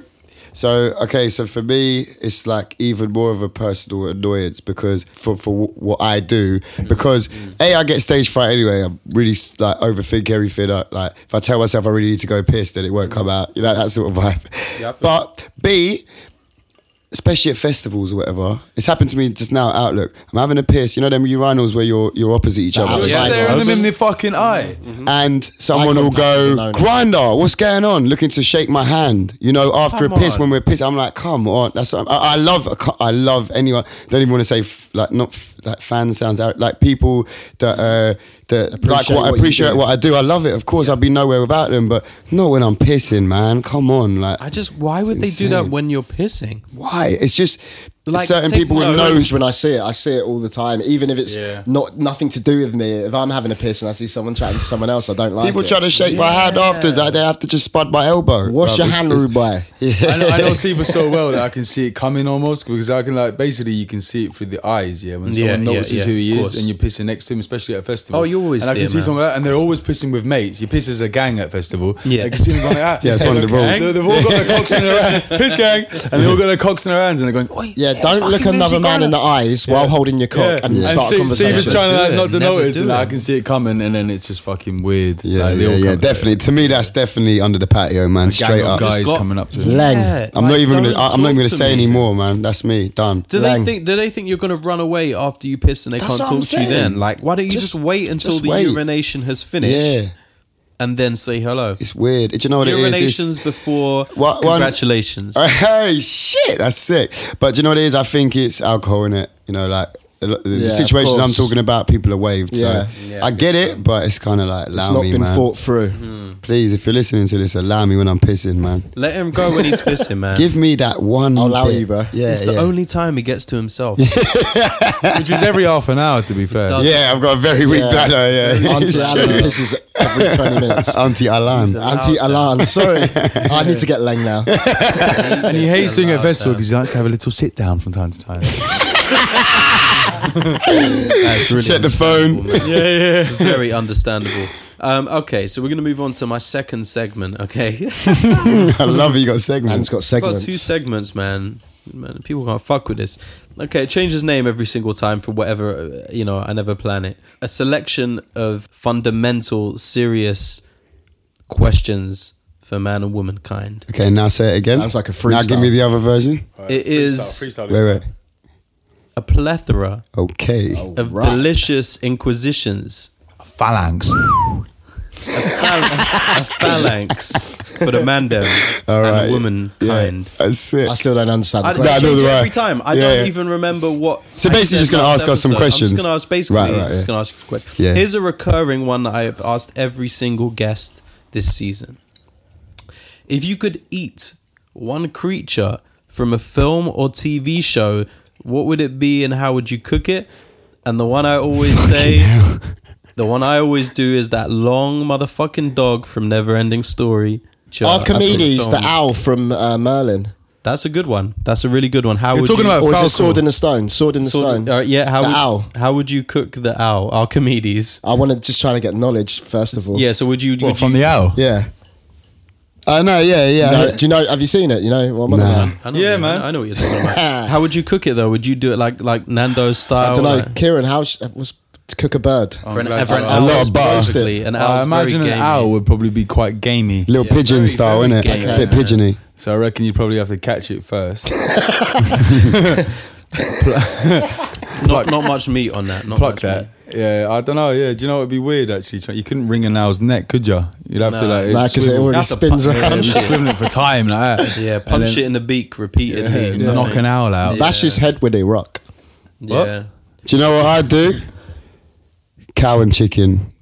[SPEAKER 3] so okay. So for me, it's like even more of a personal annoyance because for for wh- what I do, because a I get stage fright anyway. I'm really like overthink everything. I, like if I tell myself I really need to go piss, then it won't come out. You know that sort of vibe. but b especially at festivals or whatever. It's happened to me just now at Outlook. I'm having a piss. You know them urinals where you're you're opposite each other.
[SPEAKER 6] Outlook
[SPEAKER 3] It's like-
[SPEAKER 6] urinals.
[SPEAKER 4] Staring them in the fucking eye.
[SPEAKER 3] and someone
[SPEAKER 6] Mm-hmm. Eye
[SPEAKER 3] will
[SPEAKER 6] contact is a
[SPEAKER 3] go,
[SPEAKER 6] no-no.
[SPEAKER 3] Grinder, what's going on? Looking to shake my hand, you know, after a
[SPEAKER 2] Come
[SPEAKER 3] piss
[SPEAKER 2] on.
[SPEAKER 3] when we're pissed. I'm like, come on. That's what I'm, I, I love, I love anyone. Don't even want to say f- like not f- like fan sounds out like people that uh, that like
[SPEAKER 6] Appreciate
[SPEAKER 3] what,
[SPEAKER 6] what you
[SPEAKER 3] appreciate
[SPEAKER 6] do.
[SPEAKER 3] what I do. I love it. Of course, I'd be nowhere without them, but not when I'm pissing, man. Come on, like
[SPEAKER 2] I just why would
[SPEAKER 3] It's
[SPEAKER 2] they do that
[SPEAKER 3] insane.
[SPEAKER 2] when you're pissing?
[SPEAKER 3] why? It's just
[SPEAKER 2] Like,
[SPEAKER 3] certain
[SPEAKER 2] take
[SPEAKER 3] people with
[SPEAKER 2] note.
[SPEAKER 3] no
[SPEAKER 6] Cringe when I see it, I see it all the time. Even if it's
[SPEAKER 4] Yeah.
[SPEAKER 6] not nothing to do with me, if I'm having a piss and I see someone chatting to someone else, I don't like
[SPEAKER 3] People
[SPEAKER 6] it.
[SPEAKER 3] try to shake my hand afterwards. Like they have to just spud my elbow.
[SPEAKER 6] wash
[SPEAKER 3] bruv.
[SPEAKER 6] your
[SPEAKER 3] It's-
[SPEAKER 6] hand,
[SPEAKER 3] it's-
[SPEAKER 6] rude boy.
[SPEAKER 4] I know, I know Seba so well that I can see it coming almost because I can like basically you can see it through the eyes, yeah. When
[SPEAKER 2] Yeah,
[SPEAKER 4] someone
[SPEAKER 2] yeah,
[SPEAKER 4] notices
[SPEAKER 2] yeah,
[SPEAKER 4] who he
[SPEAKER 2] of
[SPEAKER 4] is
[SPEAKER 2] course.
[SPEAKER 4] and you're pissing next to him, especially at a festival.
[SPEAKER 2] Oh, you always
[SPEAKER 4] and I
[SPEAKER 2] see
[SPEAKER 4] can
[SPEAKER 2] it,
[SPEAKER 4] see
[SPEAKER 2] man.
[SPEAKER 4] someone like that, and they're always pissing with mates. You piss as a gang at festival.
[SPEAKER 2] Yeah.
[SPEAKER 4] I can see them going like that.
[SPEAKER 3] Yeah, it's one of the
[SPEAKER 4] Piss gang.
[SPEAKER 3] rules.
[SPEAKER 4] So they've all got their cocks in their hands, piss gang, and they all got their cocks in their hands, and they're going, Oi,
[SPEAKER 6] Yeah, don't look another man in the eyes while holding your cock and start a
[SPEAKER 4] see,
[SPEAKER 6] conversation.
[SPEAKER 4] Steve's trying to like,
[SPEAKER 2] Do it.
[SPEAKER 4] not to
[SPEAKER 2] Never
[SPEAKER 4] notice,
[SPEAKER 2] do
[SPEAKER 4] and
[SPEAKER 2] it.
[SPEAKER 4] I can see it coming, and then it's just fucking weird.
[SPEAKER 3] Yeah,
[SPEAKER 4] Like, they
[SPEAKER 3] yeah,
[SPEAKER 4] all
[SPEAKER 3] yeah,
[SPEAKER 4] come-
[SPEAKER 3] definitely. To me, that's definitely under the patio, man.
[SPEAKER 4] gang
[SPEAKER 3] Straight
[SPEAKER 4] of
[SPEAKER 3] up.
[SPEAKER 4] guys
[SPEAKER 2] got-
[SPEAKER 4] coming up to him.
[SPEAKER 6] Leng.
[SPEAKER 3] I'm
[SPEAKER 2] like,
[SPEAKER 3] not even gonna.
[SPEAKER 2] don't
[SPEAKER 3] I, I'm not
[SPEAKER 2] talk
[SPEAKER 3] even gonna
[SPEAKER 2] to
[SPEAKER 3] say
[SPEAKER 2] me.
[SPEAKER 3] anymore, man. That's me done.
[SPEAKER 2] Do they
[SPEAKER 6] Lang.
[SPEAKER 2] think? Do they think you're going to run away after you piss and they
[SPEAKER 6] That's
[SPEAKER 2] can't
[SPEAKER 6] what
[SPEAKER 2] talk
[SPEAKER 6] I'm
[SPEAKER 2] to you? Then,
[SPEAKER 6] saying.
[SPEAKER 2] like, why don't you just,
[SPEAKER 3] Just-
[SPEAKER 2] wait until
[SPEAKER 3] just
[SPEAKER 2] the
[SPEAKER 3] wait.
[SPEAKER 2] urination has finished
[SPEAKER 3] yeah,
[SPEAKER 2] and then say hello?
[SPEAKER 3] it's weird. Do you know what it is?
[SPEAKER 2] Urinations
[SPEAKER 3] It's-
[SPEAKER 2] before
[SPEAKER 3] What- one-
[SPEAKER 2] congratulations.
[SPEAKER 3] Hey, shit, that's sick. But do you know what it is? I think it's alcohol in it. You know, like a lot- the
[SPEAKER 6] Yeah, of
[SPEAKER 3] situations I'm
[SPEAKER 6] course.
[SPEAKER 3] talking about, people are waved.
[SPEAKER 6] Yeah.
[SPEAKER 3] So
[SPEAKER 2] Yeah,
[SPEAKER 3] I get
[SPEAKER 2] good
[SPEAKER 3] it, but it's kind of like allow
[SPEAKER 6] It's not
[SPEAKER 3] me,
[SPEAKER 6] been
[SPEAKER 3] man.
[SPEAKER 6] thought through.
[SPEAKER 3] Please, if you're listening to this, allow me when I'm pissing, man.
[SPEAKER 2] Let him go when he's pissing, man.
[SPEAKER 3] Give me that one.
[SPEAKER 6] I'll allow
[SPEAKER 3] bit.
[SPEAKER 6] you, bro.
[SPEAKER 3] Yeah,
[SPEAKER 2] it's the
[SPEAKER 3] yeah.
[SPEAKER 2] only time he gets to himself.
[SPEAKER 4] which is every half an hour, to be fair.
[SPEAKER 2] does.
[SPEAKER 3] yeah, I've got a very weak
[SPEAKER 6] Yeah.
[SPEAKER 3] bladder. Yeah,
[SPEAKER 6] Auntie
[SPEAKER 3] It's
[SPEAKER 6] Alan
[SPEAKER 3] true.
[SPEAKER 6] pisses every 20 minutes.
[SPEAKER 3] Auntie Alan.
[SPEAKER 6] Auntie Alan, sorry. I need to get Leng now.
[SPEAKER 4] And he hates doing it at
[SPEAKER 2] allowed,
[SPEAKER 4] festival
[SPEAKER 2] yeah.
[SPEAKER 4] because he likes to have a little sit down from time to time.
[SPEAKER 3] Check the phone.
[SPEAKER 2] yeah, yeah. Very understandable. Um, okay, so we're going to move on to my second segment. Okay,
[SPEAKER 3] I love it. You got
[SPEAKER 6] Man's
[SPEAKER 3] segments.
[SPEAKER 6] got
[SPEAKER 2] I've got
[SPEAKER 6] segments.
[SPEAKER 2] two segments, man. Man, people can't fuck with this. Okay, it changes name every single time for whatever uh, you know. I never plan it. A selection of fundamental, serious questions for man and womankind.
[SPEAKER 3] Okay, now say it again.
[SPEAKER 6] Sounds like a
[SPEAKER 3] Now give
[SPEAKER 6] freestyle.
[SPEAKER 3] me the other version.
[SPEAKER 2] It is
[SPEAKER 3] Wait, wait.
[SPEAKER 2] a plethora
[SPEAKER 3] Okay.
[SPEAKER 2] of
[SPEAKER 6] Right.
[SPEAKER 2] delicious inquisitions
[SPEAKER 4] phalanx.
[SPEAKER 2] a phalanx for the man dem and
[SPEAKER 3] right.
[SPEAKER 2] the woman kind.
[SPEAKER 3] That's it.
[SPEAKER 6] I still don't understand the
[SPEAKER 2] I,
[SPEAKER 6] question.
[SPEAKER 3] Nah,
[SPEAKER 2] I
[SPEAKER 3] neither
[SPEAKER 2] change
[SPEAKER 3] do
[SPEAKER 2] it
[SPEAKER 3] I.
[SPEAKER 2] every time. I
[SPEAKER 3] Yeah,
[SPEAKER 2] don't
[SPEAKER 3] yeah.
[SPEAKER 2] even remember what.
[SPEAKER 3] So
[SPEAKER 2] I
[SPEAKER 3] basically
[SPEAKER 2] said
[SPEAKER 3] just gonna
[SPEAKER 2] last
[SPEAKER 3] ask us some
[SPEAKER 2] episode. I'm
[SPEAKER 3] questions.
[SPEAKER 2] just going to ask basically.
[SPEAKER 3] Right, right,
[SPEAKER 2] I'm just
[SPEAKER 3] yeah.
[SPEAKER 2] going to ask you a question.
[SPEAKER 3] Yeah.
[SPEAKER 2] Here's a recurring one that I have asked every single guest this season. If you could eat one creature from a film or TV show, what would it be, and how would you cook it? And the one I always say. The one I always do is that long motherfucking dog from Neverending Story.
[SPEAKER 6] Archimedes, the
[SPEAKER 2] Film.
[SPEAKER 6] owl from uh, Merlin.
[SPEAKER 2] That's a good one. That's a really good one. How
[SPEAKER 4] You're
[SPEAKER 2] would
[SPEAKER 4] talking
[SPEAKER 2] you,
[SPEAKER 4] about
[SPEAKER 6] Or is
[SPEAKER 4] Falcor.
[SPEAKER 6] it Sword in the Stone? Sword in the
[SPEAKER 2] Sort
[SPEAKER 6] Stone.
[SPEAKER 2] of- uh, yeah, how
[SPEAKER 6] the
[SPEAKER 2] would,
[SPEAKER 6] owl.
[SPEAKER 2] How would you cook the owl? Archimedes.
[SPEAKER 6] I want to just trying to get knowledge, first of all.
[SPEAKER 2] Yeah. So would you?
[SPEAKER 4] What,
[SPEAKER 2] would
[SPEAKER 4] from
[SPEAKER 2] you,
[SPEAKER 4] the owl?
[SPEAKER 6] Yeah. Uh,
[SPEAKER 3] I know. Yeah, yeah.
[SPEAKER 6] No, do you know, have you seen it? You know what I'm on
[SPEAKER 3] Nah.
[SPEAKER 6] about?
[SPEAKER 2] I know
[SPEAKER 4] Yeah,
[SPEAKER 2] what you-
[SPEAKER 4] man.
[SPEAKER 2] I know what you're talking about. how Oh, would you cook it though? Would you do it like like Nando's style?
[SPEAKER 6] Ah, I don't know,
[SPEAKER 2] like-
[SPEAKER 6] Kieran. How sh- was to cook a bird.
[SPEAKER 2] for an,
[SPEAKER 7] glad
[SPEAKER 2] for an
[SPEAKER 7] you
[SPEAKER 2] owl,
[SPEAKER 3] asked. A lot of butter.
[SPEAKER 2] specifically. An
[SPEAKER 4] Oh, I
[SPEAKER 2] owl's
[SPEAKER 4] imagine
[SPEAKER 2] very
[SPEAKER 4] an
[SPEAKER 2] gamey.
[SPEAKER 4] owl would probably be quite gamey.
[SPEAKER 3] Little
[SPEAKER 2] Yeah,
[SPEAKER 3] pigeon
[SPEAKER 2] very,
[SPEAKER 3] style,
[SPEAKER 2] very
[SPEAKER 3] innit?
[SPEAKER 2] gay,
[SPEAKER 3] A bit
[SPEAKER 2] yeah.
[SPEAKER 3] pigeony.
[SPEAKER 4] So I reckon you'd probably have to catch it first.
[SPEAKER 2] Not, not much meat on that. Not
[SPEAKER 4] Pluck
[SPEAKER 2] much
[SPEAKER 4] that.
[SPEAKER 2] meat.
[SPEAKER 4] Yeah, I don't know. Yeah, do you know it'd be weird actually? You couldn't wring an owl's neck, could you? You'd have to
[SPEAKER 2] No.
[SPEAKER 4] like
[SPEAKER 6] Nah, 'cause
[SPEAKER 4] it's
[SPEAKER 6] it
[SPEAKER 4] swivel-
[SPEAKER 6] already
[SPEAKER 4] You'd have to
[SPEAKER 6] spins
[SPEAKER 4] punch-
[SPEAKER 6] around.
[SPEAKER 4] Yeah, you'd be swiveling for time like that.
[SPEAKER 2] Yeah,
[SPEAKER 4] And
[SPEAKER 2] punch
[SPEAKER 4] then-
[SPEAKER 2] it in the beak repeatedly.
[SPEAKER 4] yeah, knock an owl out.
[SPEAKER 6] Bash his head with a rock.
[SPEAKER 2] Yeah.
[SPEAKER 3] Do you know what I do? Cow and chicken.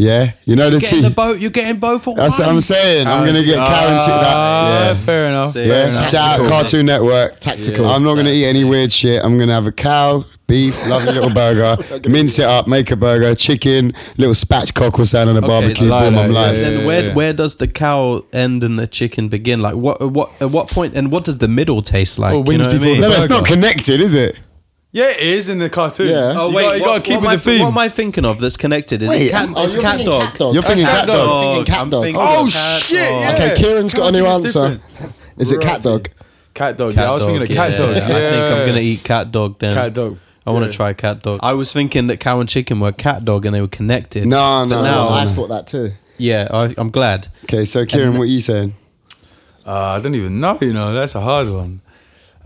[SPEAKER 3] Yeah, you know the
[SPEAKER 2] Get in
[SPEAKER 3] tea.
[SPEAKER 2] the boat. You're getting both at
[SPEAKER 3] That's what I'm
[SPEAKER 2] once.
[SPEAKER 3] saying. I'm gonna get cow and chicken.
[SPEAKER 4] Ah,
[SPEAKER 3] That, yeah.
[SPEAKER 4] fair enough.
[SPEAKER 2] Sick.
[SPEAKER 4] fair
[SPEAKER 3] Yeah,
[SPEAKER 4] enough.
[SPEAKER 3] shout out Cartoon Network.
[SPEAKER 6] Tactical.
[SPEAKER 3] I'm not going to eat any weird shit. I'm going to have a cow, beef, lovely little burger, mince it up, make a burger, chicken, little spatchcock or something on a barbecue.
[SPEAKER 4] like
[SPEAKER 3] Boom,
[SPEAKER 4] that,
[SPEAKER 3] I'm
[SPEAKER 4] yeah,
[SPEAKER 3] live.
[SPEAKER 4] yeah,
[SPEAKER 2] Then
[SPEAKER 4] yeah.
[SPEAKER 2] where where does the cow end and the chicken begin? Like what what at what point and what does the middle taste like?
[SPEAKER 3] Oh,
[SPEAKER 4] Well, wings
[SPEAKER 2] you know what
[SPEAKER 4] before
[SPEAKER 2] I mean?
[SPEAKER 3] No,
[SPEAKER 4] the-
[SPEAKER 3] that's not connected, is it?
[SPEAKER 4] Yeah, it is in the cartoon.
[SPEAKER 3] Yeah.
[SPEAKER 2] Oh
[SPEAKER 4] You
[SPEAKER 2] wait,
[SPEAKER 4] gotta- you
[SPEAKER 2] what,
[SPEAKER 4] gotta keep
[SPEAKER 2] what, am I,
[SPEAKER 4] with the theme.
[SPEAKER 2] what am I thinking of that's connected? Is it
[SPEAKER 3] Wait,
[SPEAKER 2] cat?
[SPEAKER 3] am-
[SPEAKER 6] oh,
[SPEAKER 2] it's
[SPEAKER 6] you're
[SPEAKER 2] cat
[SPEAKER 6] thinking
[SPEAKER 2] dog.
[SPEAKER 6] cat dog.
[SPEAKER 3] You're thinking
[SPEAKER 6] That's
[SPEAKER 3] cat dog.
[SPEAKER 6] You're thinking cat
[SPEAKER 2] I'm
[SPEAKER 6] dog.
[SPEAKER 2] thinking
[SPEAKER 4] Oh,
[SPEAKER 2] cat
[SPEAKER 4] shit,
[SPEAKER 2] dog.
[SPEAKER 4] yeah.
[SPEAKER 6] Okay, Kieran's got a new
[SPEAKER 4] Completely
[SPEAKER 6] answer. Is it cat
[SPEAKER 4] Right.
[SPEAKER 6] dog?
[SPEAKER 4] Cat dog.
[SPEAKER 2] Cat
[SPEAKER 4] yeah, I was
[SPEAKER 2] dog,
[SPEAKER 4] thinking of cat
[SPEAKER 2] yeah.
[SPEAKER 4] dog. Yeah.
[SPEAKER 2] I think I'm gonna eat cat dog then.
[SPEAKER 4] cat dog.
[SPEAKER 2] I want to try cat dog. I was thinking that cow and chicken were cat dog and they were connected.
[SPEAKER 3] No, no,
[SPEAKER 2] But
[SPEAKER 3] no,
[SPEAKER 2] now-
[SPEAKER 3] no,
[SPEAKER 6] I
[SPEAKER 3] no.
[SPEAKER 6] thought that too.
[SPEAKER 2] Yeah, I, I'm glad.
[SPEAKER 3] Okay, so Kieran, what are you saying?
[SPEAKER 4] Uh, I don't even know. You know, that's a hard one.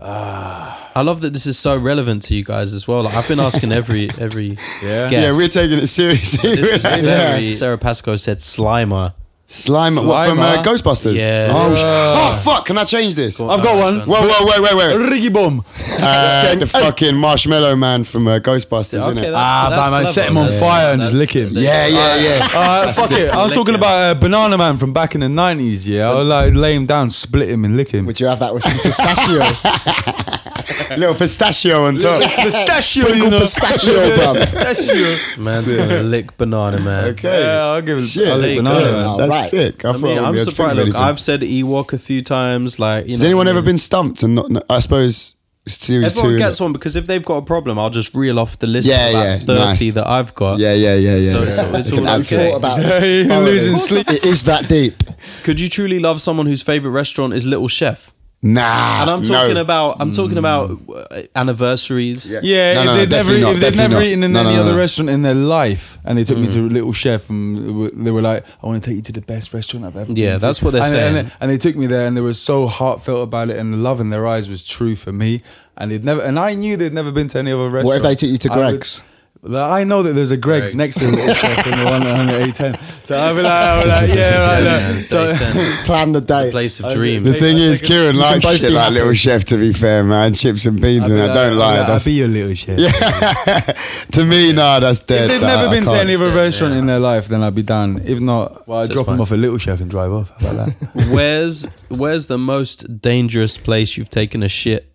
[SPEAKER 2] I love that this is so relevant to you guys as well. Like I've been asking every every
[SPEAKER 4] Yeah.
[SPEAKER 2] guest.
[SPEAKER 3] Yeah, we're taking it seriously.
[SPEAKER 2] this is very.
[SPEAKER 3] yeah.
[SPEAKER 2] Sarah Pascoe said Slimer.
[SPEAKER 3] Slime, what from uh,
[SPEAKER 4] Slimer.
[SPEAKER 3] Ghostbusters?
[SPEAKER 2] Yeah.
[SPEAKER 3] Oh, sh- oh, fuck! Can I change this?
[SPEAKER 4] I've got one.
[SPEAKER 3] Whoa, whoa, wait, wait, wait!
[SPEAKER 4] Riggy bomb.
[SPEAKER 3] Uh, the fucking marshmallow man from uh, Ghostbusters,
[SPEAKER 2] Okay,
[SPEAKER 3] innit?
[SPEAKER 2] that's-
[SPEAKER 4] Ah,
[SPEAKER 2] that's
[SPEAKER 4] man, man,
[SPEAKER 2] clever.
[SPEAKER 4] set him on
[SPEAKER 2] Yeah.
[SPEAKER 4] fire and just
[SPEAKER 2] That's-
[SPEAKER 4] lick him.
[SPEAKER 3] yeah, yeah, yeah.
[SPEAKER 4] Uh, fuck
[SPEAKER 2] That's
[SPEAKER 4] it. I'm
[SPEAKER 2] lick
[SPEAKER 4] talking
[SPEAKER 2] him.
[SPEAKER 4] about uh, Banana Man from back in the 90s, yeah? I would like lay him down, split him, and lick him.
[SPEAKER 6] Would you have that with some pistachio?
[SPEAKER 3] Little pistachio on top.
[SPEAKER 4] pistachio,
[SPEAKER 6] Sprinkle pistachio, bruv.
[SPEAKER 4] Pistachio.
[SPEAKER 2] Man's gonna lick banana man.
[SPEAKER 3] Okay.
[SPEAKER 4] Yeah, I'll give it
[SPEAKER 3] Shit.
[SPEAKER 4] I'll
[SPEAKER 2] There
[SPEAKER 4] lick
[SPEAKER 2] you
[SPEAKER 4] Banana
[SPEAKER 2] go.
[SPEAKER 4] Man.
[SPEAKER 6] Oh,
[SPEAKER 3] That's
[SPEAKER 6] right.
[SPEAKER 3] sick. I,
[SPEAKER 2] I mean, I'm surprised. Look, I've said Ewok a few times. Like, you
[SPEAKER 3] Has
[SPEAKER 2] know
[SPEAKER 3] anyone
[SPEAKER 2] what I
[SPEAKER 3] ever
[SPEAKER 2] mean?
[SPEAKER 3] been stumped and not? I suppose series
[SPEAKER 2] Everyone
[SPEAKER 3] two.
[SPEAKER 2] gets one because if they've got a problem, I'll just reel off the list
[SPEAKER 3] Yeah,
[SPEAKER 2] of about
[SPEAKER 3] yeah,
[SPEAKER 2] thirty
[SPEAKER 3] nice.
[SPEAKER 2] that I've got.
[SPEAKER 3] Yeah, yeah, yeah, yeah.
[SPEAKER 2] So
[SPEAKER 3] yeah.
[SPEAKER 2] it's- it's
[SPEAKER 3] They can
[SPEAKER 2] all
[SPEAKER 3] add
[SPEAKER 6] I
[SPEAKER 3] to
[SPEAKER 2] okay.
[SPEAKER 3] it.
[SPEAKER 6] thought about
[SPEAKER 4] Yeah,
[SPEAKER 6] this.
[SPEAKER 4] even
[SPEAKER 6] thoroughly.
[SPEAKER 4] losing sleep.
[SPEAKER 6] It is that deep.
[SPEAKER 2] Could you truly love someone whose favorite restaurant is Little Chef?
[SPEAKER 3] Nah,
[SPEAKER 2] And I'm talking
[SPEAKER 3] Ah, no. Mm.
[SPEAKER 2] about I'm talking about uh, anniversaries.
[SPEAKER 4] Yeah,
[SPEAKER 3] No,
[SPEAKER 4] if
[SPEAKER 3] no, no,
[SPEAKER 4] they've never, e-,
[SPEAKER 3] definitely not,
[SPEAKER 4] if they've
[SPEAKER 3] definitely
[SPEAKER 4] never
[SPEAKER 3] not.
[SPEAKER 4] eaten in
[SPEAKER 3] No,
[SPEAKER 4] any
[SPEAKER 3] no, no,
[SPEAKER 4] other
[SPEAKER 3] no.
[SPEAKER 4] restaurant in their life, and they took me to Little Chef, and they were- they were like, "I want to take you to the best restaurant I've ever."
[SPEAKER 2] Yeah,
[SPEAKER 4] been to."
[SPEAKER 2] that's what they're
[SPEAKER 4] and,
[SPEAKER 2] saying.
[SPEAKER 4] And, and they took me there, and they were so heartfelt about it, and the love in their eyes was true for me. And they'd never, and I knew they'd never been to any other restaurant.
[SPEAKER 6] What if they took you to
[SPEAKER 4] I would-
[SPEAKER 6] Greg's?
[SPEAKER 4] Like, I know that there's a Greg's,
[SPEAKER 2] Greg's.
[SPEAKER 4] next to Little Chef and the one on the A10. So I'd be like, I'd be like yeah, right,
[SPEAKER 2] Yeah,
[SPEAKER 4] look. So,
[SPEAKER 6] Plan the day.
[SPEAKER 2] place of
[SPEAKER 3] The
[SPEAKER 2] dreams.
[SPEAKER 3] thing is, Kieran
[SPEAKER 6] You can
[SPEAKER 3] likes
[SPEAKER 6] both be
[SPEAKER 3] shit like
[SPEAKER 6] happy.
[SPEAKER 3] Little Chef. To be fair, man, chips and beans, and I don't like
[SPEAKER 4] I'll
[SPEAKER 3] that's
[SPEAKER 4] be your little chef.
[SPEAKER 3] to me. Nah, that's dead.
[SPEAKER 4] If they've
[SPEAKER 3] nah,
[SPEAKER 4] never
[SPEAKER 3] I
[SPEAKER 4] been to
[SPEAKER 3] can't.
[SPEAKER 4] any other
[SPEAKER 2] stand it,
[SPEAKER 4] restaurant
[SPEAKER 2] yeah.
[SPEAKER 4] in their life, then I'd be done. If not, well, I'd
[SPEAKER 2] So
[SPEAKER 4] drop
[SPEAKER 2] it's
[SPEAKER 4] them
[SPEAKER 2] fine.
[SPEAKER 4] off at Little Chef and drive off. How about that?
[SPEAKER 2] Where's where's the most dangerous place you've taken a shit?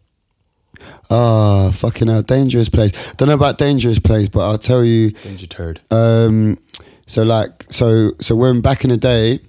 [SPEAKER 3] Oh, fucking hell, dangerous place. Don't know about dangerous place, but I'll tell you.
[SPEAKER 4] Danger turd.
[SPEAKER 3] Um, so like, so so when back in the day,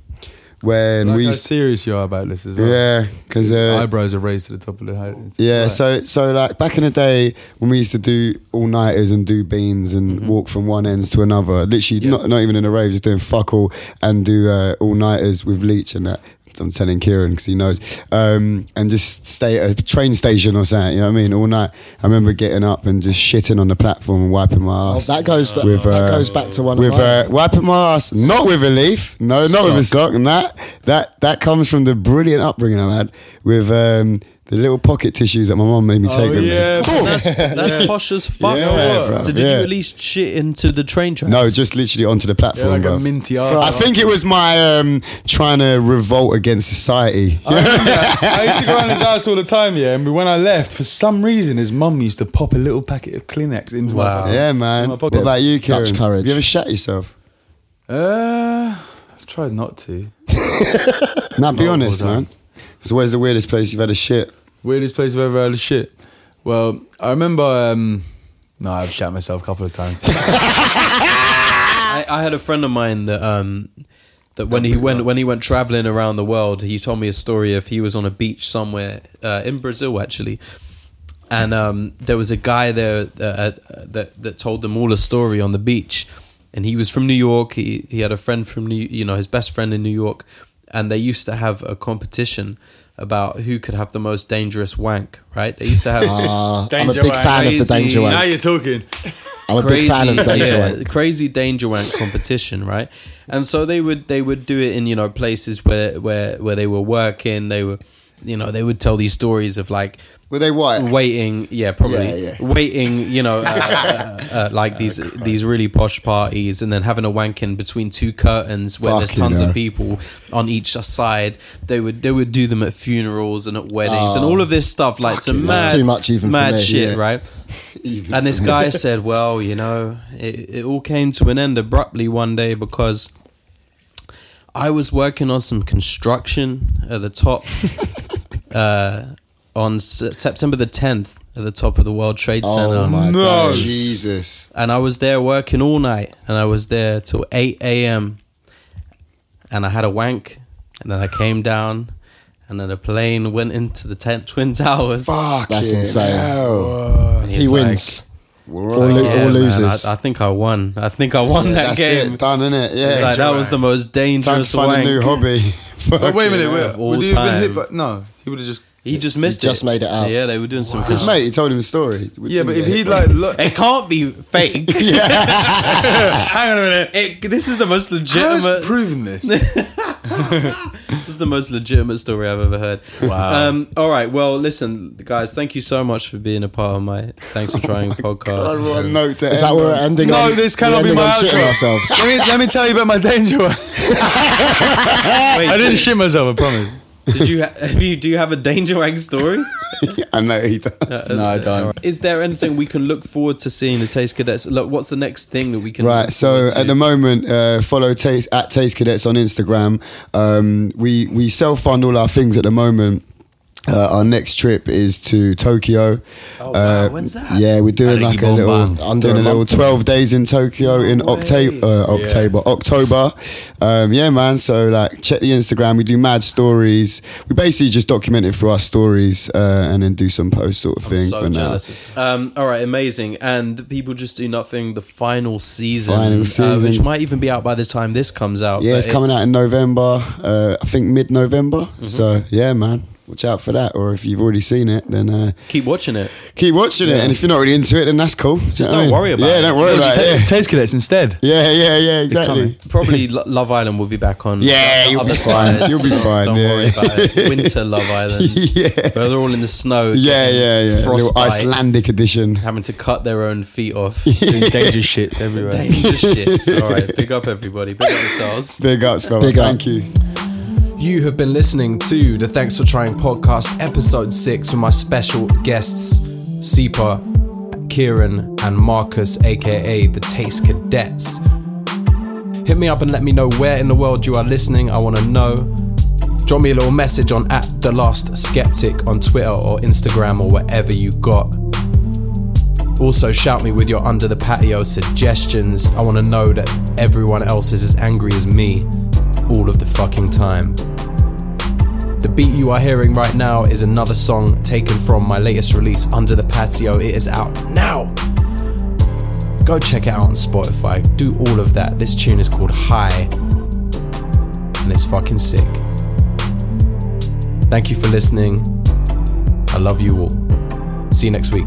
[SPEAKER 3] when
[SPEAKER 4] like
[SPEAKER 3] we
[SPEAKER 4] how
[SPEAKER 3] used
[SPEAKER 4] serious you are about this as well.
[SPEAKER 3] Yeah, because uh,
[SPEAKER 4] Eyebrows are raised to the top of the head. It's
[SPEAKER 3] yeah,
[SPEAKER 4] like-
[SPEAKER 3] so so like back in the day when we used to do all nighters and do beans and walk from one ends to another, literally
[SPEAKER 2] Yeah.
[SPEAKER 3] not not even in a rave, just doing fuck all and do uh, all nighters with Leech and that. I'm telling Kieran because he knows, um, and just stay at a train station or something. You know what I mean? All night. I remember getting up and just shitting on the platform and wiping my
[SPEAKER 6] Oh,
[SPEAKER 3] ass.
[SPEAKER 6] that goes. That,
[SPEAKER 3] With, uh,
[SPEAKER 6] goes back to one
[SPEAKER 3] with
[SPEAKER 6] of mine.
[SPEAKER 3] uh, wiping my ass, not with a leaf, no, not with a sock, and that that that comes from the brilliant upbringing I had with um, the little pocket tissues that my mum made me take with
[SPEAKER 4] yeah,
[SPEAKER 3] me.
[SPEAKER 2] That's that's posh as fuck.
[SPEAKER 3] Yeah, bro,
[SPEAKER 2] so did
[SPEAKER 3] yeah.
[SPEAKER 2] you at least shit into the train track?
[SPEAKER 3] No, just literally onto the
[SPEAKER 4] Yeah,
[SPEAKER 3] platform,
[SPEAKER 4] like
[SPEAKER 3] bro.
[SPEAKER 4] a minty ass.
[SPEAKER 3] I think it was my um, trying to revolt against society.
[SPEAKER 4] I used to go around his house all the time, yeah. And when I left, for some reason, his mum used to pop a little packet of Kleenex into
[SPEAKER 2] Wow.
[SPEAKER 4] my pocket.
[SPEAKER 3] yeah,
[SPEAKER 4] In
[SPEAKER 3] man.
[SPEAKER 4] my
[SPEAKER 3] What
[SPEAKER 4] pocket.
[SPEAKER 3] about you, Kieran?
[SPEAKER 6] Dutch courage.
[SPEAKER 3] Have you ever shat yourself?
[SPEAKER 4] Uh, I tried not to.
[SPEAKER 3] Nah, be
[SPEAKER 4] Multiple
[SPEAKER 3] honest, man.
[SPEAKER 4] times.
[SPEAKER 3] So where's the weirdest place you've had a shit?
[SPEAKER 4] Weirdest place I've ever had a shit. Well, I remember. Um, no, I've shat myself a couple of times.
[SPEAKER 2] I, I had a friend of mine that um that when he went when he went traveling around the world, he told me a story of he was on a beach somewhere uh, in Brazil actually, and um, there was a guy there uh, uh, that that told them all a story on the beach, and he was from New York. He he had a friend from New you know his best friend in New York, and they used to have a competition about who could have the most dangerous wank, right? They used to have
[SPEAKER 6] Uh, I'm a big fan of the danger
[SPEAKER 7] Now
[SPEAKER 6] wank.
[SPEAKER 7] you're talking.
[SPEAKER 6] I'm a big fan of the danger
[SPEAKER 2] yeah,
[SPEAKER 6] wank.
[SPEAKER 2] crazy danger wank competition, right? And so they would they would do it in you know places where where where they were working. They were, you know, they would tell these stories of like
[SPEAKER 3] Were they white?
[SPEAKER 2] waiting yeah probably
[SPEAKER 6] Yeah, yeah.
[SPEAKER 2] waiting you know uh, uh, uh, like these these really posh parties and then having a wank in between two curtains where there's
[SPEAKER 6] Fucking
[SPEAKER 2] tons
[SPEAKER 6] hell.
[SPEAKER 2] of people on each side they would they would do them at funerals and at weddings and all of this stuff like some
[SPEAKER 6] Oh, Fucking
[SPEAKER 2] mad
[SPEAKER 6] hell. That's too much even for
[SPEAKER 2] mad
[SPEAKER 6] me,
[SPEAKER 2] shit
[SPEAKER 6] yeah.
[SPEAKER 2] right and this guy said well you know it, it all came to an end abruptly one day because I was working on some construction at the top uh, on Se- September the 10th at the top of the World Trade Center.
[SPEAKER 6] Oh my no.
[SPEAKER 3] Jesus.
[SPEAKER 2] And I was there working all night and I was there till 8 a.m. And I had a wank and then I came down and then a plane went into the ten- Twin Towers.
[SPEAKER 6] That's insane.
[SPEAKER 2] And
[SPEAKER 6] He
[SPEAKER 2] he's like-
[SPEAKER 6] wins.
[SPEAKER 3] We're
[SPEAKER 6] Or, lo-
[SPEAKER 2] Yeah,
[SPEAKER 6] or
[SPEAKER 2] man,
[SPEAKER 6] loses.
[SPEAKER 2] I, I think I won. I think I won that
[SPEAKER 3] That's
[SPEAKER 2] game.
[SPEAKER 3] it. Done, innit? Yeah.
[SPEAKER 2] It's like, that was the most
[SPEAKER 3] Time to
[SPEAKER 2] dangerous
[SPEAKER 3] find a
[SPEAKER 2] wank.
[SPEAKER 3] new hobby.
[SPEAKER 7] But wait a minute.
[SPEAKER 2] Yeah.
[SPEAKER 7] Wait,
[SPEAKER 2] All
[SPEAKER 7] would he have been
[SPEAKER 2] time.
[SPEAKER 7] hit? But no, he would have just.
[SPEAKER 2] He just missed
[SPEAKER 6] just made it up.
[SPEAKER 2] Yeah, they were doing some.
[SPEAKER 3] His mate, he told him a story.
[SPEAKER 7] Yeah, but if he'd like look,
[SPEAKER 2] It can't be fake. Hang on a minute. It, this is the most
[SPEAKER 7] Joe's
[SPEAKER 2] legitimate.
[SPEAKER 7] proven this.
[SPEAKER 2] This is the most legitimate story I've ever heard. Wow. Um, all right. Well, listen, guys. Thank you so much for being a part of my. Thanks for trying Um, podcast.
[SPEAKER 3] Oh What a note to
[SPEAKER 6] Is
[SPEAKER 3] end
[SPEAKER 6] that where we're
[SPEAKER 3] on.
[SPEAKER 6] ending
[SPEAKER 7] No,
[SPEAKER 6] on?
[SPEAKER 7] this cannot
[SPEAKER 6] we're
[SPEAKER 7] be
[SPEAKER 6] ending
[SPEAKER 7] my
[SPEAKER 6] on shitting
[SPEAKER 7] outro.
[SPEAKER 6] ourselves.
[SPEAKER 7] let, me, let me tell you about my danger. one. I didn't shit myself. I promise.
[SPEAKER 2] Did you ha- have you? Do you have a danger egg story?
[SPEAKER 3] I know he does.
[SPEAKER 7] No, I don't.
[SPEAKER 2] Is there anything we can look forward to seeing the Taste Cadets? Look, what's the next thing that we can?
[SPEAKER 3] Right.
[SPEAKER 2] look
[SPEAKER 3] So
[SPEAKER 2] forward to?
[SPEAKER 3] at the moment, uh, follow Taste, at Taste Cadets on Instagram. Um, we we self fund all our things at the moment. Uh, our next trip is to Tokyo. Uh,
[SPEAKER 2] Oh, wow. When's that?
[SPEAKER 3] Yeah, we're doing
[SPEAKER 2] Arequipa
[SPEAKER 3] like a little,
[SPEAKER 2] Bombang.
[SPEAKER 3] I'm doing a little 12 days in Tokyo in Octa- uh, October, October. Um, yeah, man. So like, check the Instagram. We do mad stories. We basically just document it through our stories uh, and then do some post sort of thing
[SPEAKER 2] so
[SPEAKER 3] for now.
[SPEAKER 2] jealous. Um, all right, amazing. And people just do nothing. The final season, uh,
[SPEAKER 3] Final season.
[SPEAKER 2] which might even be out by the time this comes out.
[SPEAKER 3] Yeah,
[SPEAKER 2] but
[SPEAKER 3] it's, coming out in November. Uh, I think mid November.
[SPEAKER 2] Mm-hmm.
[SPEAKER 3] So yeah, man, watch out for that. Or if you've already seen it, then uh,
[SPEAKER 2] Keep watching it.
[SPEAKER 3] keep watching it. And if you're not really into it, then that's cool. Just
[SPEAKER 2] don't worry about
[SPEAKER 3] yeah,
[SPEAKER 2] it.
[SPEAKER 3] don't worry about it.
[SPEAKER 7] Taste cadets instead.
[SPEAKER 3] Yeah, yeah, yeah, exactly.
[SPEAKER 2] Probably Lo- Love Island will be back on.
[SPEAKER 3] Yeah,
[SPEAKER 2] the
[SPEAKER 3] you'll
[SPEAKER 2] other
[SPEAKER 3] be fine.
[SPEAKER 2] side,
[SPEAKER 3] You'll be
[SPEAKER 2] so
[SPEAKER 3] fine,
[SPEAKER 2] Don't
[SPEAKER 3] yeah.
[SPEAKER 2] worry about it. Winter Love Island.
[SPEAKER 3] Yeah.
[SPEAKER 2] where they're all in the snow.
[SPEAKER 3] Yeah,
[SPEAKER 2] getting
[SPEAKER 3] yeah, yeah. Little
[SPEAKER 2] Frostbite,
[SPEAKER 3] Icelandic edition.
[SPEAKER 2] having to cut their own feet off.
[SPEAKER 7] Danger shits everywhere.
[SPEAKER 2] Danger shit. All right, big up everybody. Big up yourselves.
[SPEAKER 3] Big ups, brother.
[SPEAKER 6] Big up.
[SPEAKER 3] Thank you.
[SPEAKER 12] You have been listening to the Thanks for Trying podcast, episode six, with my special guests, Sipa, Kieran, and Marcus, aka the Taste Cadets. Hit me up and let me know where in the world you are listening. I want to know. Drop me a little message on at the last skeptic on Twitter or Instagram or whatever you got. Also, shout me with your under the patio suggestions. I want to know that everyone else is as angry as me all of the fucking time. The beat you are hearing right now is another song taken from my latest release, Under the Patio. It is out now. Go check it out on Spotify. Do all of that. This tune is called High, and it's fucking sick. Thank you for listening. I love you all. See you next week.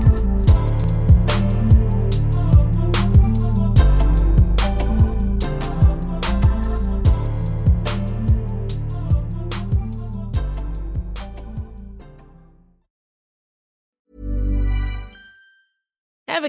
[SPEAKER 13] Ever